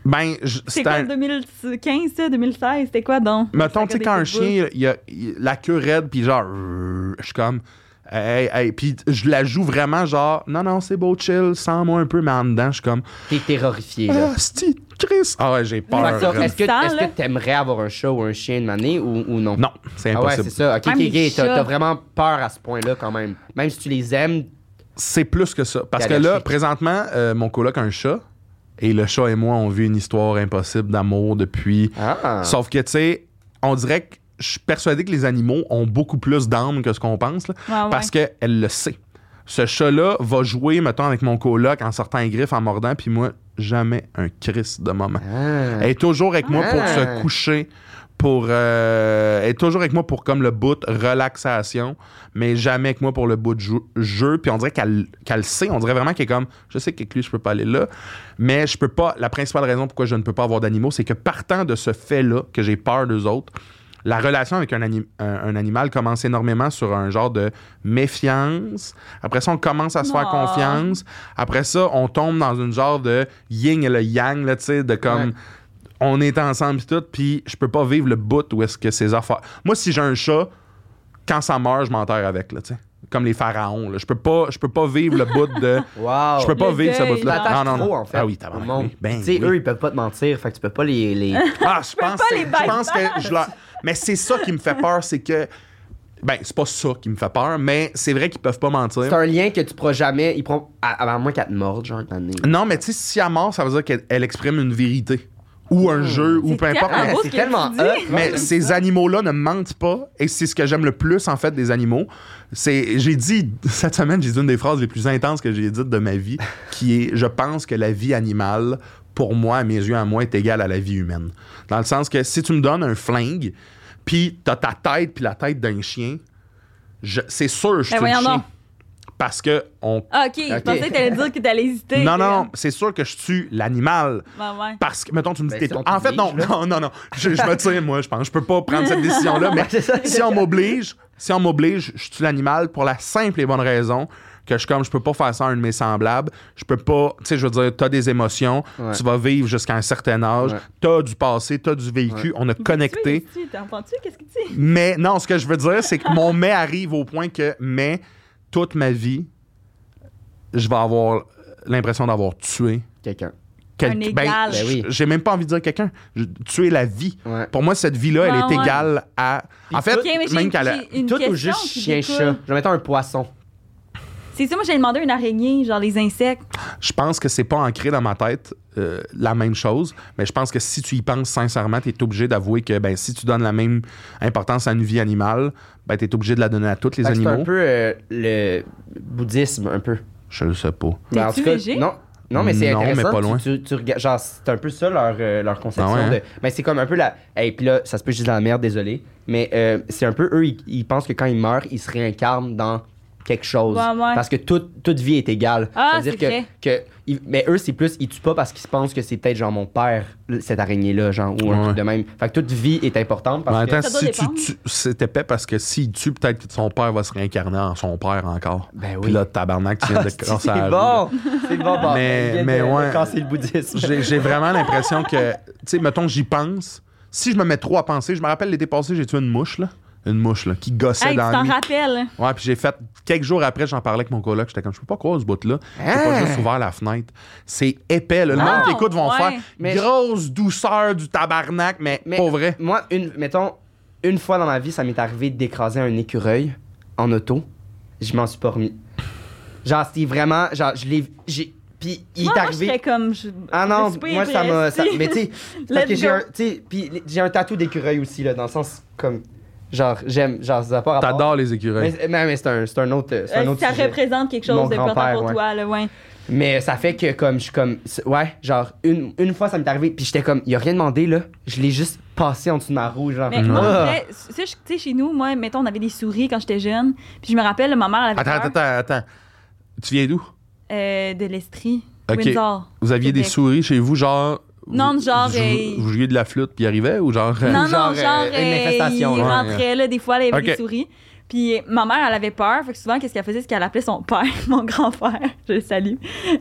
[SPEAKER 3] Ben, je-
[SPEAKER 2] C'est
[SPEAKER 3] c'est
[SPEAKER 2] quoi,
[SPEAKER 3] un.
[SPEAKER 2] 2015, ça, 2016? C'était quoi, donc?
[SPEAKER 3] Mettons, tu sais,
[SPEAKER 2] La saga des
[SPEAKER 3] quand un
[SPEAKER 2] pitbulls.
[SPEAKER 3] chien, il a, il- la queue raide, puis genre, euh, je suis comme. Hey, hey, puis je la joue vraiment genre, non, non, c'est beau, chill, sens-moi un peu, mais en dedans, je suis comme,
[SPEAKER 1] T'es terrorifié, là.
[SPEAKER 3] ah, Steve, Chris! Ah ouais, j'ai
[SPEAKER 1] Fait
[SPEAKER 3] peur.
[SPEAKER 1] que ça,
[SPEAKER 3] vraiment.
[SPEAKER 1] Est-ce que
[SPEAKER 2] Tu sens,
[SPEAKER 1] est-ce
[SPEAKER 2] là?
[SPEAKER 1] que t'aimerais avoir un chat ou un chien de manée ou, ou non?
[SPEAKER 3] Non, c'est
[SPEAKER 1] Ah ouais,
[SPEAKER 3] impossible.
[SPEAKER 1] c'est ça. Ok,
[SPEAKER 2] Ah,
[SPEAKER 1] ok,
[SPEAKER 2] mais
[SPEAKER 1] ok,
[SPEAKER 2] les
[SPEAKER 1] T'as
[SPEAKER 2] chats.
[SPEAKER 1] t'as vraiment peur à ce point-là quand même. Même si tu les aimes,
[SPEAKER 3] c'est plus que ça. Parce que là,
[SPEAKER 1] allergique.
[SPEAKER 3] présentement, euh, mon coloc a un chat, et le chat et moi, on vit une histoire impossible d'amour depuis.
[SPEAKER 1] ah.
[SPEAKER 3] Sauf que, tu sais, on dirait que je suis persuadé que les animaux ont beaucoup plus d'âme que ce qu'on pense. là.
[SPEAKER 2] Ah, Ouais, ouais.
[SPEAKER 3] parce qu'elle le sait. Ce chat-là va jouer, mettons, avec mon coloc en sortant les griffes, en mordant, puis moi, jamais un Chris de moment.
[SPEAKER 1] Ah.
[SPEAKER 3] Elle est toujours avec moi pour
[SPEAKER 1] Ah.
[SPEAKER 3] se coucher, pour. euh, elle est toujours avec moi pour comme le bout de relaxation, mais jamais avec moi pour le bout de jou- jeu. Puis on dirait qu'elle qu'elle le sait, on dirait vraiment qu'elle est comme, je sais qu'avec lui, je peux pas aller là, mais je peux pas. La principale raison pourquoi je ne peux pas avoir d'animaux, c'est que partant de ce fait-là, que j'ai peur d'eux autres, la relation avec un, ani- un- un animal commence énormément sur un genre de méfiance. Après ça, on commence à se faire
[SPEAKER 2] Aw.
[SPEAKER 3] confiance. Après ça, on tombe dans une genre de yin et le yang, là, tu sais, de comme
[SPEAKER 1] Ouais.
[SPEAKER 3] on est ensemble pis tout, puis je peux pas vivre le bout où est-ce que ces affaires. Moi, si j'ai un chat, quand ça meurt, je m'enterre avec, là, tu sais. Comme les pharaons, là. Je peux pas, je peux pas vivre le bout
[SPEAKER 1] [laughs]
[SPEAKER 3] de.
[SPEAKER 1] Wow.
[SPEAKER 3] Je peux pas
[SPEAKER 2] Le
[SPEAKER 3] vivre ce
[SPEAKER 2] deuil,
[SPEAKER 1] Tu
[SPEAKER 3] bout-là.
[SPEAKER 1] t'attaches
[SPEAKER 3] Non, non,
[SPEAKER 1] trop,
[SPEAKER 3] non.
[SPEAKER 1] en fait,
[SPEAKER 3] ah oui,
[SPEAKER 1] au
[SPEAKER 3] tabarnak,
[SPEAKER 1] monde.
[SPEAKER 3] oui. Ben
[SPEAKER 1] tu sais,
[SPEAKER 3] oui.
[SPEAKER 1] eux, ils peuvent pas te mentir, fait que tu peux pas les. les...
[SPEAKER 3] Ah, je pense,
[SPEAKER 2] pas
[SPEAKER 3] que-
[SPEAKER 2] les
[SPEAKER 3] je pense que
[SPEAKER 2] bypass.
[SPEAKER 3] je leur- Mais c'est ça qui me fait peur, c'est que. Ben, c'est pas ça qui me fait peur, mais c'est vrai qu'ils peuvent pas mentir.
[SPEAKER 1] C'est un lien que tu pourras jamais. Ils pourront... à, à moins qu'elles te mordent, genre, une manée.
[SPEAKER 3] Non, mais tu sais, si elle mort, ça veut dire qu'elle elle exprime une vérité. Ou un jeu,
[SPEAKER 2] Oh.
[SPEAKER 3] ou
[SPEAKER 2] C'est
[SPEAKER 3] peu importe.
[SPEAKER 2] tellement
[SPEAKER 3] mais-
[SPEAKER 2] beau ce
[SPEAKER 1] c'est
[SPEAKER 2] que
[SPEAKER 1] tellement
[SPEAKER 2] tu
[SPEAKER 1] hot.
[SPEAKER 2] dis.
[SPEAKER 3] Mais ces animaux-là ne mentent pas, et c'est ce que j'aime le plus, en fait, des animaux. C'est, j'ai dit, [laughs] cette semaine, j'ai dit une des phrases les plus intenses que j'ai dites de ma vie, qui est Je pense que la vie animale, pour moi, à mes yeux, à moi, est égale à la vie humaine. Dans le sens que si tu me donnes un flingue, puis t'as ta tête, puis la tête d'un chien, je- c'est sûr que je suis
[SPEAKER 2] Ben
[SPEAKER 3] un
[SPEAKER 2] voyons
[SPEAKER 3] chien.
[SPEAKER 2] donc.
[SPEAKER 3] Parce que on.
[SPEAKER 2] Ah, ok, je pensais que t'allais dire que t'allais hésiter.
[SPEAKER 3] Non, non, c'est sûr que je tue l'animal.
[SPEAKER 2] Ouais, ouais.
[SPEAKER 3] Parce que, mettons, tu me dis
[SPEAKER 1] Ben,
[SPEAKER 3] t'es
[SPEAKER 1] si on
[SPEAKER 3] En fait, non,
[SPEAKER 1] t'oblige,
[SPEAKER 3] non, non, non. Je, je me tiens, moi, je pense. Je peux pas prendre cette décision-là, [laughs] mais
[SPEAKER 1] c'est ça.
[SPEAKER 3] si on m'oblige, si on m'oblige, je tue l'animal pour la simple et bonne raison que je suis comme je peux pas faire ça à un de mes semblables, je peux pas, tu sais je veux dire t'as des émotions,
[SPEAKER 1] Ouais.
[SPEAKER 3] tu vas vivre jusqu'à un certain âge,
[SPEAKER 1] Ouais.
[SPEAKER 3] t'as du passé, t'as du vécu, on a connecté.
[SPEAKER 2] Tu t'entends-tu? Qu'est-ce que tu dis?
[SPEAKER 3] Mais non, ce que je veux dire c'est que mon mais arrive au point que mais toute ma vie je vais avoir l'impression d'avoir tué
[SPEAKER 1] Quelqu'un.
[SPEAKER 3] quel-
[SPEAKER 2] Un égal.
[SPEAKER 3] ben,
[SPEAKER 1] Ben oui.
[SPEAKER 3] J'ai même pas envie de dire quelqu'un. Je- Tuer la vie.
[SPEAKER 1] Ouais.
[SPEAKER 3] Pour moi, cette vie-là, elle
[SPEAKER 2] Ah,
[SPEAKER 3] est
[SPEAKER 2] ouais.
[SPEAKER 3] égale à. En fait,
[SPEAKER 2] Ok, mais j'ai
[SPEAKER 3] même
[SPEAKER 2] une,
[SPEAKER 3] qu'à la.
[SPEAKER 2] j'ai une
[SPEAKER 1] Tout
[SPEAKER 2] question
[SPEAKER 1] ou juste
[SPEAKER 2] qui
[SPEAKER 1] chien-chat.
[SPEAKER 2] découle.
[SPEAKER 1] Je vais mettre un poisson.
[SPEAKER 2] C'est ça, moi j'ai demandé une araignée, genre les insectes.
[SPEAKER 3] Je pense que c'est pas ancré dans ma tête euh, la même chose, mais je pense que si tu y penses sincèrement, tu es obligé d'avouer que ben, si tu donnes la même importance à une vie animale, ben, tu es obligé de la donner à tous les
[SPEAKER 1] Fait que C'est un
[SPEAKER 3] animaux.
[SPEAKER 1] peu euh, le bouddhisme, un peu.
[SPEAKER 3] Je le sais pas.
[SPEAKER 1] Ben, en
[SPEAKER 2] T'es-tu
[SPEAKER 1] tout cas,
[SPEAKER 2] léger?
[SPEAKER 1] Non. Non, mais c'est
[SPEAKER 3] Non, mais
[SPEAKER 1] intéressant.
[SPEAKER 3] pas
[SPEAKER 1] tu-
[SPEAKER 3] loin.
[SPEAKER 1] Tu, tu regardes- genre, c'est un peu ça leur, euh, leur conception.
[SPEAKER 3] Ah ouais, hein?
[SPEAKER 1] de, mais c'est comme un peu la. Et puis là, ça se peut juste dans la merde, désolé. Mais euh, c'est un peu eux, ils, ils pensent que quand ils meurent, ils se réincarnent dans quelque chose.
[SPEAKER 2] Ouais, ouais.
[SPEAKER 1] Parce que toute toute vie est égale.
[SPEAKER 2] Ah,
[SPEAKER 1] C'est-à-dire
[SPEAKER 2] c'est
[SPEAKER 1] que.
[SPEAKER 2] vrai.
[SPEAKER 1] que ils- mais eux, c'est plus, ils tuent pas parce qu'ils pensent que c'est peut-être genre mon père, cette araignée-là, genre, ou un
[SPEAKER 3] Ouais. Ben,
[SPEAKER 1] truc de même. Fait que toute vie est importante parce
[SPEAKER 3] En même
[SPEAKER 1] que.
[SPEAKER 3] temps,
[SPEAKER 2] Ça doit
[SPEAKER 3] si tu
[SPEAKER 2] dépendre.
[SPEAKER 3] tues, c'est épais parce que s'il tue, peut-être que son père va se réincarner en son père encore.
[SPEAKER 1] Ben oui.
[SPEAKER 3] Puis là, tabarnak, tu viens
[SPEAKER 1] [laughs] Ah,
[SPEAKER 3] de
[SPEAKER 1] c'est
[SPEAKER 3] casser la
[SPEAKER 1] c'est
[SPEAKER 3] roue,
[SPEAKER 1] bon! C'est bon, bon.
[SPEAKER 3] Mais-
[SPEAKER 1] il vient
[SPEAKER 3] mais
[SPEAKER 1] de- de
[SPEAKER 3] ouais.
[SPEAKER 1] casser le bouddhisme.
[SPEAKER 3] [laughs] J'ai j'ai vraiment l'impression que, tu sais, mettons, j'y pense. Si je me mets trop à penser, je me rappelle l'été passé, j'ai tué une mouche, là. une mouche là, qui gossait
[SPEAKER 2] Hey, tu
[SPEAKER 3] dans la
[SPEAKER 2] t'en
[SPEAKER 3] nuit.
[SPEAKER 2] rappelles.
[SPEAKER 3] Ouais, puis j'ai fait quelques jours après, j'en parlais avec mon coloc. J'étais comme, je peux pas croire ce bout-là. J'ai pas
[SPEAKER 1] Hein?
[SPEAKER 3] juste ouvert la fenêtre. C'est épais. là. Le
[SPEAKER 2] Ah,
[SPEAKER 3] monde qui écoute vont
[SPEAKER 2] ouais.
[SPEAKER 3] faire
[SPEAKER 1] Mais-
[SPEAKER 3] grosse douceur du tabarnak, mais,
[SPEAKER 1] Mais-
[SPEAKER 3] pas vrai.
[SPEAKER 1] Moi, une, mettons, une fois dans ma vie, ça m'est arrivé d'écraser un écureuil en auto. Je m'en suis pas remis. Genre, c'était vraiment. Genre, je l'ai. J'ai. Puis il
[SPEAKER 2] Moi,
[SPEAKER 1] est
[SPEAKER 2] moi, je
[SPEAKER 1] arrivé.
[SPEAKER 2] serais comme. je-
[SPEAKER 1] ah
[SPEAKER 2] je
[SPEAKER 1] non,
[SPEAKER 2] suis pas
[SPEAKER 1] moi ça m'a.
[SPEAKER 2] impressée.
[SPEAKER 1] ça-
[SPEAKER 2] [laughs]
[SPEAKER 1] Mais tu sais, c'est parce
[SPEAKER 2] Let's
[SPEAKER 1] que j'ai
[SPEAKER 2] go.
[SPEAKER 1] un. Tu sais, puis les- j'ai un tatou d'écureuil aussi, là, dans le sens comme. Genre, j'aime. Genre, ça n'a pas rapport.
[SPEAKER 3] T'adores les
[SPEAKER 1] Mais,
[SPEAKER 3] écureuils.
[SPEAKER 1] mais, mais c'est un, c'est un autre. euh, c'est un
[SPEAKER 2] Euh,
[SPEAKER 1] autre
[SPEAKER 2] ça
[SPEAKER 1] sujet.
[SPEAKER 2] représente quelque
[SPEAKER 1] Mon
[SPEAKER 2] chose de
[SPEAKER 1] grand-père,
[SPEAKER 2] important pour
[SPEAKER 1] ouais.
[SPEAKER 2] toi,
[SPEAKER 1] Ah.
[SPEAKER 2] là, ouais.
[SPEAKER 1] Mais ça fait que comme je suis comme c'est- ouais, genre une, une fois ça m'est arrivé puis j'étais comme il a rien demandé là, je l'ai juste passé en dessous de ma roue genre.
[SPEAKER 2] Mais moi, en
[SPEAKER 1] Ah.
[SPEAKER 2] vrai, tu sais, je- tu sais, chez nous, moi, mettons, on avait des souris quand j'étais jeune. Puis je me rappelle, ma mère elle avait
[SPEAKER 3] Attends,
[SPEAKER 2] peur,
[SPEAKER 3] attends, attends. attends. Tu viens d'où?
[SPEAKER 2] euh, de l'Estrie,
[SPEAKER 3] Ok. [laughs]
[SPEAKER 2] Windsor.
[SPEAKER 3] Vous aviez des
[SPEAKER 2] Québec.
[SPEAKER 3] souris chez vous, genre.
[SPEAKER 2] Non,
[SPEAKER 3] vous-
[SPEAKER 2] genre,
[SPEAKER 3] Vous,
[SPEAKER 2] euh,
[SPEAKER 3] vous jouiez de la flûte puis y arrivait ou genre. euh,
[SPEAKER 2] Non,
[SPEAKER 1] genre,
[SPEAKER 2] non, genre,
[SPEAKER 1] euh, une
[SPEAKER 2] euh,
[SPEAKER 1] infestation,
[SPEAKER 2] il
[SPEAKER 1] là.
[SPEAKER 2] rentrait, là, des fois, là, il y avait
[SPEAKER 3] Ok.
[SPEAKER 2] des souris. Puis euh, ma mère, elle avait peur. Fait que souvent, qu'est-ce qu'elle faisait, c'est qu'elle appelait son père, [laughs] mon grand-père. Je le salue.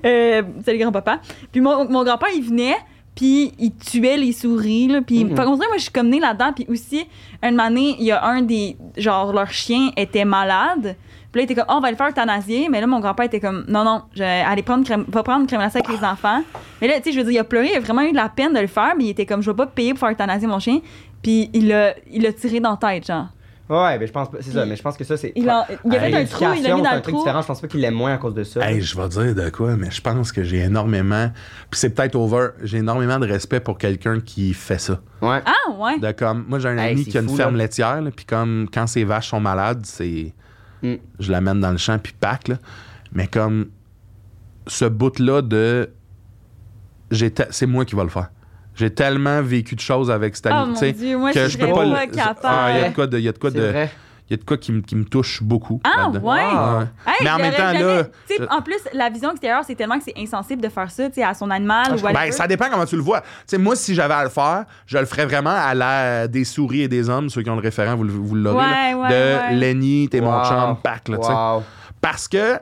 [SPEAKER 2] Euh, salut, grand-papa. Puis mon, mon grand-père, il venait, puis il tuait les souris, là. Puis,
[SPEAKER 1] Mhm.
[SPEAKER 2] fait qu'on dirait, moi, je suis comme née là-dedans. Puis aussi, une année, il y a un des... Genre, leur chien était malade. Puis là, il était comme, oh, on va le faire euthanasier. Mais là, mon grand-père était comme, non, non, je, allez prendre crème- va prendre crème glacée avec les enfants. Mais là, tu sais, je veux dire, il a pleuré, il a vraiment eu de la peine de le faire, mais il était comme, je vais pas payer pour faire euthanasier mon chien. Puis il l'a il l'a tiré dans la tête, genre.
[SPEAKER 1] Ouais, mais je pense pas c'est ça, mais je pense que ça c'est
[SPEAKER 2] Il, en- il a fait un trou, il l'a mis dans
[SPEAKER 1] L'éducation, c'est
[SPEAKER 2] le
[SPEAKER 1] un truc
[SPEAKER 2] trou.
[SPEAKER 1] différent, je pense pas qu'il l'aime moins à cause de ça.
[SPEAKER 3] Hey, je vais dire de quoi, mais je pense que j'ai énormément. Puis c'est peut-être over. J'ai énormément de respect pour quelqu'un qui fait ça.
[SPEAKER 1] ouais.
[SPEAKER 2] Ah, ouais.
[SPEAKER 3] De comme, moi, j'ai un
[SPEAKER 1] Hey,
[SPEAKER 3] ami
[SPEAKER 1] c'est
[SPEAKER 3] qui a une
[SPEAKER 1] fou,
[SPEAKER 3] ferme
[SPEAKER 1] là.
[SPEAKER 3] laitière, là, puis comme quand ses vaches sont malades, c'est.
[SPEAKER 1] Mm.
[SPEAKER 3] Je l'amène dans le champ, puis pack, là. Mais comme, ce bout-là de. j'ai te- C'est moi qui vais le faire. J'ai tellement vécu de choses avec cette
[SPEAKER 2] Ah,
[SPEAKER 3] amie,
[SPEAKER 2] mon
[SPEAKER 3] tu sais,
[SPEAKER 2] Dieu, moi,
[SPEAKER 3] que
[SPEAKER 2] je
[SPEAKER 3] je
[SPEAKER 2] serais
[SPEAKER 3] peux
[SPEAKER 2] pas,
[SPEAKER 3] pas. le- Ah,
[SPEAKER 2] capable.
[SPEAKER 3] Il y a de quoi de- il y a de quoi
[SPEAKER 1] C'est
[SPEAKER 3] de.
[SPEAKER 1] vrai.
[SPEAKER 3] Il y a de quoi qui, me- qui me touche beaucoup.
[SPEAKER 2] Ah,
[SPEAKER 3] là-dedans.
[SPEAKER 2] ouais?
[SPEAKER 3] Ouais.
[SPEAKER 2] Hey,
[SPEAKER 3] Mais en
[SPEAKER 2] j'aurais
[SPEAKER 3] même temps,
[SPEAKER 2] jamais-
[SPEAKER 3] là, euh,
[SPEAKER 2] tu sais,
[SPEAKER 3] je-
[SPEAKER 2] En plus, la vision extérieure, c'est tellement que c'est insensible de faire ça, tu sais, à son animal
[SPEAKER 1] Ah, je
[SPEAKER 2] ou à
[SPEAKER 3] Ben, ça dépend comment tu le vois. Tu sais, moi, si j'avais à le faire, je le ferais vraiment à la euh, des souris et des hommes, ceux qui ont le référent, vous, le- vous l'aurez. là,
[SPEAKER 2] Ouais, ouais,
[SPEAKER 3] de
[SPEAKER 2] ouais.
[SPEAKER 3] Lenny, t'es mon
[SPEAKER 1] Wow.
[SPEAKER 3] chum, pack, là, tu sais.
[SPEAKER 1] Wow.
[SPEAKER 3] Parce que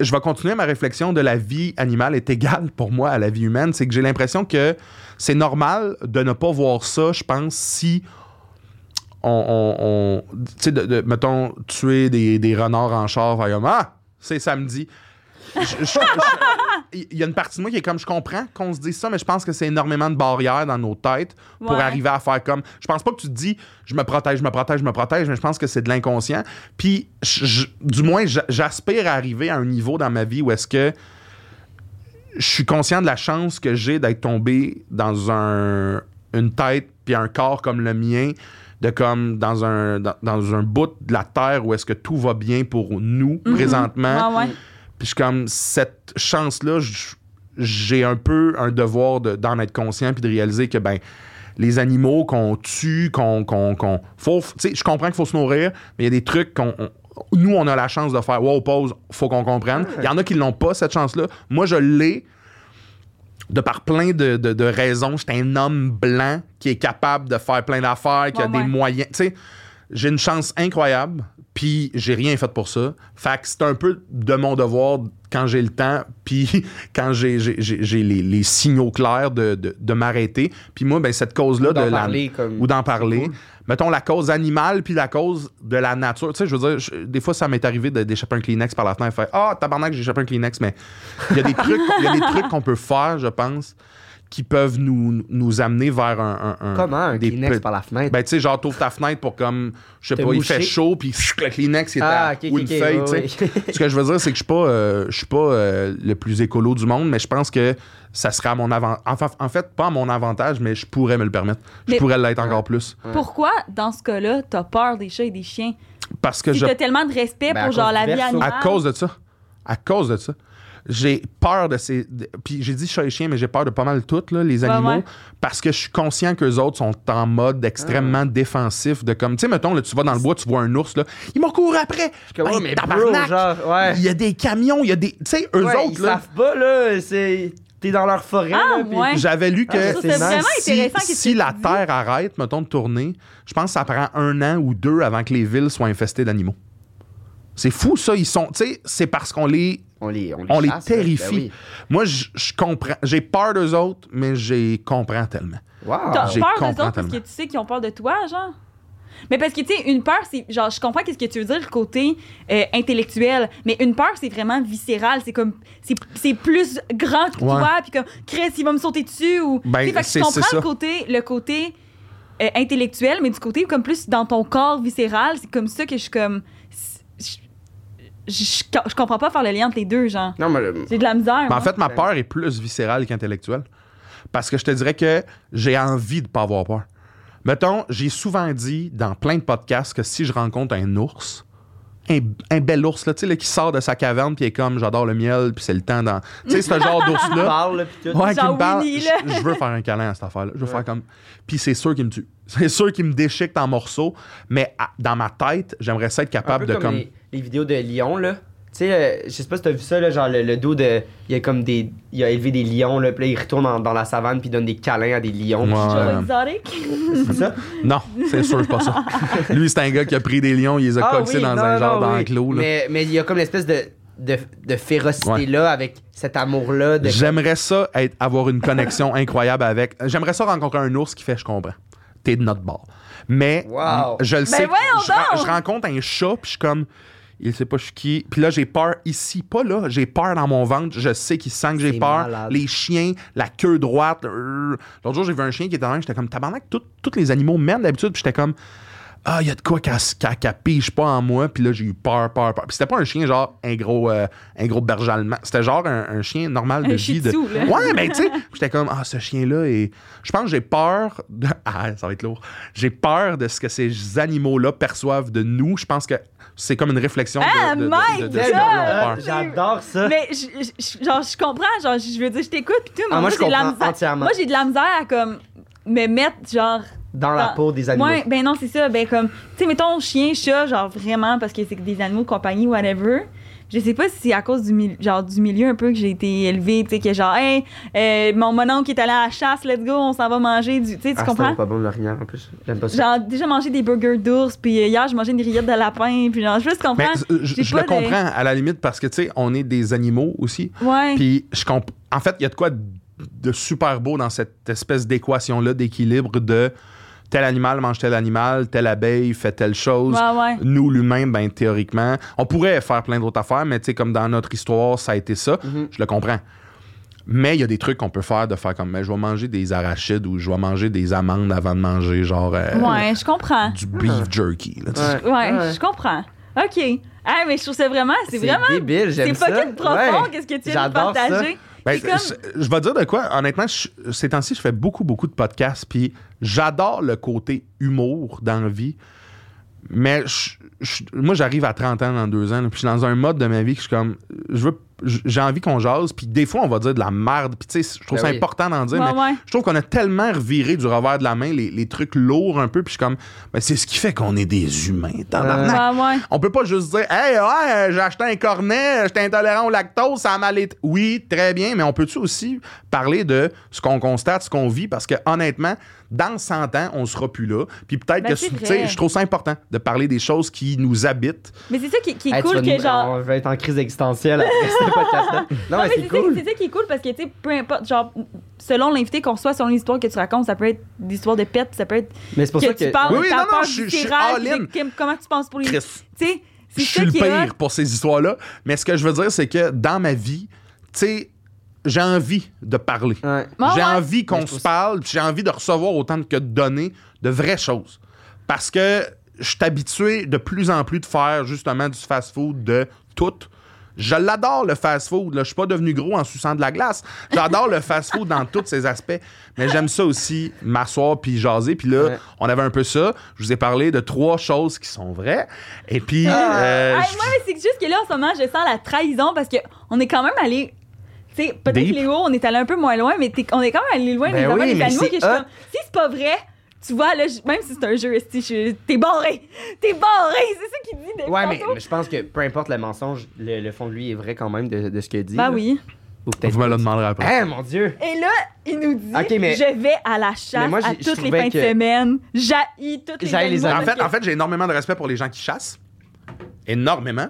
[SPEAKER 3] je vais continuer ma réflexion de la vie animale est égale pour moi à la vie humaine. C'est que j'ai l'impression que c'est normal de ne pas voir ça, je pense, si on. on- on- tu sais, de, de- mettons, tuer des, des renards en char, faire comme Ah, c'est samedi. Je- je- je- Il y a une partie de moi qui est comme je comprends qu'on se dise ça, mais je pense que c'est énormément de barrières dans nos têtes pour
[SPEAKER 2] Ouais.
[SPEAKER 3] arriver à faire comme. Je pense pas que tu te dis je me protège, je me protège, je me protège, mais je pense que c'est de l'inconscient. Puis, je- je- du moins, j'a- j'aspire à arriver à un niveau dans ma vie où est-ce que je suis conscient de la chance que j'ai d'être tombé dans un, une tête puis un corps comme le mien, de comme dans un, dans, dans un bout de la terre où est-ce que tout va bien pour nous présentement.
[SPEAKER 2] Ah, ouais.
[SPEAKER 3] Puis je suis comme, cette chance-là, je- j'ai un peu un devoir de- d'en être conscient puis de réaliser que, ben, les animaux qu'on tue, qu'on. qu'on, qu'on- faut- tu sais, je comprends qu'il faut se nourrir, mais il y a des trucs qu'on. on- nous, on a la chance de faire wow, pause, faut qu'on comprenne. Il y en a qui l'ont pas, cette chance-là. Moi, je l'ai de par plein de, de- de raisons. J'étais un homme blanc qui est capable de faire plein d'affaires, qui a
[SPEAKER 2] Ouais,
[SPEAKER 3] des
[SPEAKER 2] ouais.
[SPEAKER 3] moyens. Tu sais, j'ai une chance incroyable, puis j'ai rien fait pour ça. Fait que c'est un peu de mon devoir quand j'ai le temps, [laughs] puis quand j'ai j'ai- j'ai- j'ai les, les signaux clairs de, de- de m'arrêter. Puis moi, ben, cette cause-là
[SPEAKER 1] Ou d'en
[SPEAKER 3] de la-
[SPEAKER 1] parler, comme-
[SPEAKER 3] ou d'en parler.
[SPEAKER 1] cool.
[SPEAKER 3] Mettons la cause animale puis la cause de la nature. Tu sais, je veux dire, je- des fois, ça m'est arrivé de- d'échapper un Kleenex par la fenêtre et faire Ah, tabarnak, j'ai échappé un Kleenex, mais
[SPEAKER 1] [laughs]
[SPEAKER 3] il y a des trucs, il y a des trucs qu'on peut faire, je pense, qui peuvent nous, nous amener vers un. un- un-
[SPEAKER 1] Comment un
[SPEAKER 3] des
[SPEAKER 1] Kleenex
[SPEAKER 3] pe-
[SPEAKER 1] par la fenêtre
[SPEAKER 3] ben, tu sais, genre, t'ouvres ta fenêtre pour comme, je sais
[SPEAKER 1] Te
[SPEAKER 3] pas, il
[SPEAKER 1] moucher.
[SPEAKER 3] fait chaud, puis [laughs] chut, le Kleenex, il est à-
[SPEAKER 1] Ah, ok,
[SPEAKER 3] ou
[SPEAKER 1] ok,
[SPEAKER 3] une
[SPEAKER 1] ok,
[SPEAKER 3] feuille,
[SPEAKER 1] ouais,
[SPEAKER 3] tu sais. Ce que je veux dire, c'est que je suis pas, euh, je suis pas euh, le plus écolo du monde, mais je pense que ça serait à mon avantage. Enfin, en fait, pas à mon avantage, mais je pourrais me le permettre. Je
[SPEAKER 2] Mais-
[SPEAKER 3] pourrais l'être encore plus.
[SPEAKER 2] Pourquoi, dans ce cas-là, t'as peur des chats et des chiens?
[SPEAKER 3] Parce que
[SPEAKER 2] Si
[SPEAKER 3] je.
[SPEAKER 2] t'as tellement de respect
[SPEAKER 1] Ben, à
[SPEAKER 2] pour, genre,
[SPEAKER 1] cause
[SPEAKER 2] la
[SPEAKER 1] du
[SPEAKER 2] vie
[SPEAKER 1] verso.
[SPEAKER 2] animale.
[SPEAKER 3] À cause de ça. À cause de ça. J'ai peur de ces. de- Puis j'ai dit chat et chien, mais j'ai peur de pas mal toutes, là, les
[SPEAKER 2] Ouais,
[SPEAKER 3] animaux.
[SPEAKER 2] ouais.
[SPEAKER 3] Parce que je suis conscient qu'eux autres sont en mode
[SPEAKER 2] Ah.
[SPEAKER 3] extrêmement défensif. De comme, tu sais, mettons, là, tu vas dans le bois, tu vois un ours, là. Ils m'en courent après.
[SPEAKER 1] Comme,
[SPEAKER 3] Hey,
[SPEAKER 1] oh, mais bro,
[SPEAKER 3] tabarnak!
[SPEAKER 1] genre, ouais.
[SPEAKER 3] Il y a des camions, il y a des. Tu sais, eux
[SPEAKER 1] Ouais,
[SPEAKER 3] autres,
[SPEAKER 1] ils
[SPEAKER 3] là.
[SPEAKER 1] savent pas là, c'est t'es dans leur forêt
[SPEAKER 2] Ah,
[SPEAKER 1] là, puis-
[SPEAKER 2] ouais.
[SPEAKER 3] J'avais lu que
[SPEAKER 1] Ah, ça, c'est
[SPEAKER 3] si-
[SPEAKER 1] vraiment
[SPEAKER 3] si,
[SPEAKER 2] intéressant qu'est-ce que
[SPEAKER 3] si
[SPEAKER 2] tu
[SPEAKER 3] la
[SPEAKER 2] dis.
[SPEAKER 3] Terre arrête, mettons, de tourner, je pense que ça prend un an ou deux avant que les villes soient infestées d'animaux. C'est fou, ça. Ils sont. Tu sais, c'est parce qu'on les
[SPEAKER 1] on les on les,
[SPEAKER 3] on les
[SPEAKER 1] chasse, là,
[SPEAKER 3] terrifie.
[SPEAKER 1] ben oui.
[SPEAKER 3] Moi, je je comprends. J'ai peur d'eux autres, mais j'ai comprends tellement.
[SPEAKER 1] Wow.
[SPEAKER 2] T'as
[SPEAKER 3] Ah, J'ai
[SPEAKER 2] peur
[SPEAKER 3] compris
[SPEAKER 2] des autres parce que
[SPEAKER 3] tellement.
[SPEAKER 2] tu sais qu'ils ont peur de toi, genre? Mais parce que, tu sais, une peur, c'est. Genre, je comprends qu'est-ce que tu veux dire, le côté euh, intellectuel, mais une peur, c'est vraiment viscéral. C'est comme. C'est c'est plus grand que
[SPEAKER 3] Ouais.
[SPEAKER 2] toi, puis comme, Chris, il va me sauter dessus, ou.
[SPEAKER 3] Ben,
[SPEAKER 2] tu sais, fait que
[SPEAKER 3] c'est-
[SPEAKER 2] je
[SPEAKER 3] c'est
[SPEAKER 2] comprends
[SPEAKER 3] ça.
[SPEAKER 2] le côté, le côté euh, intellectuel, mais du côté, comme plus dans ton corps viscéral, c'est comme ça que je suis comme. Je, je, je- je comprends pas faire le lien entre les deux, genre.
[SPEAKER 1] Non, mais.
[SPEAKER 2] J'ai de la misère.
[SPEAKER 3] Mais
[SPEAKER 2] moi.
[SPEAKER 3] Ben, en fait, ma peur est plus viscérale qu'intellectuelle. Parce que je te dirais que j'ai envie de pas avoir peur. Mettons, j'ai souvent dit dans plein de podcasts que si je rencontre un ours, un, un bel ours, là, tu sais, là, qui sort de sa caverne, puis est comme, j'adore le miel, puis c'est le temps dans... Tu sais, ce genre
[SPEAKER 1] Tu [laughs]
[SPEAKER 3] d'ours-là.
[SPEAKER 1] parles, pis tout.
[SPEAKER 3] Ouais, qui
[SPEAKER 2] Genre
[SPEAKER 3] me parle.
[SPEAKER 2] Winnie, là.
[SPEAKER 3] Je, je veux faire un câlin à cette affaire-là. Je veux
[SPEAKER 1] Ouais.
[SPEAKER 3] faire comme. Puis c'est sûr qu'il me tue. [laughs] C'est sûr qu'il me déchique en morceaux. Mais à- dans ma tête, j'aimerais ça être
[SPEAKER 1] Un
[SPEAKER 3] capable
[SPEAKER 1] peu
[SPEAKER 3] de
[SPEAKER 1] comme,
[SPEAKER 3] comme.
[SPEAKER 1] Les, les vidéos de lions, là. Tu sais, euh, je sais pas si t'as vu ça, là, genre le, le dos de. Il a comme des. Il a élevé des lions, là, puis là, il retourne en- dans la savane, puis il donne des câlins à des lions.
[SPEAKER 3] Ouais.
[SPEAKER 2] Genre
[SPEAKER 3] Euh,
[SPEAKER 2] exotique.
[SPEAKER 1] C'est ça?
[SPEAKER 3] Non, c'est sûr, c'est pas
[SPEAKER 1] [laughs]
[SPEAKER 3] ça. Lui, c'est un gars qui a pris des lions, il les a
[SPEAKER 1] Ah
[SPEAKER 3] coxés
[SPEAKER 1] oui,
[SPEAKER 3] dans
[SPEAKER 1] non,
[SPEAKER 3] un
[SPEAKER 1] non,
[SPEAKER 3] genre
[SPEAKER 1] oui.
[SPEAKER 3] d'enclos. là.
[SPEAKER 1] Mais mais il y a comme l'espèce de, de, de férocité-là avec cet amour-là. De...
[SPEAKER 3] J'aimerais ça être, avoir
[SPEAKER 1] [laughs]
[SPEAKER 3] une connexion incroyable avec. J'aimerais ça rencontrer un ours qui fait je comprends. T'es de notre bord. Mais
[SPEAKER 1] Wow.
[SPEAKER 3] je le sais.
[SPEAKER 2] Ben voyons
[SPEAKER 3] je, ra-
[SPEAKER 2] donc.
[SPEAKER 3] je rencontre un chat, puis je suis comme. Il sait pas je suis qui. Puis là, j'ai peur ici, pas là. J'ai peur dans mon ventre. Je sais qu'il sent que j'ai
[SPEAKER 1] C'est
[SPEAKER 3] peur.
[SPEAKER 1] malade.
[SPEAKER 3] Les chiens, la queue droite. euh. L'autre jour, j'ai vu un chien qui était en train. J'étais comme tabarnak. tout- Tous les animaux merdent d'habitude. Puis j'étais comme. Ah, il y a de quoi qu'elle qu'elle- qu'elle pige pas en moi. Puis là, j'ai eu peur, peur, peur. Puis c'était pas un chien genre un gros, euh, un gros berger allemand. C'était genre un, un chien normal
[SPEAKER 2] Un
[SPEAKER 3] de
[SPEAKER 2] Shih
[SPEAKER 3] vie. de-
[SPEAKER 2] Tzu, là.
[SPEAKER 3] Ouais, mais tu sais, j'étais comme, ah, ce chien-là est. Je pense que j'ai peur de. Ah, ça va être lourd. J'ai peur de ce que ces animaux-là perçoivent de nous. Je pense que c'est comme une réflexion de-
[SPEAKER 2] Ah,
[SPEAKER 3] de. de-
[SPEAKER 2] my
[SPEAKER 3] de- de- de-
[SPEAKER 2] God!
[SPEAKER 3] ce qu'on
[SPEAKER 2] Ah,
[SPEAKER 3] a peur.
[SPEAKER 1] J'adore ça.
[SPEAKER 2] Mais je, je- je- genre, je comprends, genre, je veux dire, je t'écoute pis tout, mais
[SPEAKER 1] Ah, moi,
[SPEAKER 2] moi,
[SPEAKER 1] je
[SPEAKER 2] j'ai de la
[SPEAKER 1] comprends
[SPEAKER 2] misère.
[SPEAKER 1] entièrement.
[SPEAKER 2] Moi, j'ai de la misère à comme me mettre, genre.
[SPEAKER 1] Dans la
[SPEAKER 2] dans-
[SPEAKER 1] peau des animaux.
[SPEAKER 2] Ah, Ouais, ben non, c'est ça. Ben comme, tu sais, mettons chien, chat, genre vraiment, parce que c'est des animaux de compagnie, whatever. Je sais pas si c'est à cause du, mil- genre, du milieu un peu que j'ai été élevée, tu sais, que genre, hey, euh, mon, mon oncle est allé à la chasse, let's go, on s'en va manger du. Tu sais, tu
[SPEAKER 1] Ah, c'est
[SPEAKER 2] comprends?
[SPEAKER 1] pas bon, l'orignal, en plus. J'aime pas ça.
[SPEAKER 2] Genre, déjà mangé des burgers d'ours, puis euh, hier, je mangeais une rillette de lapin, puis genre, je veux juste
[SPEAKER 3] Mais
[SPEAKER 2] comprendre.
[SPEAKER 3] euh, je,
[SPEAKER 2] J'ai
[SPEAKER 3] je
[SPEAKER 2] pas
[SPEAKER 3] le
[SPEAKER 2] de-
[SPEAKER 3] comprends à la limite parce que, tu sais, on est des animaux aussi.
[SPEAKER 2] Ouais.
[SPEAKER 3] [laughs] Puis je comp- En fait, il y a de quoi de super beau dans cette espèce d'équation-là, d'équilibre de tel animal mange tel animal, telle abeille fait telle chose.
[SPEAKER 2] Ouais, ouais.
[SPEAKER 3] Nous, l'humain, ben théoriquement, on pourrait faire plein d'autres affaires, mais tu sais, comme dans notre histoire, ça a été ça.
[SPEAKER 1] Mhm.
[SPEAKER 3] Je le comprends. Mais il y a des trucs qu'on peut faire de faire comme mais je vais manger des arachides ou je vais manger des amandes avant de manger genre euh,
[SPEAKER 2] Ouais, je comprends.
[SPEAKER 3] du beef jerky. là, tu sais.
[SPEAKER 2] Ouais, je comprends. OK. Ah, mais je trouve ça vraiment, c'est vraiment.
[SPEAKER 1] débile,
[SPEAKER 2] C'est
[SPEAKER 1] j'aime ça.
[SPEAKER 2] fucking profond,
[SPEAKER 1] Ouais.
[SPEAKER 2] qu'est-ce que tu viens de
[SPEAKER 1] J'adore ça.
[SPEAKER 2] partager.
[SPEAKER 3] Ben,
[SPEAKER 2] C'est comme-
[SPEAKER 3] c'est- Je vais dire de quoi, honnêtement, je- ces temps-ci, je fais beaucoup, beaucoup de podcasts, puis j'adore le côté humour dans la vie. Mais je- je- moi, j'arrive à 30 ans dans deux ans, là, puis je suis dans un mode de ma vie que je suis comme, je veux, j'ai envie qu'on jase, puis des fois, on va dire de la merde, puis tu sais, je trouve
[SPEAKER 1] Ben
[SPEAKER 3] ça
[SPEAKER 1] oui.
[SPEAKER 3] important d'en dire,
[SPEAKER 2] Ouais,
[SPEAKER 3] mais
[SPEAKER 2] ouais.
[SPEAKER 3] je trouve qu'on a tellement reviré du revers de la main les, les trucs lourds un peu, puis je suis comme, ben, c'est ce qui fait qu'on est des humains, tabarnak.
[SPEAKER 2] Ouais, Ah, ouais.
[SPEAKER 3] On peut pas juste dire Hey, ouais, euh, j'ai acheté un cornet, euh, j'étais intolérant au lactose, ça m'a été. Oui, très bien, mais on peut-tu aussi parler de ce qu'on constate, ce qu'on vit, parce que honnêtement, dans 100 ans, on sera plus là. Puis peut-être
[SPEAKER 2] Ben,
[SPEAKER 3] que
[SPEAKER 2] c'est
[SPEAKER 3] tu
[SPEAKER 2] vrai.
[SPEAKER 3] sais, je trouve ça important de parler des choses qui nous habitent.
[SPEAKER 2] Mais c'est ça qui, qui est
[SPEAKER 1] Hey, tu
[SPEAKER 2] cool
[SPEAKER 1] vas
[SPEAKER 2] que
[SPEAKER 1] nous-
[SPEAKER 2] genre.
[SPEAKER 1] On va être en crise existentielle après
[SPEAKER 2] [laughs]
[SPEAKER 1] ce podcast-là. Non,
[SPEAKER 2] Non,
[SPEAKER 1] mais
[SPEAKER 2] mais
[SPEAKER 1] c'est
[SPEAKER 2] c'est ça-
[SPEAKER 1] cool.
[SPEAKER 2] c'est ça qui est cool parce que, tu sais, peu importe, genre, selon l'invité qu'on reçoit, selon l'histoire que tu racontes, ça peut être des histoires de pets, ça peut être
[SPEAKER 1] Mais c'est pour
[SPEAKER 2] que,
[SPEAKER 1] ça
[SPEAKER 2] tu
[SPEAKER 1] que.
[SPEAKER 2] parles
[SPEAKER 3] Oui, oui,
[SPEAKER 2] de ta
[SPEAKER 3] non, non,
[SPEAKER 2] peur
[SPEAKER 3] je suis- je suis
[SPEAKER 2] viscérale,
[SPEAKER 3] all in.
[SPEAKER 2] puis de- que- comment tu penses pour les. Tu
[SPEAKER 3] Chris,
[SPEAKER 2] sais, c'est
[SPEAKER 3] je
[SPEAKER 2] ça
[SPEAKER 3] suis le
[SPEAKER 2] qui est
[SPEAKER 3] pire
[SPEAKER 2] hot.
[SPEAKER 3] pour ces histoires-là. Mais ce que je veux dire, c'est que dans ma vie, tu sais, j'ai envie de parler.
[SPEAKER 1] Ouais.
[SPEAKER 2] Ouais,
[SPEAKER 3] j'ai
[SPEAKER 2] ouais.
[SPEAKER 3] envie
[SPEAKER 1] Mais
[SPEAKER 3] qu'on
[SPEAKER 1] je
[SPEAKER 3] se
[SPEAKER 1] trouve-
[SPEAKER 3] parle, puis j'ai envie de recevoir autant que de donner de vraies choses. Parce que je suis habitué de plus en plus de faire justement du fast-food de tout. Je l'adore le fast-food. là. Je suis pas devenu gros en suçant de la glace. J'adore le fast-food dans tous ses aspects. Mais j'aime ça aussi, m'asseoir puis jaser. Puis là,
[SPEAKER 1] Ouais.
[SPEAKER 3] on avait un peu ça. Je vous ai parlé de trois choses qui sont vraies. Et puis, euh,
[SPEAKER 2] Ah,
[SPEAKER 3] je-
[SPEAKER 2] moi, mais c'est juste que là, en ce moment, je sens la trahison parce que on est quand même allé. Tu sais, peut-être
[SPEAKER 3] Deep.
[SPEAKER 2] que Léo, on est allé un peu moins loin, mais t'es- on est quand même allé loin
[SPEAKER 1] Ben
[SPEAKER 2] des affaires
[SPEAKER 1] oui,
[SPEAKER 2] des
[SPEAKER 1] mais
[SPEAKER 2] animaux
[SPEAKER 1] c'est
[SPEAKER 2] que je suis
[SPEAKER 1] hot.
[SPEAKER 2] comme, si c'est pas vrai, tu vois, là, je- même si c'est un jeu, esti, je- t'es barré! T'es barré! C'est ça qu'il dit de
[SPEAKER 1] Ouais, mais,
[SPEAKER 2] tantôt.
[SPEAKER 1] mais je pense que peu importe le mensonge, le, le fond de lui est vrai quand même de, de ce qu'il dit.
[SPEAKER 2] Ben
[SPEAKER 1] là.
[SPEAKER 2] oui.
[SPEAKER 1] Ou peut-être.
[SPEAKER 3] vous me le demanderez après.
[SPEAKER 1] Hein, mon Dieu!
[SPEAKER 2] Et là, il nous dit
[SPEAKER 1] Ok, mais-
[SPEAKER 2] Je vais à la chasse
[SPEAKER 1] Mais moi, j'ai-
[SPEAKER 2] à
[SPEAKER 1] je
[SPEAKER 2] toutes les
[SPEAKER 1] trouvais
[SPEAKER 2] fins de
[SPEAKER 1] que-
[SPEAKER 2] semaine. J'haïs toutes les
[SPEAKER 1] J'haïs les
[SPEAKER 2] animaux
[SPEAKER 1] animaux.
[SPEAKER 3] En fait,
[SPEAKER 2] parce
[SPEAKER 3] en fait j'ai énormément de respect pour les gens qui chassent. Énormément.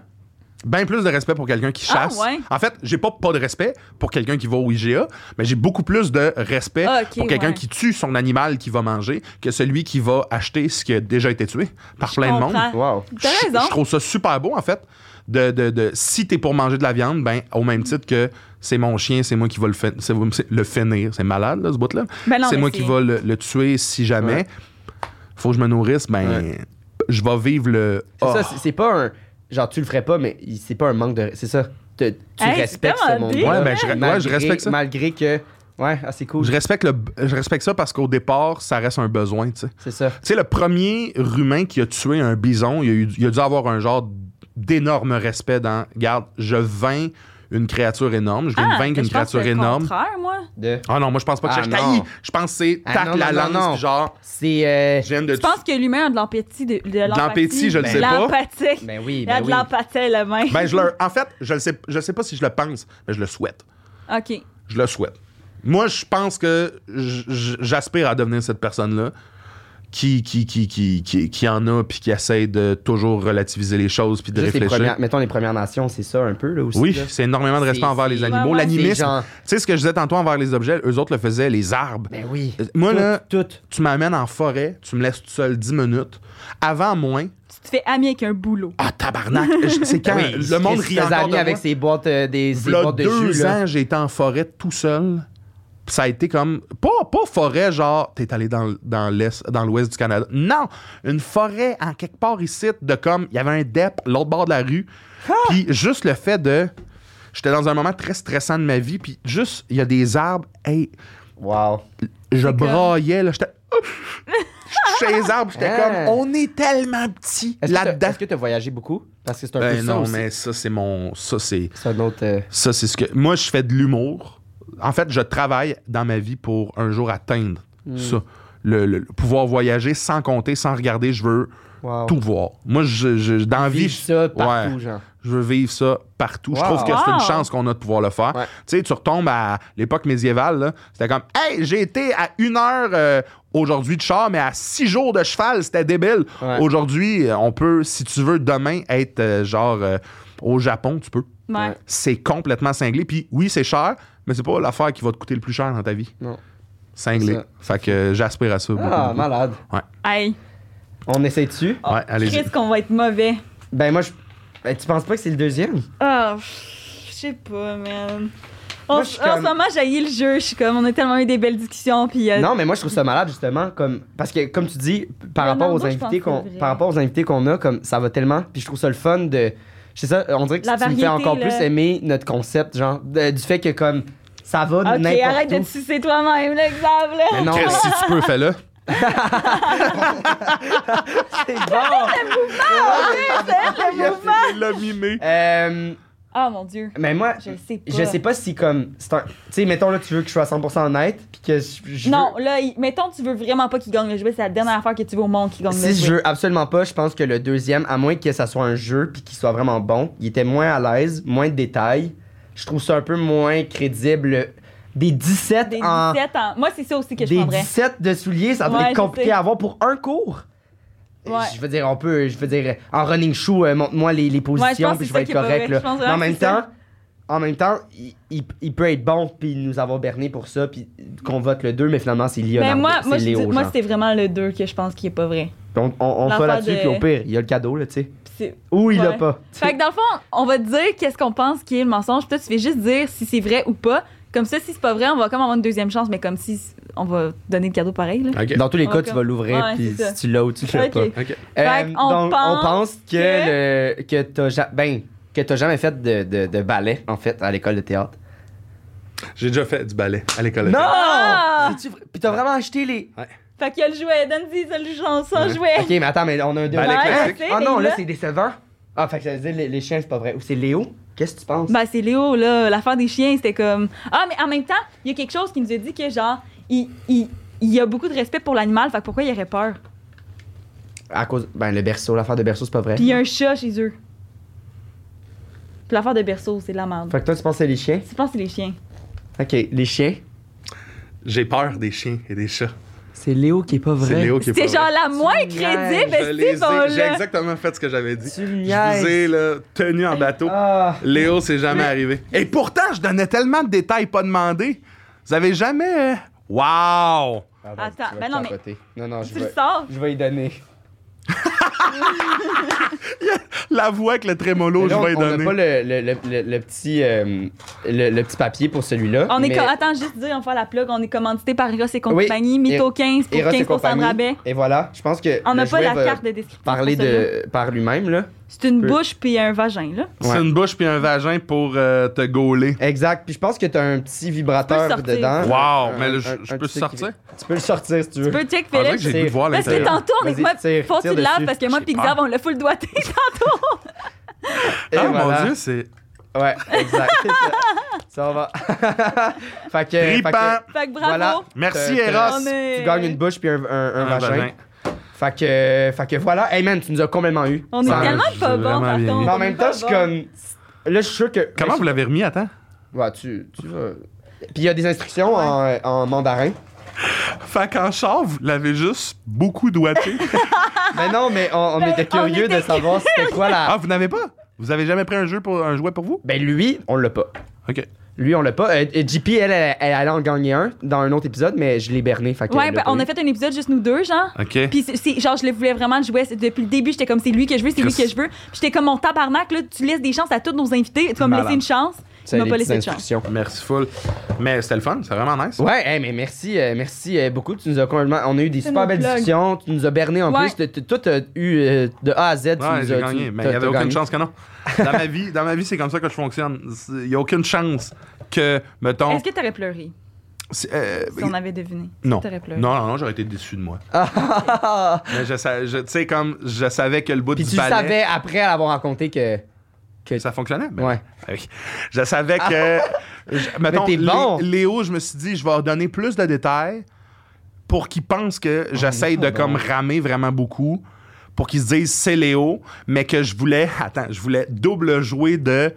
[SPEAKER 3] Bien plus de respect pour quelqu'un qui
[SPEAKER 2] Ah,
[SPEAKER 3] chasse.
[SPEAKER 2] ouais?
[SPEAKER 3] En fait, j'ai pas pas de respect pour quelqu'un qui va au IGA, mais j'ai beaucoup plus de respect
[SPEAKER 2] Ah, ok,
[SPEAKER 3] pour quelqu'un
[SPEAKER 2] ouais.
[SPEAKER 3] qui tue son animal qu'il va manger que celui qui va acheter ce qui a déjà été tué par plein de monde.
[SPEAKER 2] comprends.
[SPEAKER 1] Wow.
[SPEAKER 2] T'as
[SPEAKER 3] Je-
[SPEAKER 2] raison.
[SPEAKER 3] Je trouve ça super beau, en fait. De, de, de- si t'es pour manger de la viande, ben, au même titre que c'est mon chien, c'est moi qui va le, fin- c'est- c'est- le finir. C'est malade, là, ce bout-là.
[SPEAKER 2] Ben non,
[SPEAKER 3] c'est
[SPEAKER 2] mais
[SPEAKER 3] moi qui va le, le tuer si jamais.
[SPEAKER 1] Ouais.
[SPEAKER 3] Faut que je me nourrisse, ben,
[SPEAKER 1] Ouais.
[SPEAKER 3] je vais vivre le.
[SPEAKER 1] C'est ça,
[SPEAKER 3] Ah.
[SPEAKER 1] c'est- c'est pas un. Genre, tu le ferais pas, mais il- c'est pas un manque de. C'est ça. Te- tu
[SPEAKER 2] Hey, c'est
[SPEAKER 1] respectes ce
[SPEAKER 2] tellement
[SPEAKER 1] monde.
[SPEAKER 2] deep.
[SPEAKER 3] Ouais, ben, je- ouais, je respecte ça.
[SPEAKER 1] Malgré que. Ouais, ah, c'est cool.
[SPEAKER 3] je, respecte le, je respecte ça parce qu'au départ, ça reste un besoin, tu sais.
[SPEAKER 1] C'est ça.
[SPEAKER 3] Tu sais, le premier humain qui a tué un bison, il a, eu- il a dû avoir un genre d'énorme respect dans. Garde, je vains une créature énorme, je viens de
[SPEAKER 2] Ah,
[SPEAKER 3] vaincre une
[SPEAKER 2] je pense que
[SPEAKER 3] créature
[SPEAKER 2] c'est le
[SPEAKER 3] énorme.
[SPEAKER 2] contraire, moi.
[SPEAKER 1] De...
[SPEAKER 3] Ah non, moi je pense pas que
[SPEAKER 1] Ah
[SPEAKER 3] je
[SPEAKER 1] non.
[SPEAKER 3] taillis. Je pense que c'est
[SPEAKER 1] Ah
[SPEAKER 3] tac
[SPEAKER 1] non, non,
[SPEAKER 3] la
[SPEAKER 1] non,
[SPEAKER 3] lance,
[SPEAKER 1] non.
[SPEAKER 3] puis genre
[SPEAKER 1] C'est. euh,
[SPEAKER 3] je viens de
[SPEAKER 2] Je pense que l'humain a de l'empathie. De, de l'empathie.
[SPEAKER 3] l'empathie, je le
[SPEAKER 1] Ben,
[SPEAKER 3] sais pas.
[SPEAKER 2] L'empathie.
[SPEAKER 1] Ben oui,
[SPEAKER 2] Il y a
[SPEAKER 1] ben
[SPEAKER 2] de
[SPEAKER 1] oui.
[SPEAKER 2] l'empathie à la main.
[SPEAKER 3] Ben je le en fait, je le sais je sais pas si je le pense, mais je le souhaite.
[SPEAKER 2] OK.
[SPEAKER 3] Je le souhaite. Moi, je pense que j- j- j'aspire à devenir cette personne là qui qui, qui, qui, qui qui en a puis qui essaie de toujours relativiser les choses puis de
[SPEAKER 1] Juste les
[SPEAKER 3] réfléchir.
[SPEAKER 1] premières- mettons les Premières Nations, c'est ça un peu, là aussi.
[SPEAKER 3] Oui,
[SPEAKER 1] là.
[SPEAKER 3] c'est énormément de respect
[SPEAKER 1] C'est-
[SPEAKER 3] envers les
[SPEAKER 1] c'est-
[SPEAKER 3] animaux,
[SPEAKER 2] Ouais, ouais.
[SPEAKER 1] C'est
[SPEAKER 3] l'animisme.
[SPEAKER 1] genre-
[SPEAKER 3] Tu sais ce que je disais tantôt envers les objets, eux autres le faisaient les arbres.
[SPEAKER 1] Ben oui.
[SPEAKER 3] Euh, moi,
[SPEAKER 1] Tout-
[SPEAKER 3] là-
[SPEAKER 1] Tout.
[SPEAKER 3] Tu m'amènes en forêt, tu me laisses tout seul 10 minutes. Avant moins,
[SPEAKER 2] Tu te fais ami avec un boulot.
[SPEAKER 1] [laughs]
[SPEAKER 3] Ah, tabarnak! Je- C'est quand
[SPEAKER 1] Ben Oui,
[SPEAKER 3] le monde
[SPEAKER 1] Chris
[SPEAKER 3] rit
[SPEAKER 1] faisait
[SPEAKER 3] encore
[SPEAKER 1] ami
[SPEAKER 3] de
[SPEAKER 1] avec
[SPEAKER 3] moi.
[SPEAKER 1] ses boîtes, euh, des, ses
[SPEAKER 3] V'là
[SPEAKER 1] boîtes de
[SPEAKER 3] deux
[SPEAKER 1] jus, là.
[SPEAKER 3] ans, j'ai été en forêt tout seul. Puis Ça a été comme... Pas, pas forêt, genre, t'es allé dans, dans l'est, dans l'ouest du Canada. Non! Une forêt, en quelque part ici, de comme... Il y avait un dep, l'autre bord de la rue. Puis juste le fait de... J'étais dans un moment très stressant de ma vie. Puis juste, il y a des arbres. Hey,
[SPEAKER 1] Wow.
[SPEAKER 3] je
[SPEAKER 2] C'est comme-
[SPEAKER 3] braillais, là. J'étais...
[SPEAKER 1] [laughs]
[SPEAKER 3] Je touchais les arbres, j'étais
[SPEAKER 1] Hein?
[SPEAKER 3] comme... On est tellement petit
[SPEAKER 1] Est-ce que t'as-
[SPEAKER 3] là-dedans.
[SPEAKER 1] est-ce que t'as voyagé beaucoup? Parce que c'est un peu
[SPEAKER 3] Ben
[SPEAKER 1] ça
[SPEAKER 3] non,
[SPEAKER 1] aussi.
[SPEAKER 3] mais ça, c'est mon... Ça, c'est...
[SPEAKER 1] C'est un autre... euh,
[SPEAKER 3] Ça, c'est ce que. Moi, je fais de l'humour. En fait, je travaille dans ma vie pour un jour atteindre
[SPEAKER 1] Hmm.
[SPEAKER 3] ça. Le, le- le pouvoir voyager sans compter, sans regarder, je veux
[SPEAKER 1] Wow.
[SPEAKER 3] tout voir. Moi, je, je- dans la vie,
[SPEAKER 1] Ah. Vivre ça partout,
[SPEAKER 3] Ouais.
[SPEAKER 1] genre.
[SPEAKER 3] je veux vivre ça partout. Je
[SPEAKER 1] Wow.
[SPEAKER 3] trouve que c'est une
[SPEAKER 2] Wow.
[SPEAKER 3] chance qu'on a de pouvoir le faire.
[SPEAKER 1] Ouais.
[SPEAKER 3] Tu sais, tu retombes à l'époque médiévale, là, c'était comme Hey, j'ai été à une heure euh, aujourd'hui de char, mais à six jours de cheval, c'était débile.
[SPEAKER 1] Ouais.
[SPEAKER 3] Aujourd'hui, euh, on peut, si tu veux, demain être euh, genre euh, au Japon, tu peux
[SPEAKER 2] Ouais.
[SPEAKER 1] Ouais.
[SPEAKER 3] c'est complètement cinglé. Puis oui, c'est cher, mais c'est pas l'affaire qui va te coûter le plus cher dans ta vie.
[SPEAKER 1] Non.
[SPEAKER 3] Cinglé.
[SPEAKER 1] C'est
[SPEAKER 3] Fait que euh, j'aspire à ça. beaucoup,
[SPEAKER 1] Ah,
[SPEAKER 3] beaucoup.
[SPEAKER 1] malade.
[SPEAKER 2] Hey.
[SPEAKER 1] On essaie dessus.
[SPEAKER 3] Ouais, allez-y.
[SPEAKER 2] Qu'est-ce qu'on va être mauvais?
[SPEAKER 1] Ben moi, je... Ben, tu penses pas que c'est le deuxième?
[SPEAKER 2] Ah, pff, je sais pas, man. En,
[SPEAKER 1] Moi, je suis
[SPEAKER 2] en
[SPEAKER 1] comme-
[SPEAKER 2] ce moment, j'ai le jeu. Je suis comme, on a tellement eu des belles discussions. Puis, euh,
[SPEAKER 1] Non, mais moi je trouve ça malade justement comme parce que comme tu dis par
[SPEAKER 2] Ouais,
[SPEAKER 1] rapport
[SPEAKER 2] non,
[SPEAKER 1] aux
[SPEAKER 2] moi, je pense
[SPEAKER 1] invités
[SPEAKER 2] que
[SPEAKER 1] qu'on
[SPEAKER 2] c'est vrai.
[SPEAKER 1] par rapport aux invités qu'on a comme ça va tellement puis je trouve ça le fun de je sais ça on dirait que
[SPEAKER 2] La
[SPEAKER 1] tu me fais
[SPEAKER 2] variété,
[SPEAKER 1] encore
[SPEAKER 2] là.
[SPEAKER 1] plus aimer notre concept genre de- du fait que comme ça va de
[SPEAKER 2] ok,
[SPEAKER 1] n'importe
[SPEAKER 2] arrête
[SPEAKER 1] où.
[SPEAKER 2] de te sucer toi-même, l'exemple.
[SPEAKER 1] Mais non,
[SPEAKER 3] Chris, si tu peux, [laughs] fais-le.
[SPEAKER 2] [laughs]
[SPEAKER 1] c'est bon.
[SPEAKER 2] hein,
[SPEAKER 3] Il a-
[SPEAKER 1] [laughs]
[SPEAKER 3] il l'a mimé.
[SPEAKER 1] Euh,
[SPEAKER 2] Ah, mon Dieu.
[SPEAKER 1] mais moi
[SPEAKER 2] Je sais pas.
[SPEAKER 1] je sais pas si comme c'est un- tu sais mettons là tu veux que je sois à 100% honnête puis que je, je
[SPEAKER 2] Non,
[SPEAKER 1] veux-
[SPEAKER 2] là, il- mettons, tu veux vraiment pas qu'il gagne le jeu. C'est la dernière affaire que tu veux au monde qui gagne le
[SPEAKER 1] si je
[SPEAKER 2] jeu.
[SPEAKER 1] veux absolument pas, je pense que le deuxième, à moins que ça soit un jeu puis qu'il soit vraiment bon, il était moins à l'aise, moins de détails. Je trouve ça un peu moins crédible. Des 17
[SPEAKER 2] Des
[SPEAKER 1] en.
[SPEAKER 2] 17 ans. Moi, c'est ça aussi que je
[SPEAKER 1] des
[SPEAKER 2] prendrais.
[SPEAKER 1] 17 de souliers, ça va
[SPEAKER 2] Ouais,
[SPEAKER 1] être
[SPEAKER 2] je
[SPEAKER 1] compliqué
[SPEAKER 2] sais.
[SPEAKER 1] à avoir pour un cours. Euh,
[SPEAKER 2] Ouais.
[SPEAKER 1] Je veux dire, on peut. Je veux dire, en running shoe, euh, montre-moi les, les positions
[SPEAKER 2] que
[SPEAKER 1] puis
[SPEAKER 2] c'est
[SPEAKER 1] je vais
[SPEAKER 2] ça
[SPEAKER 1] être
[SPEAKER 2] qui est pas
[SPEAKER 1] correct.
[SPEAKER 2] vrai.
[SPEAKER 1] là.
[SPEAKER 2] Je pense
[SPEAKER 1] Mais
[SPEAKER 2] vraiment
[SPEAKER 1] en même
[SPEAKER 2] que c'est
[SPEAKER 1] temps.
[SPEAKER 2] ça.
[SPEAKER 1] En même temps, il, il- il peut être bon puis nous avoir berné pour ça puis qu'on vote le 2 mais finalement c'est Leonardo,
[SPEAKER 2] Mais Ben, moi, moi, je
[SPEAKER 1] c'est Léo.
[SPEAKER 2] dis- moi,
[SPEAKER 1] genre.
[SPEAKER 2] c'était vraiment le 2 que je pense qui est pas vrai.
[SPEAKER 1] on on, on va
[SPEAKER 2] l'affaire
[SPEAKER 1] là-dessus
[SPEAKER 2] de-
[SPEAKER 1] puis au pire, il y a le cadeau là, tu sais.
[SPEAKER 2] Puis c'est-
[SPEAKER 1] Ou il l'a
[SPEAKER 2] Ouais.
[SPEAKER 1] pas.
[SPEAKER 2] Fait que dans le fond, on va te dire qu'est-ce qu'on pense qui est le mensonge. Puis Toi, tu fais juste dire si c'est vrai ou pas. Comme ça, si c'est pas vrai, on va comme avoir une deuxième chance, mais comme si on va donner le cadeau pareil. Là.
[SPEAKER 3] Ok.
[SPEAKER 1] Dans tous les cas,
[SPEAKER 2] Ouais,
[SPEAKER 1] tu vas
[SPEAKER 2] comme-
[SPEAKER 1] l'ouvrir,
[SPEAKER 2] ouais,
[SPEAKER 1] puis
[SPEAKER 2] c'est
[SPEAKER 1] si
[SPEAKER 2] ça.
[SPEAKER 1] tu l'as ou tu l'as
[SPEAKER 2] Ok.
[SPEAKER 1] pas. Euh,
[SPEAKER 3] Ok.
[SPEAKER 2] Fait qu'on
[SPEAKER 1] donc,
[SPEAKER 2] pense
[SPEAKER 1] on pense que,
[SPEAKER 2] que-
[SPEAKER 1] le, que t'as ja- ben, que t'as jamais fait de, de, de ballet, en fait, à l'école de théâtre.
[SPEAKER 3] J'ai déjà fait du ballet à l'école. de théâtre.
[SPEAKER 2] Ah!
[SPEAKER 1] Non! C'est-tu vrai? Puis t'as vraiment acheté les...
[SPEAKER 2] Fait qu'il y a le jouet. Donne-y ça, le chanson,
[SPEAKER 3] Ouais.
[SPEAKER 2] jouet.
[SPEAKER 1] OK, mais attends, mais on a un deux.
[SPEAKER 3] Ballet
[SPEAKER 1] Hein?
[SPEAKER 3] classique.
[SPEAKER 1] Ah non, là,
[SPEAKER 2] Là-
[SPEAKER 1] c'est décevant. Ah, fait que ça veut dire les, les chiens, c'est pas vrai. Ou c'est Léo? Qu'est-ce que tu penses?
[SPEAKER 2] Ben, c'est Léo, là. L'affaire des chiens, c'était comme. Ah, mais en même temps, il y a quelque chose qui nous a dit que, genre, il, il, il y a beaucoup de respect pour l'animal. Fait que pourquoi il aurait peur?
[SPEAKER 1] À cause... Ben, le berceau, l'affaire de berceau, c'est pas vrai.
[SPEAKER 2] Puis il y a un chat chez eux. Puis l'affaire de berceau, c'est de la merde.
[SPEAKER 1] Fait que toi, tu penses que c'est les chiens?
[SPEAKER 2] Je pense que c'est les chiens.
[SPEAKER 1] OK, les chiens,
[SPEAKER 3] J'ai peur des chiens et des chats.
[SPEAKER 1] C'est Léo qui est pas vrai.
[SPEAKER 3] C'est Léo qui est pas
[SPEAKER 2] C'est genre
[SPEAKER 3] vrai.
[SPEAKER 2] la moins
[SPEAKER 1] Tu
[SPEAKER 2] crédible,
[SPEAKER 3] Je les ai-
[SPEAKER 2] est-ce que
[SPEAKER 3] J'ai
[SPEAKER 2] là?
[SPEAKER 3] exactement fait ce que j'avais dit.
[SPEAKER 1] Tu me
[SPEAKER 3] Je vous ai
[SPEAKER 1] niaises.
[SPEAKER 3] là, tenu en bateau.
[SPEAKER 1] Ah.
[SPEAKER 3] Léo, c'est jamais arrivé. Et pourtant, je donnais tellement de détails pas demandés. Vous avez jamais. euh, Wow!
[SPEAKER 2] Attends,
[SPEAKER 1] Pardon, Ah, tu vas
[SPEAKER 2] ben non, mais-
[SPEAKER 1] capoter. Non, non, je
[SPEAKER 2] Tu le
[SPEAKER 1] vais,
[SPEAKER 2] sors?
[SPEAKER 1] je vais y donner.
[SPEAKER 3] La voix avec le trémolo,
[SPEAKER 1] Mais là,
[SPEAKER 3] je vais
[SPEAKER 1] on n'a
[SPEAKER 3] donner.
[SPEAKER 1] pas le, le- le- le- le petit, euh, le, le petit papier pour celui-là.
[SPEAKER 2] On est
[SPEAKER 1] mais
[SPEAKER 2] co- Attends, juste dire, on fait la plug, on est commandité par Eros et
[SPEAKER 1] Oui.
[SPEAKER 2] compagnie, Mytho 15 pour
[SPEAKER 1] Eros et
[SPEAKER 2] 15% de
[SPEAKER 1] compagnie.
[SPEAKER 2] rabais.
[SPEAKER 1] Et voilà, je pense que.
[SPEAKER 2] On n'a
[SPEAKER 1] le
[SPEAKER 2] pas
[SPEAKER 1] jouet
[SPEAKER 2] la
[SPEAKER 1] va
[SPEAKER 2] carte de description.
[SPEAKER 1] Parler
[SPEAKER 2] pour celui-là.
[SPEAKER 1] de, par lui-même, là.
[SPEAKER 2] C'est une
[SPEAKER 1] Peu.
[SPEAKER 2] bouche puis un vagin, là.
[SPEAKER 3] C'est
[SPEAKER 1] Ouais.
[SPEAKER 3] une bouche puis un vagin pour euh, te gauler.
[SPEAKER 1] Exact. Puis je pense que t'as un petit
[SPEAKER 2] Tu peux
[SPEAKER 1] vibrateur
[SPEAKER 2] le sortir.
[SPEAKER 1] dedans.
[SPEAKER 3] Wow,
[SPEAKER 1] Un-
[SPEAKER 3] mais là,
[SPEAKER 1] un-
[SPEAKER 3] je-
[SPEAKER 1] un
[SPEAKER 3] je peux
[SPEAKER 1] petit
[SPEAKER 3] le sortir?
[SPEAKER 1] qui- Tu peux le sortir si tu
[SPEAKER 2] Tu
[SPEAKER 1] veux.
[SPEAKER 2] peux check,
[SPEAKER 3] On dirait
[SPEAKER 2] Philippe.
[SPEAKER 3] que j'ai le goût de voir
[SPEAKER 2] Parce que
[SPEAKER 3] l'intérieur.
[SPEAKER 2] tantôt, on est
[SPEAKER 1] Vas-y,
[SPEAKER 2] moi,
[SPEAKER 1] tire,
[SPEAKER 2] faut tu
[SPEAKER 1] tire
[SPEAKER 2] le laves
[SPEAKER 1] dessus.
[SPEAKER 2] parce que moi,
[SPEAKER 3] J'ai
[SPEAKER 2] puis
[SPEAKER 3] peur.
[SPEAKER 2] Xav, on l'a full doigté. [laughs]
[SPEAKER 1] Et
[SPEAKER 3] Ah
[SPEAKER 1] voilà.
[SPEAKER 3] mon dieu, c'est.
[SPEAKER 1] Ouais, exact. [laughs] Ça va. [laughs] fait que. fait que-
[SPEAKER 3] Ripant!
[SPEAKER 2] fait que bravo.
[SPEAKER 1] Voilà.
[SPEAKER 3] Merci,
[SPEAKER 1] Te- te-
[SPEAKER 3] Eros!
[SPEAKER 2] On est-
[SPEAKER 1] Tu gagnes une bouche puis un, un- un
[SPEAKER 3] Un
[SPEAKER 1] vagin.
[SPEAKER 3] vagin.
[SPEAKER 1] Fait que, fait que voilà. Hey man, tu nous as complètement eu.
[SPEAKER 2] On est
[SPEAKER 1] Ça-
[SPEAKER 3] Ah,
[SPEAKER 2] tellement
[SPEAKER 3] je
[SPEAKER 2] pas
[SPEAKER 3] suis
[SPEAKER 2] bon,
[SPEAKER 3] vraiment
[SPEAKER 2] par
[SPEAKER 3] bien.
[SPEAKER 2] contre.
[SPEAKER 1] Mais en
[SPEAKER 2] On est
[SPEAKER 1] même
[SPEAKER 2] pas
[SPEAKER 1] temps, je suis
[SPEAKER 2] bon.
[SPEAKER 1] comme. Là, je suis sûr que.
[SPEAKER 3] Comment vous l'avez remis, attends?
[SPEAKER 1] Ouais, tu, tu vas. Puis il y a des instructions en, en mandarin.
[SPEAKER 3] Fait qu'en char, vous l'avez juste beaucoup doigté.
[SPEAKER 1] mais non, mais on, on
[SPEAKER 2] Ben,
[SPEAKER 1] était
[SPEAKER 2] on
[SPEAKER 1] curieux
[SPEAKER 2] était
[SPEAKER 1] de savoir c'était quoi la.
[SPEAKER 3] ah, vous n'avez pas? Vous avez jamais pris un jeu pour un jouet pour vous?
[SPEAKER 1] Ben lui, on l'a pas.
[SPEAKER 3] Ok.
[SPEAKER 1] Lui, on l'a pas. Euh, euh, JP, elle, elle, elle allait en gagner un dans un autre épisode, mais je l'ai berné. Fait que
[SPEAKER 2] Ouais,
[SPEAKER 1] elle l'a
[SPEAKER 2] ben, on
[SPEAKER 1] pas
[SPEAKER 2] a
[SPEAKER 1] eu.
[SPEAKER 2] fait un épisode juste nous deux, genre.
[SPEAKER 3] Ok.
[SPEAKER 2] Puis c'est- c'est genre je le voulais vraiment le jouer C'est- depuis le début, j'étais comme c'est lui que je veux, c'est lui
[SPEAKER 3] Chris.
[SPEAKER 2] que je veux. Puis j'étais comme mon tabarnak là, tu laisses des chances à tous nos invités, tu vas me
[SPEAKER 3] Malade.
[SPEAKER 2] laisser une chance. Tu
[SPEAKER 1] C'est
[SPEAKER 2] m'as
[SPEAKER 1] les
[SPEAKER 2] pas
[SPEAKER 1] petites
[SPEAKER 2] laissé de chance.
[SPEAKER 1] instructions.
[SPEAKER 3] Merci full. Mais c'était le fun, c'est vraiment nice.
[SPEAKER 1] Ouais, hey, mais merci, euh, merci euh, beaucoup. Tu nous as complètement. On a eu des
[SPEAKER 2] C'est
[SPEAKER 1] super
[SPEAKER 2] nos
[SPEAKER 1] belles
[SPEAKER 2] plugs.
[SPEAKER 1] discussions. Tu nous as berné en
[SPEAKER 2] Ouais.
[SPEAKER 1] plus. T'as- t'as- Toi, t'as eu euh, de A à Z. tu
[SPEAKER 3] Ouais,
[SPEAKER 1] nous
[SPEAKER 3] j'ai
[SPEAKER 1] as-
[SPEAKER 3] gagné,
[SPEAKER 1] tu-
[SPEAKER 3] mais
[SPEAKER 1] t'as-
[SPEAKER 3] il n'y
[SPEAKER 1] t'as
[SPEAKER 3] avait aucune
[SPEAKER 1] gagné.
[SPEAKER 3] chance que non. Dans ma vie, dans ma vie, c'est comme ça que je fonctionne. C'est- Il n'y a aucune chance que, mettons...
[SPEAKER 2] Est-ce que t'aurais pleuré
[SPEAKER 3] c'est- euh,
[SPEAKER 2] si on avait deviné
[SPEAKER 3] non.
[SPEAKER 2] T'aurais pleuré.
[SPEAKER 3] non, non, non, j'aurais été déçu de moi. mais je, sa- je- tu sais, comme je savais que le
[SPEAKER 1] [laughs]
[SPEAKER 3] bout
[SPEAKER 1] Puis
[SPEAKER 3] du
[SPEAKER 1] tu
[SPEAKER 3] balai,
[SPEAKER 1] savais après avoir raconté que.
[SPEAKER 3] ça fonctionnait. mais-
[SPEAKER 1] Ouais. Ah.
[SPEAKER 3] Ah oui. Je savais que... je- mettons,
[SPEAKER 1] t'es
[SPEAKER 3] Lé-
[SPEAKER 1] bon.
[SPEAKER 3] Léo, je me suis dit, je vais leur donner plus de détails pour qu'ils pensent
[SPEAKER 1] Oh,
[SPEAKER 3] que j'essaye de comme ramer vraiment beaucoup, pour qu'ils se disent, c'est Léo, mais que je voulais... Attends, je voulais double jouer de...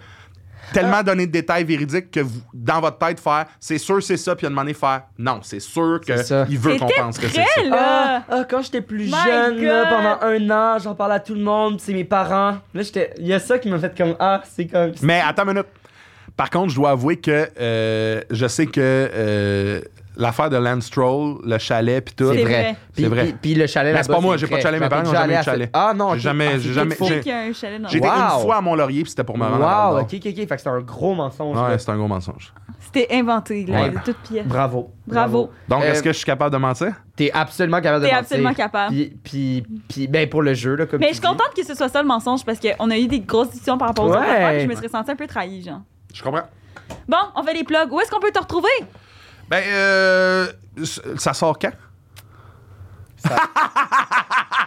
[SPEAKER 3] tellement
[SPEAKER 1] Ah.
[SPEAKER 3] donner de détails véridiques que vous, dans votre tête, faire c'est sûr c'est ça, puis il a demandé faire non, c'est sûr
[SPEAKER 1] C'est ça.
[SPEAKER 3] qu'il veut qu'on
[SPEAKER 2] T'étais
[SPEAKER 3] pense que c'est ça. Ah!
[SPEAKER 2] Prêt là.
[SPEAKER 1] Ah, quand j'étais plus
[SPEAKER 2] My jeune, là, God. pendant
[SPEAKER 1] un an, j'en parlais à tout le monde, c'est mes parents. Là, j'étais. Il y a ça qui m'a fait comme. Ah, c'est comme.
[SPEAKER 3] Mais attends une minute. Par contre, je dois avouer que euh, je sais que euh, l'affaire de Lance Stroll, le chalet, puis tout.
[SPEAKER 1] C'est
[SPEAKER 2] C'est
[SPEAKER 1] vrai.
[SPEAKER 2] vrai.
[SPEAKER 1] Puis,
[SPEAKER 3] C'est vrai.
[SPEAKER 1] Puis, puis le chalet
[SPEAKER 3] Mais
[SPEAKER 1] là-bas.
[SPEAKER 3] c'est pas moi, j'ai
[SPEAKER 1] vrai.
[SPEAKER 3] pas de chalet,
[SPEAKER 1] J'en
[SPEAKER 3] mes
[SPEAKER 1] ai
[SPEAKER 3] parents n'ont
[SPEAKER 1] déjà
[SPEAKER 3] jamais eu de
[SPEAKER 1] allé à
[SPEAKER 3] chalet.
[SPEAKER 1] cette- Ah non,
[SPEAKER 3] J'ai
[SPEAKER 1] ok.
[SPEAKER 3] jamais-
[SPEAKER 1] Ah,
[SPEAKER 3] j'ai
[SPEAKER 1] c'est tout
[SPEAKER 3] jamais-
[SPEAKER 1] faux.
[SPEAKER 2] J'ai
[SPEAKER 3] j'ai-
[SPEAKER 2] qu'il y a un chalet dans
[SPEAKER 3] J'ai été
[SPEAKER 1] Wow.
[SPEAKER 3] une fois à Mont-Laurier, puis c'était pour me rendre à
[SPEAKER 1] Wow,
[SPEAKER 3] Val-d'Or.
[SPEAKER 1] ok, ok, ok. Fait que c'est un gros mensonge. là.
[SPEAKER 3] Ouais, c'est un gros mensonge.
[SPEAKER 2] C'était inventé là,
[SPEAKER 1] Ouais.
[SPEAKER 2] de toute pièce.
[SPEAKER 1] Bravo.
[SPEAKER 2] Bravo.
[SPEAKER 3] Donc,
[SPEAKER 1] Euh,
[SPEAKER 3] est-ce que je suis capable de mentir?
[SPEAKER 1] T'es absolument capable de
[SPEAKER 2] T'es
[SPEAKER 1] mentir.
[SPEAKER 2] absolument capable.
[SPEAKER 1] Puis, puis, puis, ben pour le jeu, là,
[SPEAKER 3] euh,
[SPEAKER 1] comme
[SPEAKER 2] Mais
[SPEAKER 1] tu
[SPEAKER 2] je suis
[SPEAKER 1] dis.
[SPEAKER 2] contente que ce soit ça le mensonge parce qu'on a eu des grosses discussions par rapport aux autres
[SPEAKER 1] Ouais.
[SPEAKER 2] affaires, puis je me serais sentie un peu trahie, genre.
[SPEAKER 3] Je comprends.
[SPEAKER 2] Bon, on fait les plugs. Où est-ce qu'on peut te retrouver?
[SPEAKER 3] Ben, euh, ça sort quand?
[SPEAKER 2] Euh,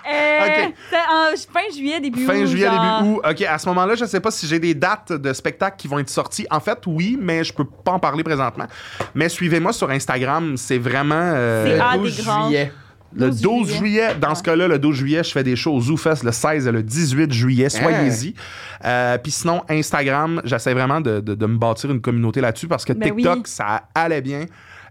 [SPEAKER 3] Ah, Ok.
[SPEAKER 2] c'est en fin juillet, début
[SPEAKER 3] Fin
[SPEAKER 2] août,
[SPEAKER 3] juillet,
[SPEAKER 2] genre.
[SPEAKER 3] début août. OK, à ce moment-là, je sais pas si j'ai des dates de spectacles qui vont être sorties. En fait, oui, mais je peux pas en parler présentement. Mais suivez-moi sur Instagram, c'est vraiment... euh,
[SPEAKER 2] C'est
[SPEAKER 1] Le
[SPEAKER 2] Ah,
[SPEAKER 1] 12
[SPEAKER 2] des grands.
[SPEAKER 1] juillet.
[SPEAKER 3] le 12
[SPEAKER 2] 12
[SPEAKER 3] juillet. Dans ce cas-là, le 12 juillet, je fais des shows au ZooFest le 16 et le 18
[SPEAKER 1] Hein?
[SPEAKER 3] juillet. Soyez-y. Euh, Puis sinon, Instagram, j'essaie vraiment de, de- de me bâtir une communauté là-dessus parce que
[SPEAKER 2] Ben
[SPEAKER 3] TikTok,
[SPEAKER 2] oui.
[SPEAKER 3] ça allait bien.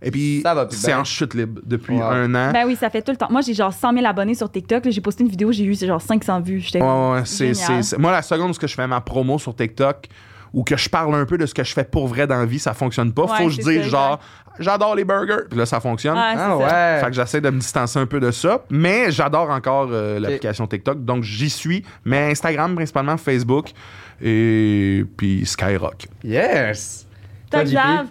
[SPEAKER 3] Et puis,
[SPEAKER 1] Ça va plus
[SPEAKER 3] c'est
[SPEAKER 1] bien.
[SPEAKER 3] en chute libre depuis
[SPEAKER 1] Ouais.
[SPEAKER 3] un an.
[SPEAKER 2] Ben oui, ça fait tout le temps. Moi, j'ai genre 100 000 abonnés sur TikTok. là. J'ai posté une vidéo, j'ai eu c'est genre 500 vues. J'étais
[SPEAKER 3] Ouais, ouais, ouais, c'est-
[SPEAKER 2] Génial.
[SPEAKER 3] c'est- c'est- Moi, la seconde où ce que je fais ma promo sur TikTok ou que je parle un peu de ce que je fais pour vrai dans la vie, ça fonctionne pas.
[SPEAKER 2] Ouais,
[SPEAKER 3] Faut que je
[SPEAKER 2] c'est
[SPEAKER 3] dise
[SPEAKER 2] ça,
[SPEAKER 3] genre, j'adore les burgers. Puis là, ça fonctionne.
[SPEAKER 2] Ah, c'est
[SPEAKER 1] Ah
[SPEAKER 2] ça.
[SPEAKER 1] ouais.
[SPEAKER 3] Fait que j'essaie de me distancer un peu de ça. Mais j'adore encore euh, l'application TikTok. Donc j'y suis. Mais Instagram principalement, Facebook et puis Skyrock.
[SPEAKER 1] Yes.
[SPEAKER 2] Top
[SPEAKER 1] Toi, JP?
[SPEAKER 2] Jav.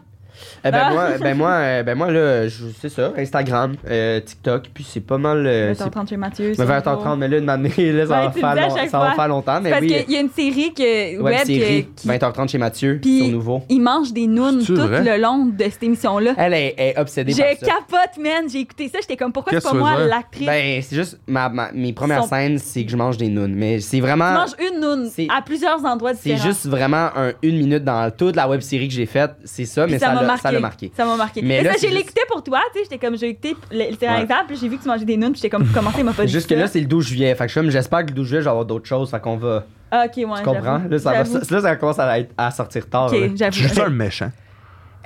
[SPEAKER 1] Eh ben,
[SPEAKER 2] Ah.
[SPEAKER 1] moi, ben moi, euh, ben moi là, je- c'est ça, Instagram, euh, TikTok, puis c'est pas mal. Euh, c'est-
[SPEAKER 2] 20h30 chez Mathieu.
[SPEAKER 1] mais
[SPEAKER 2] sur
[SPEAKER 1] 20h30, mais là, une année, là, ça,
[SPEAKER 2] Ouais,
[SPEAKER 1] va,
[SPEAKER 2] tu le
[SPEAKER 1] faire
[SPEAKER 2] dis à
[SPEAKER 1] long-
[SPEAKER 2] chaque
[SPEAKER 1] ça va
[SPEAKER 2] fois.
[SPEAKER 1] faire longtemps,
[SPEAKER 2] C'est
[SPEAKER 1] mais
[SPEAKER 2] Parce
[SPEAKER 1] oui.
[SPEAKER 2] qu'il y a une série que,
[SPEAKER 1] web
[SPEAKER 2] web
[SPEAKER 1] série,
[SPEAKER 2] que- qui,
[SPEAKER 1] 20h30 chez Mathieu,
[SPEAKER 2] Puis-
[SPEAKER 1] sur nouveau.
[SPEAKER 2] il mange des nounes
[SPEAKER 3] C'est-tu
[SPEAKER 2] tout
[SPEAKER 3] vrai?
[SPEAKER 2] le long de cette émission-là.
[SPEAKER 1] Elle est, est obsédée
[SPEAKER 2] J'ai
[SPEAKER 1] par ça.
[SPEAKER 2] capote, man. J'ai écouté ça. J'étais comme, pourquoi c'est
[SPEAKER 3] Qu'est-ce
[SPEAKER 2] pas
[SPEAKER 3] que tu
[SPEAKER 2] moi
[SPEAKER 3] veux dire?
[SPEAKER 2] l'actrice?
[SPEAKER 1] Ben, c'est juste, ma, ma- mes premières
[SPEAKER 2] Son-
[SPEAKER 1] scènes, c'est que je mange des nounes, mais c'est
[SPEAKER 2] tu
[SPEAKER 1] vraiment...
[SPEAKER 2] manges une noune
[SPEAKER 1] ah, c'est-
[SPEAKER 2] à plusieurs endroits
[SPEAKER 1] C'est
[SPEAKER 2] différents.
[SPEAKER 1] juste vraiment un- une minute dans toute la web-série que j'ai faite, c'est ça,
[SPEAKER 2] Puis
[SPEAKER 1] mais ça
[SPEAKER 2] m'a
[SPEAKER 1] l'a- ça l'a marqué.
[SPEAKER 2] Ça m'a marqué.
[SPEAKER 1] Mais
[SPEAKER 2] Mais
[SPEAKER 1] là,
[SPEAKER 2] ça, j'ai
[SPEAKER 1] c'est juste-
[SPEAKER 2] l'écouté pour toi, tu sais. J'étais comme, j'ai écouté le- c'est un
[SPEAKER 1] Ouais.
[SPEAKER 2] exemple, puis j'ai vu que tu mangeais des nounes, puis j'étais comme, comment ça, il m'a pas dit
[SPEAKER 1] Jusque
[SPEAKER 2] ça?
[SPEAKER 1] là, c'est le 12 juillet. Fait que je suis comme, j'espère que le 12 juillet, je vais avoir d'autres choses. Fait qu'on va.
[SPEAKER 2] Ah, Ok, ouais.
[SPEAKER 1] Tu comprends?
[SPEAKER 2] j'avoue,
[SPEAKER 1] Là ça, va-
[SPEAKER 2] j'avoue.
[SPEAKER 1] là, ça commence à, être- à sortir tard. là.
[SPEAKER 2] Ok, j'avoue.
[SPEAKER 3] Je suis juste un méchant.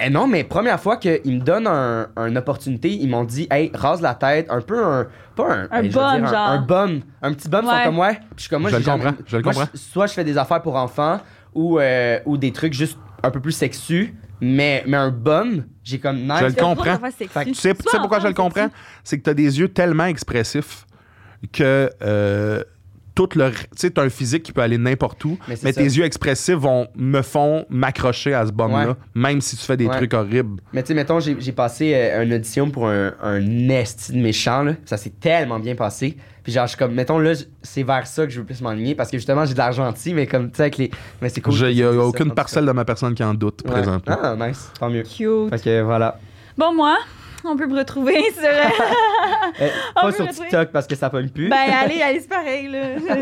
[SPEAKER 1] Eh non, mais première fois qu'ils me donnent un, une opportunité, ils m'ont dit, hey, rase la tête, un peu un. Pas un.
[SPEAKER 2] Un
[SPEAKER 1] ben, je veux
[SPEAKER 2] bum,
[SPEAKER 1] dire,
[SPEAKER 2] genre.
[SPEAKER 1] Un, un bum. Un petit bum, ils
[SPEAKER 2] Ouais.
[SPEAKER 1] sont comme, ouais. Puis je suis comme, moi,
[SPEAKER 3] Je
[SPEAKER 1] j'ai
[SPEAKER 3] le comprends, je le
[SPEAKER 1] moi,
[SPEAKER 3] comprends.
[SPEAKER 1] soit je fais des affaires pour enfants ou, euh, ou des trucs juste un peu plus sexus, mais, mais un bum, j'ai comme, nice.
[SPEAKER 3] Je le
[SPEAKER 2] C'est
[SPEAKER 3] comprends.
[SPEAKER 2] pas une affaire sexy.
[SPEAKER 1] Fait que
[SPEAKER 3] Tu sais,
[SPEAKER 2] C'est
[SPEAKER 3] tu sais
[SPEAKER 2] pas
[SPEAKER 3] pourquoi je
[SPEAKER 1] hein,
[SPEAKER 2] enfin
[SPEAKER 3] le comprends?
[SPEAKER 2] sexy.
[SPEAKER 3] C'est que tu as des yeux tellement expressifs que euh, tout le. Tu sais, tu un physique qui peut aller n'importe où, mais,
[SPEAKER 1] Mais c'est ça.
[SPEAKER 3] tes yeux expressifs vont, me font m'accrocher à ce bombe-là,
[SPEAKER 1] Ouais.
[SPEAKER 3] même si tu fais des
[SPEAKER 1] Ouais.
[SPEAKER 3] trucs horribles.
[SPEAKER 1] Mais tu sais, mettons, j'ai j'ai passé euh, une audition pour un, un esti de méchant, là. Ça s'est tellement bien passé. Puis genre, je suis comme, mettons, là, j- c'est vers ça que je veux plus m'enligner parce que justement, j'ai de l'argent gentil, mais comme, tu sais, avec les. Mais c'est cool.
[SPEAKER 3] Je- Il n'y a,
[SPEAKER 1] C'est ça, en
[SPEAKER 3] aucune
[SPEAKER 1] tout
[SPEAKER 3] parcelle de ma personne qui en doute
[SPEAKER 1] cas. Ouais.
[SPEAKER 3] présentement.
[SPEAKER 1] Ah, nice. Tant mieux.
[SPEAKER 2] Cute.
[SPEAKER 1] Fait que voilà.
[SPEAKER 2] Bon, moi, on peut me retrouver [laughs] sur.
[SPEAKER 1] Eh,
[SPEAKER 2] On
[SPEAKER 1] pas
[SPEAKER 2] peut
[SPEAKER 1] sur
[SPEAKER 2] retrouver-
[SPEAKER 1] TikTok parce que ça pomme plus.
[SPEAKER 2] ben,
[SPEAKER 1] [laughs]
[SPEAKER 2] allez, allez, c'est pareil, là. [laughs] C'est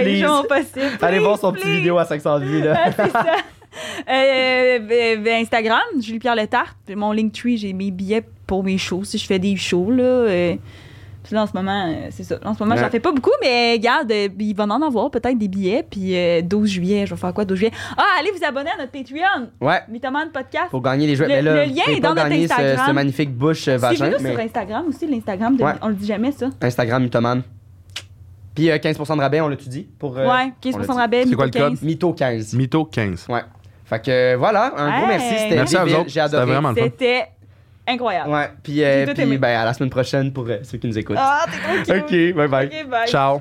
[SPEAKER 1] Please.
[SPEAKER 2] les gens possible.
[SPEAKER 1] Allez
[SPEAKER 2] Please,
[SPEAKER 1] voir son
[SPEAKER 2] please.
[SPEAKER 1] petit vidéo à 500 vues, là.
[SPEAKER 2] [laughs] Ah, c'est ça. Euh, ben, ben, Instagram, Julie-Pierre Letarte. Mon Linktree, j'ai mes billets pour mes shows. Si je fais des shows, là. euh, puis là, en ce moment, euh, c'est ça. En ce moment,
[SPEAKER 1] Ouais.
[SPEAKER 2] j'en fais pas beaucoup, mais regarde, euh, il va en avoir peut-être des billets. Puis euh, 12 juillet, je vais faire quoi 12 juillet? Ah, allez vous abonner à notre Patreon,
[SPEAKER 1] Ouais.
[SPEAKER 2] Mythomane Podcast.
[SPEAKER 1] Pour gagner les jouets.
[SPEAKER 2] Le-
[SPEAKER 1] mais là,
[SPEAKER 2] le
[SPEAKER 1] vous
[SPEAKER 2] lien
[SPEAKER 1] pouvez
[SPEAKER 2] est
[SPEAKER 1] pas
[SPEAKER 2] dans notre
[SPEAKER 1] gagner ce-
[SPEAKER 2] Instagram.
[SPEAKER 1] Ce, magnifique bouche euh, vagin.
[SPEAKER 2] Suivez-nous
[SPEAKER 1] mais
[SPEAKER 2] sur Instagram aussi, l'Instagram. de-
[SPEAKER 1] Ouais.
[SPEAKER 2] On le dit jamais, ça.
[SPEAKER 1] Instagram mythoman. Puis euh, 15% de rabais, on l'a-tu dit? Pour, euh,
[SPEAKER 2] ouais, 15
[SPEAKER 1] on l'a dit.
[SPEAKER 2] de rabais,
[SPEAKER 3] C'est quoi le
[SPEAKER 2] 15.
[SPEAKER 3] code?
[SPEAKER 1] Mytho 15.
[SPEAKER 3] Mytho 15.
[SPEAKER 1] Ouais. Fait que euh, voilà, un gros
[SPEAKER 2] Hey.
[SPEAKER 1] merci. C'était
[SPEAKER 3] Merci à vous
[SPEAKER 1] débile,
[SPEAKER 3] autres.
[SPEAKER 1] J'ai
[SPEAKER 3] C'était
[SPEAKER 1] adoré.
[SPEAKER 3] vraiment le fun.
[SPEAKER 2] C'était incroyable.
[SPEAKER 1] Ouais. Puis,
[SPEAKER 2] J'ai
[SPEAKER 1] euh,
[SPEAKER 2] tout
[SPEAKER 1] puis
[SPEAKER 2] aimé.
[SPEAKER 1] ben, à la semaine prochaine pour euh, ceux qui nous écoutent.
[SPEAKER 2] Ah, t'es trop cute.
[SPEAKER 1] bye bye.
[SPEAKER 2] Ok, bye.
[SPEAKER 3] Ciao.